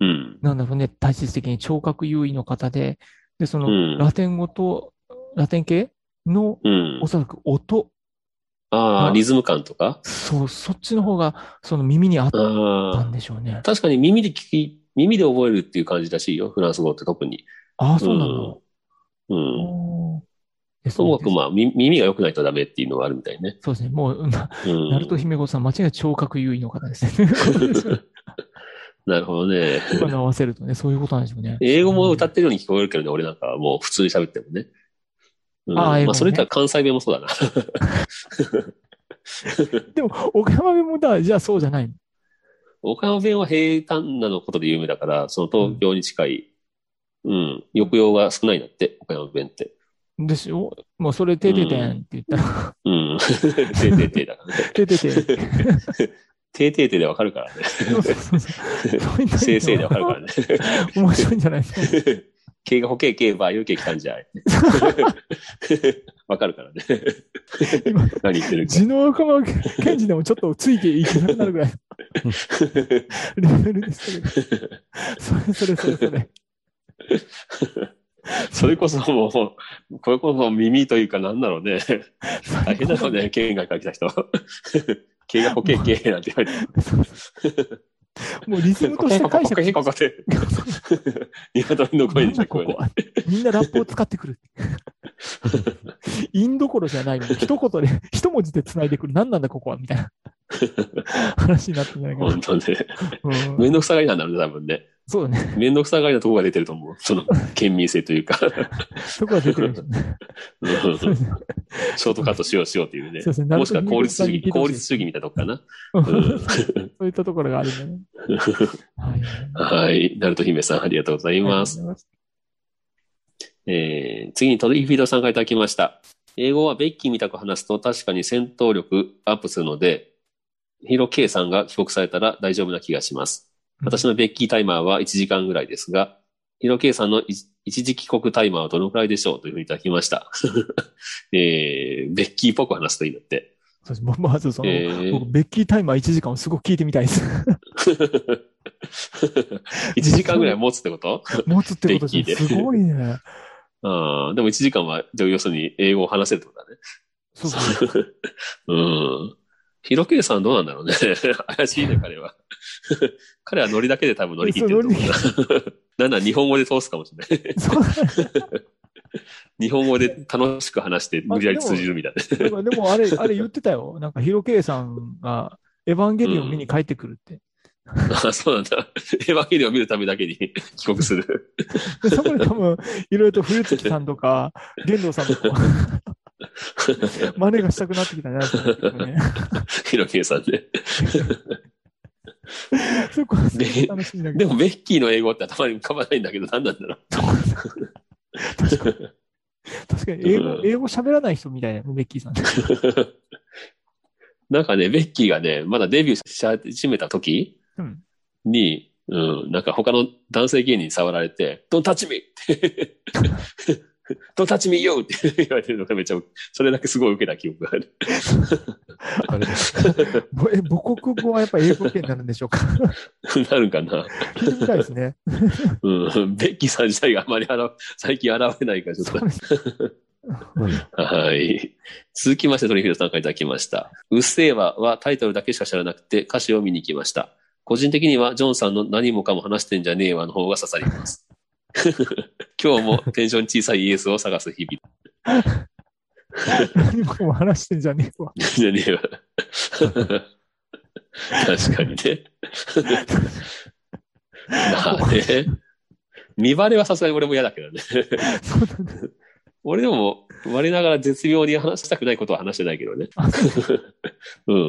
[SPEAKER 2] うん。
[SPEAKER 3] なんだろうね、体質的に聴覚優位の方で、で、その、
[SPEAKER 2] うん
[SPEAKER 3] ラテン語と、ラテン系の、
[SPEAKER 2] うん
[SPEAKER 3] お。そらく音、
[SPEAKER 2] ああ、リズム感とか。
[SPEAKER 3] そう、そっちの方が、その耳に合っ
[SPEAKER 2] あ
[SPEAKER 3] たん
[SPEAKER 2] あ。
[SPEAKER 3] でしょうね。
[SPEAKER 2] 確かに耳で聞き、耳で覚えるっていう感じらしいよ。フランス語って特に。
[SPEAKER 3] ああ、そうなんだ。
[SPEAKER 2] うんうん。
[SPEAKER 3] おーえ
[SPEAKER 2] と
[SPEAKER 3] そう
[SPEAKER 2] も
[SPEAKER 3] で
[SPEAKER 2] かく、
[SPEAKER 3] す
[SPEAKER 2] まあ、み耳が良くないとダメっていうのはあるみたいね。
[SPEAKER 3] そうですね。もう、な
[SPEAKER 2] うん。
[SPEAKER 3] ナルト姫子さん、間違いなく聴覚優位の方で すね。
[SPEAKER 2] なるほどね。
[SPEAKER 3] 今の合わせるとね、そういうことなんでしょうね。
[SPEAKER 2] 英語も歌ってるように聞こえるけどね、俺なんかはもう普通に喋ってもね。うん、
[SPEAKER 3] ああ英語ね
[SPEAKER 2] まあ、それとは関西弁もそうだな。
[SPEAKER 3] でも、岡山弁もだ、じゃあそうじゃないの。
[SPEAKER 2] 岡山弁は平坦なのことで有名だから、その東京に近い、うん、抑揚が少ないんだって、岡山弁って。
[SPEAKER 3] ですよ。もうそれ、てててんって言ったら、
[SPEAKER 2] うん。てててだからね。
[SPEAKER 3] ててて。
[SPEAKER 2] てててでわかるからね。
[SPEAKER 3] そうそうそうそう。
[SPEAKER 2] せいせいでわかるからね。
[SPEAKER 3] 面白いんじゃないですか。
[SPEAKER 2] けいがほけいけいばゆうけいきたんじゃ い。 わかるからね。
[SPEAKER 3] 今、
[SPEAKER 2] 何言ってるか。
[SPEAKER 3] 地の若間賢治でもちょっとついていけなくなるぐらいのレベルでしたけど。それそれそれそれ。
[SPEAKER 2] それこそもう、これこそ耳というかなんだろう ね。大変だろうね、県外から来た人。 経が保険経営なんて言わ れて。
[SPEAKER 3] そうそうもうリズムとして解釈
[SPEAKER 2] ここここって。 鶏の声
[SPEAKER 3] な
[SPEAKER 2] で
[SPEAKER 3] ん
[SPEAKER 2] しょ、
[SPEAKER 3] だこ
[SPEAKER 2] 声
[SPEAKER 3] こはみんなラップを使ってくる。インどころじゃないもん。一言で、一文字で繋いでくる。何なんだここはみたいな話になってんじゃないか
[SPEAKER 2] 本
[SPEAKER 3] な。
[SPEAKER 2] 当ね。
[SPEAKER 3] うん
[SPEAKER 2] めんどくさがりなんだろうね、多分ね。
[SPEAKER 3] そうだね。
[SPEAKER 2] めんどくさがりなとこが出てると思う。その、県民性というか。
[SPEAKER 3] そこは出てるんでしょうね。
[SPEAKER 2] うんショートカットしようしようっていうね
[SPEAKER 3] そうですね。
[SPEAKER 2] もしくは効率主
[SPEAKER 3] なるほ
[SPEAKER 2] 義、
[SPEAKER 3] ど
[SPEAKER 2] 効率主義みたいなとこかな。
[SPEAKER 3] う
[SPEAKER 2] うん
[SPEAKER 3] んそういったところがあるんだね。はい。
[SPEAKER 2] はい。ナルト姫さん、ありがとうございます。
[SPEAKER 3] ありがとうございます。
[SPEAKER 2] えー次にトリフィードさんからいただきました。英語はベッキーみたく話すと確かに戦闘力アップするので、ヒロ K さんが帰国されたら大丈夫な気がします。私のベッキータイマーは1時間ぐらいですが、ヒロ K さんの一一時帰国タイマーはどのくらいでしょうというふうにいただきました。 えーベッキーっぽく話すといいんだって。
[SPEAKER 3] そうですまずその、
[SPEAKER 2] えー
[SPEAKER 3] 僕、ベッキータイマー1時間をすごく聞いてみたいです。
[SPEAKER 2] 1時間ぐらい持つってこと
[SPEAKER 3] 持つってこと
[SPEAKER 2] ベ
[SPEAKER 3] で
[SPEAKER 2] ッキ
[SPEAKER 3] す
[SPEAKER 2] ー
[SPEAKER 3] ね
[SPEAKER 2] で
[SPEAKER 3] すごいね。
[SPEAKER 2] あーでも1時間は、じゃあ要するに英語を話せるってことだね。
[SPEAKER 3] そうそう。
[SPEAKER 2] うん。ヒロケイさんどうなんだろうね。 怪しいね、彼は。 彼はノリだけで多分 乗り切ってると思うな。なんなら日本語で通すかもしれない。
[SPEAKER 3] そう
[SPEAKER 2] 日本語で楽しく話して無理やり通じるみたい
[SPEAKER 3] なんかで もあれ、あれ言ってたよ。なんか、ヒロケイさんが、エヴァンゲリオン見に帰ってくるって。
[SPEAKER 2] な。 あそうなんだ。エヴァンゲリオンを見るためだけに帰国する。
[SPEAKER 3] でそこで多分、いろいろと古月さんとか、玄道さんとか、真似がしたくなってきたんじゃないですかね。
[SPEAKER 2] ヒロケイさんね。
[SPEAKER 3] そこはすごい楽しみだけ
[SPEAKER 2] で
[SPEAKER 3] ど。
[SPEAKER 2] もベッキーの英語って頭に浮かばないんだけど、何なんだろう。
[SPEAKER 3] 確かに、確かに英語
[SPEAKER 2] う、ん
[SPEAKER 3] 英語喋らない人みたいな、ベッキーさん。
[SPEAKER 2] なんかね、ベッキーがね、まだデビューし始めた時
[SPEAKER 3] うん
[SPEAKER 2] に、うん、なんか他の男性芸人に触られて、Don't touch me! って、Don't touch me you! って言われてるのがめっちゃ、それだけすごい受けた記憶がある。
[SPEAKER 4] あれ
[SPEAKER 3] ぼえ母国語はやっぱ英語圏になるんでしょうか
[SPEAKER 2] なるかな、
[SPEAKER 3] 聞いてみたいですね。
[SPEAKER 2] うん、ベッキーさん自体があまりあの最近現れないからちょっと
[SPEAKER 3] そうです
[SPEAKER 4] うん
[SPEAKER 2] はい。続きまして、トリフィードさんからいただきました。うっせぇわはタイトルだけしか知らなくて歌詞を見に行きました。個人的にはジョンさんの何もかも話してんじゃねえわの方が刺さります。 今日もテンション小さいイエスを探す日々。
[SPEAKER 3] 何も話してんじゃねえわ。
[SPEAKER 2] じゃねえわ。確かにね。まあね。見バレはさすがに俺も嫌だけどね。
[SPEAKER 3] そうなんだ
[SPEAKER 2] 俺でも、我ながら絶妙に話したくないことは話してないけどね。うん。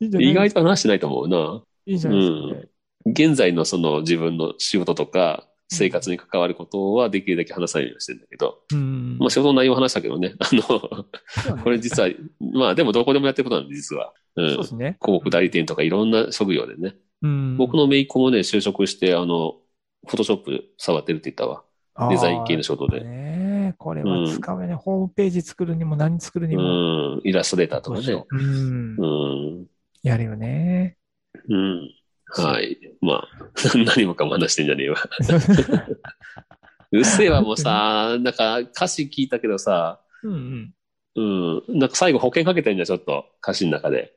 [SPEAKER 3] いいんじゃない
[SPEAKER 2] 意外と話してないと思うな。
[SPEAKER 3] いいんじ
[SPEAKER 2] う
[SPEAKER 3] ゃないですかね。
[SPEAKER 2] ん。現在のその自分の仕事とか生活に関わることはできるだけ話さないようにしてんだけど、
[SPEAKER 3] うん
[SPEAKER 2] まあ仕事の内容を話したけどね、 あの、これ実は、まあでもどこでもやってることなんで実は。うん。
[SPEAKER 3] そうで
[SPEAKER 2] 広
[SPEAKER 3] すね。
[SPEAKER 2] 告代理店とかいろんな職業でね。
[SPEAKER 3] うん
[SPEAKER 2] 僕の姪っ子もね、就職して、あの、フォトショップ触ってるって言ったわ。デザイン系の仕事
[SPEAKER 3] あー
[SPEAKER 2] で。
[SPEAKER 3] ねえこれは使うね。ホームページ作るにも何作る
[SPEAKER 2] う
[SPEAKER 3] にも。
[SPEAKER 2] ん。イラストレーターとかね。
[SPEAKER 3] うん
[SPEAKER 2] う。ん。
[SPEAKER 3] やる よね。
[SPEAKER 2] うん。はい。まあ、 何もかも話してんじゃねえわ。うっせぇわもさ、なんか歌詞聞いたけどさ、
[SPEAKER 3] うんうん。
[SPEAKER 2] うん、なんか最後保険かけてんじゃん、ちょっと。歌詞の中で。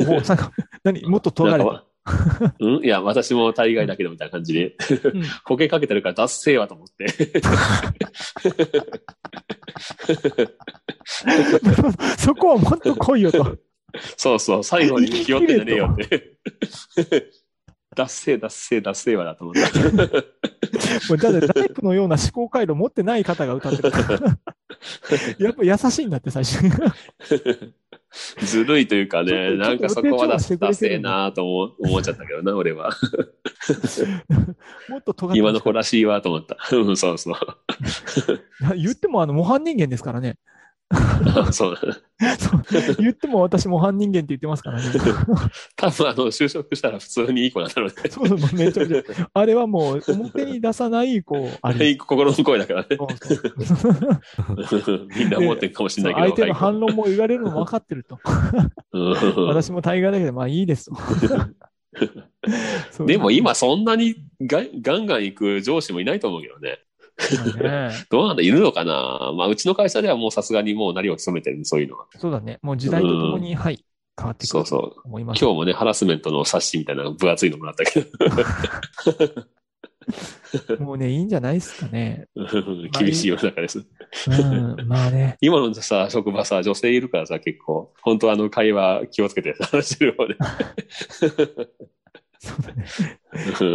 [SPEAKER 3] おなんか、何もっと尖れ
[SPEAKER 2] なん
[SPEAKER 3] た。
[SPEAKER 2] かうんいや、私も大概だけどみたいな感じで。
[SPEAKER 3] うん
[SPEAKER 2] 保険かけてるから、脱せぇわと思って。
[SPEAKER 3] そこはもっと来いよと。
[SPEAKER 2] そうそう、最後に気負ってんじゃねえよって。脱せぇ、脱せぇ、脱せぇわだと思った。
[SPEAKER 3] もうだってタイプのような思考回路持ってない方が 歌ってるから。やっぱ優しいんだって最初に。
[SPEAKER 2] ずるいというか
[SPEAKER 3] ちょっ
[SPEAKER 2] ね、
[SPEAKER 3] と
[SPEAKER 2] なんかそこはだ
[SPEAKER 3] ちょっと
[SPEAKER 2] ダセえなぁと思思っちゃったけどな、俺は。
[SPEAKER 3] もっと尖って
[SPEAKER 2] 今
[SPEAKER 3] ほ
[SPEAKER 2] の
[SPEAKER 3] し
[SPEAKER 2] 子らしいわと思った。うん、そうそう。
[SPEAKER 3] い言ってもあの模範人間ですからね。
[SPEAKER 2] そうだな
[SPEAKER 3] そう言っても私模範人間って言ってま すからね。
[SPEAKER 2] 多分あの、就職したら普通にいい子なんだろうね。
[SPEAKER 3] そうそう、 めちゃくちゃ。あれはもう表に出さない、こう、あ
[SPEAKER 2] あれ、
[SPEAKER 3] れ。
[SPEAKER 2] いい心の声だから ね。
[SPEAKER 3] そうそう
[SPEAKER 2] みんな思ってるかもしれないけど。
[SPEAKER 3] 相手の
[SPEAKER 2] はい
[SPEAKER 3] 反論も言われるのも分かって ると。
[SPEAKER 2] うん
[SPEAKER 3] 私も大概だけど、まあいいです と。そう
[SPEAKER 2] でも、今そんなにガンガンガン行く上司もいないと思うけどね。
[SPEAKER 3] そうだね
[SPEAKER 2] どうなんだいるのかなまあ、うちの会社ではもうさすがにもうなりを務めてるそういうのは。
[SPEAKER 3] そうだね。もう時代とともに、はい、変わってく
[SPEAKER 2] そ
[SPEAKER 3] る
[SPEAKER 2] うそ
[SPEAKER 3] と
[SPEAKER 2] う。
[SPEAKER 3] 思いま
[SPEAKER 2] 今
[SPEAKER 3] す。
[SPEAKER 2] 日もね、ハラスメントの冊子みたいな分厚いのもらった けど。
[SPEAKER 3] もうね、いいんじゃないですかね。
[SPEAKER 2] うん厳しい世の中です。
[SPEAKER 3] うん、まあね。
[SPEAKER 2] 今のさ、職場さ、女性いるからさ、結構、本当あの、会話気をつけて話してる方で。
[SPEAKER 3] そうだね。
[SPEAKER 2] うん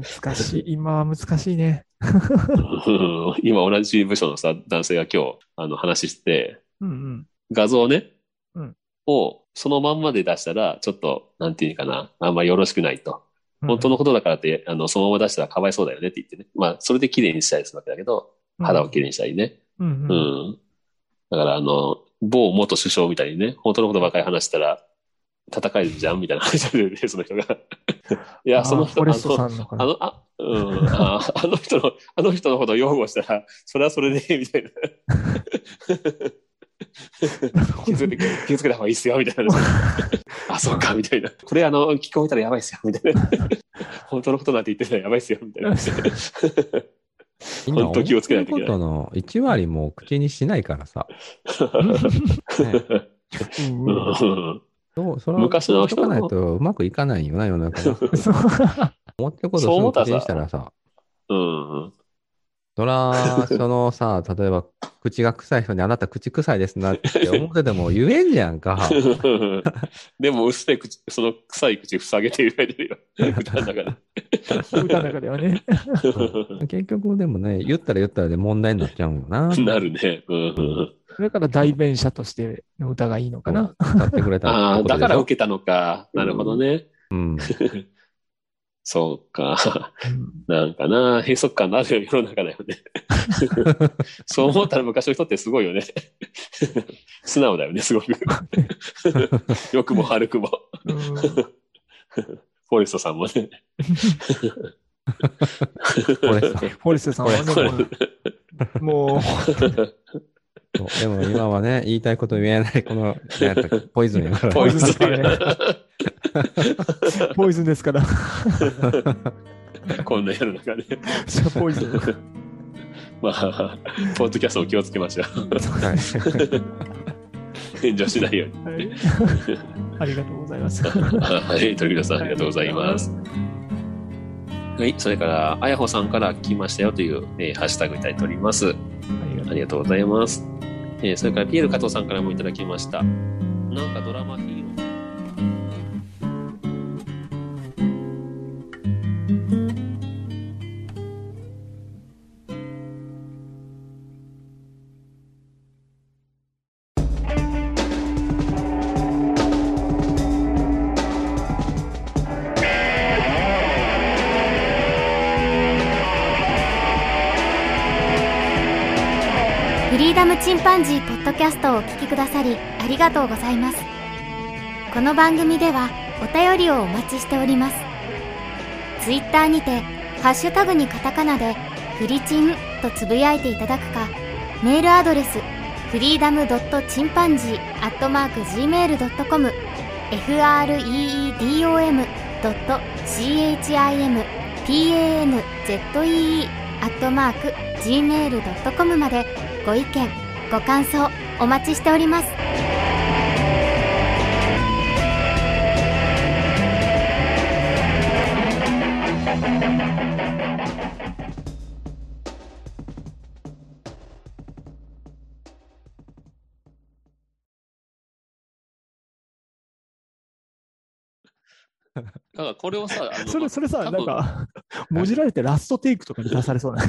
[SPEAKER 3] うん、難しい。今は難しいね。
[SPEAKER 2] うん今同じ部署のさ、男性が今日、あの、話してて、
[SPEAKER 3] うん
[SPEAKER 2] 画像ね、
[SPEAKER 3] うん
[SPEAKER 2] をそのまんまで出したら、ちょっと、なんていうかな、あんまよろしくないと。本当
[SPEAKER 3] の
[SPEAKER 2] のことだからって、あの、そのまま出したらかわいそうだよねって言ってね。まあ、それで綺麗にしたりするわけだけど、肌を綺麗にしたりね。
[SPEAKER 3] うん
[SPEAKER 2] う
[SPEAKER 3] うん
[SPEAKER 2] ん。だから、あの、某元首相みたいにね、本当のことばかり話したら、戦えるじゃんみたいな話で、その人が。 い
[SPEAKER 3] あ
[SPEAKER 2] や、
[SPEAKER 3] ー
[SPEAKER 2] その
[SPEAKER 3] フ
[SPEAKER 2] 人、
[SPEAKER 3] ォ
[SPEAKER 2] あ
[SPEAKER 3] レスト
[SPEAKER 2] の、
[SPEAKER 3] さんのか
[SPEAKER 2] あ
[SPEAKER 3] な。
[SPEAKER 2] の、あ、うん、あ ーあの人の、あの人のことを擁護したら、それはそれで、みたいな。気づけて、気づけた方がいいっすよ、みたいな。あ、そうか、みたいな。これ、あの、聞こえたらやばいっすよ、みたいな。本当のことなんて言ってたらやばいっすよ、みたいな。
[SPEAKER 4] みん な
[SPEAKER 2] 本当気をつけないといけない
[SPEAKER 4] 思ってることの1割も口にしないからさ。ね
[SPEAKER 3] うん
[SPEAKER 4] そうそれは
[SPEAKER 2] 昔の人
[SPEAKER 4] 言
[SPEAKER 2] の
[SPEAKER 4] っとかないとうまくいかないよな、世の中が。
[SPEAKER 3] そう
[SPEAKER 4] 思ってること
[SPEAKER 2] そう思
[SPEAKER 4] を
[SPEAKER 2] っ
[SPEAKER 4] す
[SPEAKER 2] た
[SPEAKER 4] ぐ
[SPEAKER 2] ら
[SPEAKER 4] 口にしたらさ、
[SPEAKER 2] うん。
[SPEAKER 4] そら、そのさ、例えば、口が臭い人にあなた口臭いですなって思ってても言えんじゃ んか。
[SPEAKER 2] でも、薄い口、その臭い口塞げて言われてるよ。歌の中で。
[SPEAKER 3] 歌の中ではね。
[SPEAKER 4] 結局でもね、言ったら言ったらで問題になっちゃうよな。
[SPEAKER 2] なるね。うん。
[SPEAKER 3] だから代弁者としての歌がいいのかな。
[SPEAKER 4] 使ってくれた
[SPEAKER 2] あ
[SPEAKER 4] っ
[SPEAKER 2] あ、
[SPEAKER 4] てこと
[SPEAKER 2] だ
[SPEAKER 4] でしょ
[SPEAKER 2] から受けたのか。なるほどね。
[SPEAKER 4] うん。
[SPEAKER 2] そうか。
[SPEAKER 3] うん
[SPEAKER 2] なんかな、閉塞感のある世の中だよ ね。そう思ったら昔の人ってすごいよね。素直だよね、すご く。良くも悪くも。
[SPEAKER 3] うん
[SPEAKER 2] フォレストさんも ね。
[SPEAKER 4] これさ。
[SPEAKER 3] フォレストさんはね
[SPEAKER 2] これ
[SPEAKER 3] もう、
[SPEAKER 4] そうでも今はね、言いたいこと言えない、この、なんやったっけポイズンやから。
[SPEAKER 2] ポイズン
[SPEAKER 3] ポイズンポイズンですから。
[SPEAKER 2] こんな世の中で。
[SPEAKER 3] じゃあポイズン。
[SPEAKER 2] まあ、ポッドキャストを気をつけましょう。
[SPEAKER 4] はい
[SPEAKER 2] 炎上しないように。
[SPEAKER 3] はいありがとうございます。
[SPEAKER 2] はい、鳥倉さん、ありがとうございます。はい、それから、あやほさんから聞きましたよという、えーハッシュタグいただいております。
[SPEAKER 3] ありが
[SPEAKER 2] あ
[SPEAKER 3] とう
[SPEAKER 2] りがとうございます。えーそれから、ピエール加藤さんからもいただきました。なんかドラマヒーロー。
[SPEAKER 1] フリーダムチンパンジーポッドキャストをお聞きくださりありがとうございますこの番組ではお便りをお待ちしておりますツイッターにてハッシュタグにカタカナでフリチンとつぶやいていただくかメールアドレスフリーダムドットチンパンジーアットマーク gmail.com freedom ドット chimpanzee アットマーク gmail.com までご意見ご感想お待ちしております
[SPEAKER 2] だからこれをさ、あの
[SPEAKER 3] それ、それさ、
[SPEAKER 2] 多
[SPEAKER 3] な
[SPEAKER 2] 分
[SPEAKER 3] んか、もじられてラストテイクとかに出さ れそうな。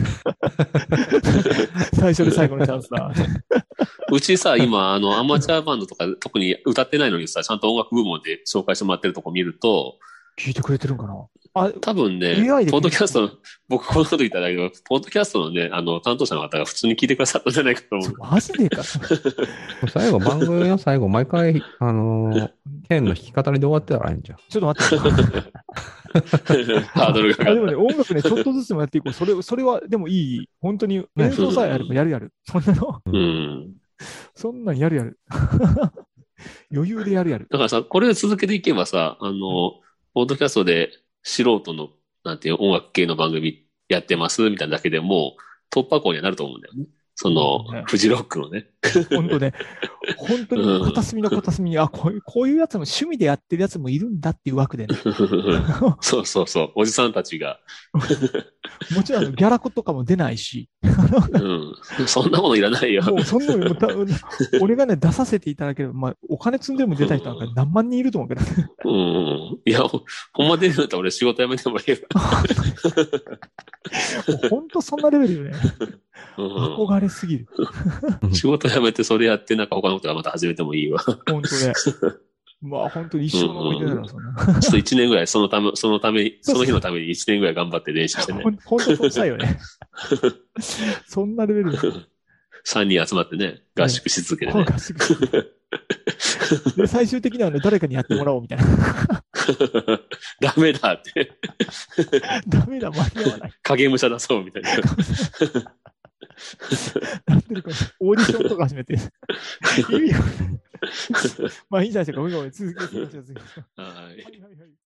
[SPEAKER 3] 最初で最後のチャンスだ。
[SPEAKER 2] うちさ、今、あの、アマチュアバンドとか、特に歌ってないのにさ、ちゃんと音楽部門で紹介してもらってるとこ見ると、
[SPEAKER 3] 聞いてくれてるんかなあ、
[SPEAKER 2] 多分ね、
[SPEAKER 3] AI で
[SPEAKER 2] ポッドキャストの、僕このこと言ったらあれだけど、ポッドキャストのね、あの、担当者の方が普通に聞いてくださったんじゃないかと思 う。
[SPEAKER 3] マジでか。
[SPEAKER 4] 最後、番組の最後、毎回、あのー、剣の弾き語りで終わってたらいいんじゃん。
[SPEAKER 3] ちょっと待って。
[SPEAKER 2] ハードルが
[SPEAKER 3] あ
[SPEAKER 2] 上
[SPEAKER 3] で
[SPEAKER 2] が
[SPEAKER 3] も
[SPEAKER 2] る。
[SPEAKER 3] ね、音楽ね、ちょっとずつでもやっていこう。それ、それは、でもいい。本当に、演奏さえあればやるやる。そんなの、
[SPEAKER 2] うん。
[SPEAKER 3] そんなんやるやる。 余裕でやるやる。
[SPEAKER 2] だからさ、これを続けていけばさ、あの、ポッドキャストで素人の、なんていう音楽系の番組やってます、みたいなだけでもう、突破口にはなると思うんだよね。そ
[SPEAKER 3] ね
[SPEAKER 2] の、フジロック のね。
[SPEAKER 3] 本当ね、本当に片隅の片隅に、あ、こういう、こういうやつも趣味でやってるやつもいるんだっていう枠でね。
[SPEAKER 2] そうそうそう。おじさんたちが。
[SPEAKER 3] もちろんあの、ギャラコとかも出ないし。
[SPEAKER 2] うん。そんなものいらないよ。
[SPEAKER 3] もうそんなのもうた俺がね、出させていただければ、まあ、お金積んでも出た人なんか何万人いると思うけど、
[SPEAKER 2] うん。いや、ほほんま出るんだったら俺仕事辞めてもいいよ。
[SPEAKER 3] もう本当そんなレベルよね。
[SPEAKER 2] う
[SPEAKER 3] 憧れすぎる。
[SPEAKER 2] ん。仕事辞めてそれやって、なんか他のことはまた始めてもいいわ。
[SPEAKER 3] 本当ね。まあ本当に一生の思い出だな、そんな。
[SPEAKER 2] ちょっと一年ぐらい、そのため、そのために、
[SPEAKER 3] そうそう
[SPEAKER 2] その日のために一年ぐらい頑張って練習してね
[SPEAKER 3] ほ。ん本当そうしたいよね。そんなレベルで。
[SPEAKER 2] 3人集まってね、合宿し続けて
[SPEAKER 3] 本
[SPEAKER 2] ね。
[SPEAKER 3] 格すぎるで最終的にはね、誰かにやってもらおうみたいな。
[SPEAKER 2] ダメだって。
[SPEAKER 3] ダメだ、間に合わない。
[SPEAKER 2] 影武者出そうみたいな。
[SPEAKER 3] なんていうか、オーディションとか始めて。 意味がないまあいいじゃないですか。ごめんごめん。続けて、続けて続けて。
[SPEAKER 2] はい
[SPEAKER 3] はいはいはい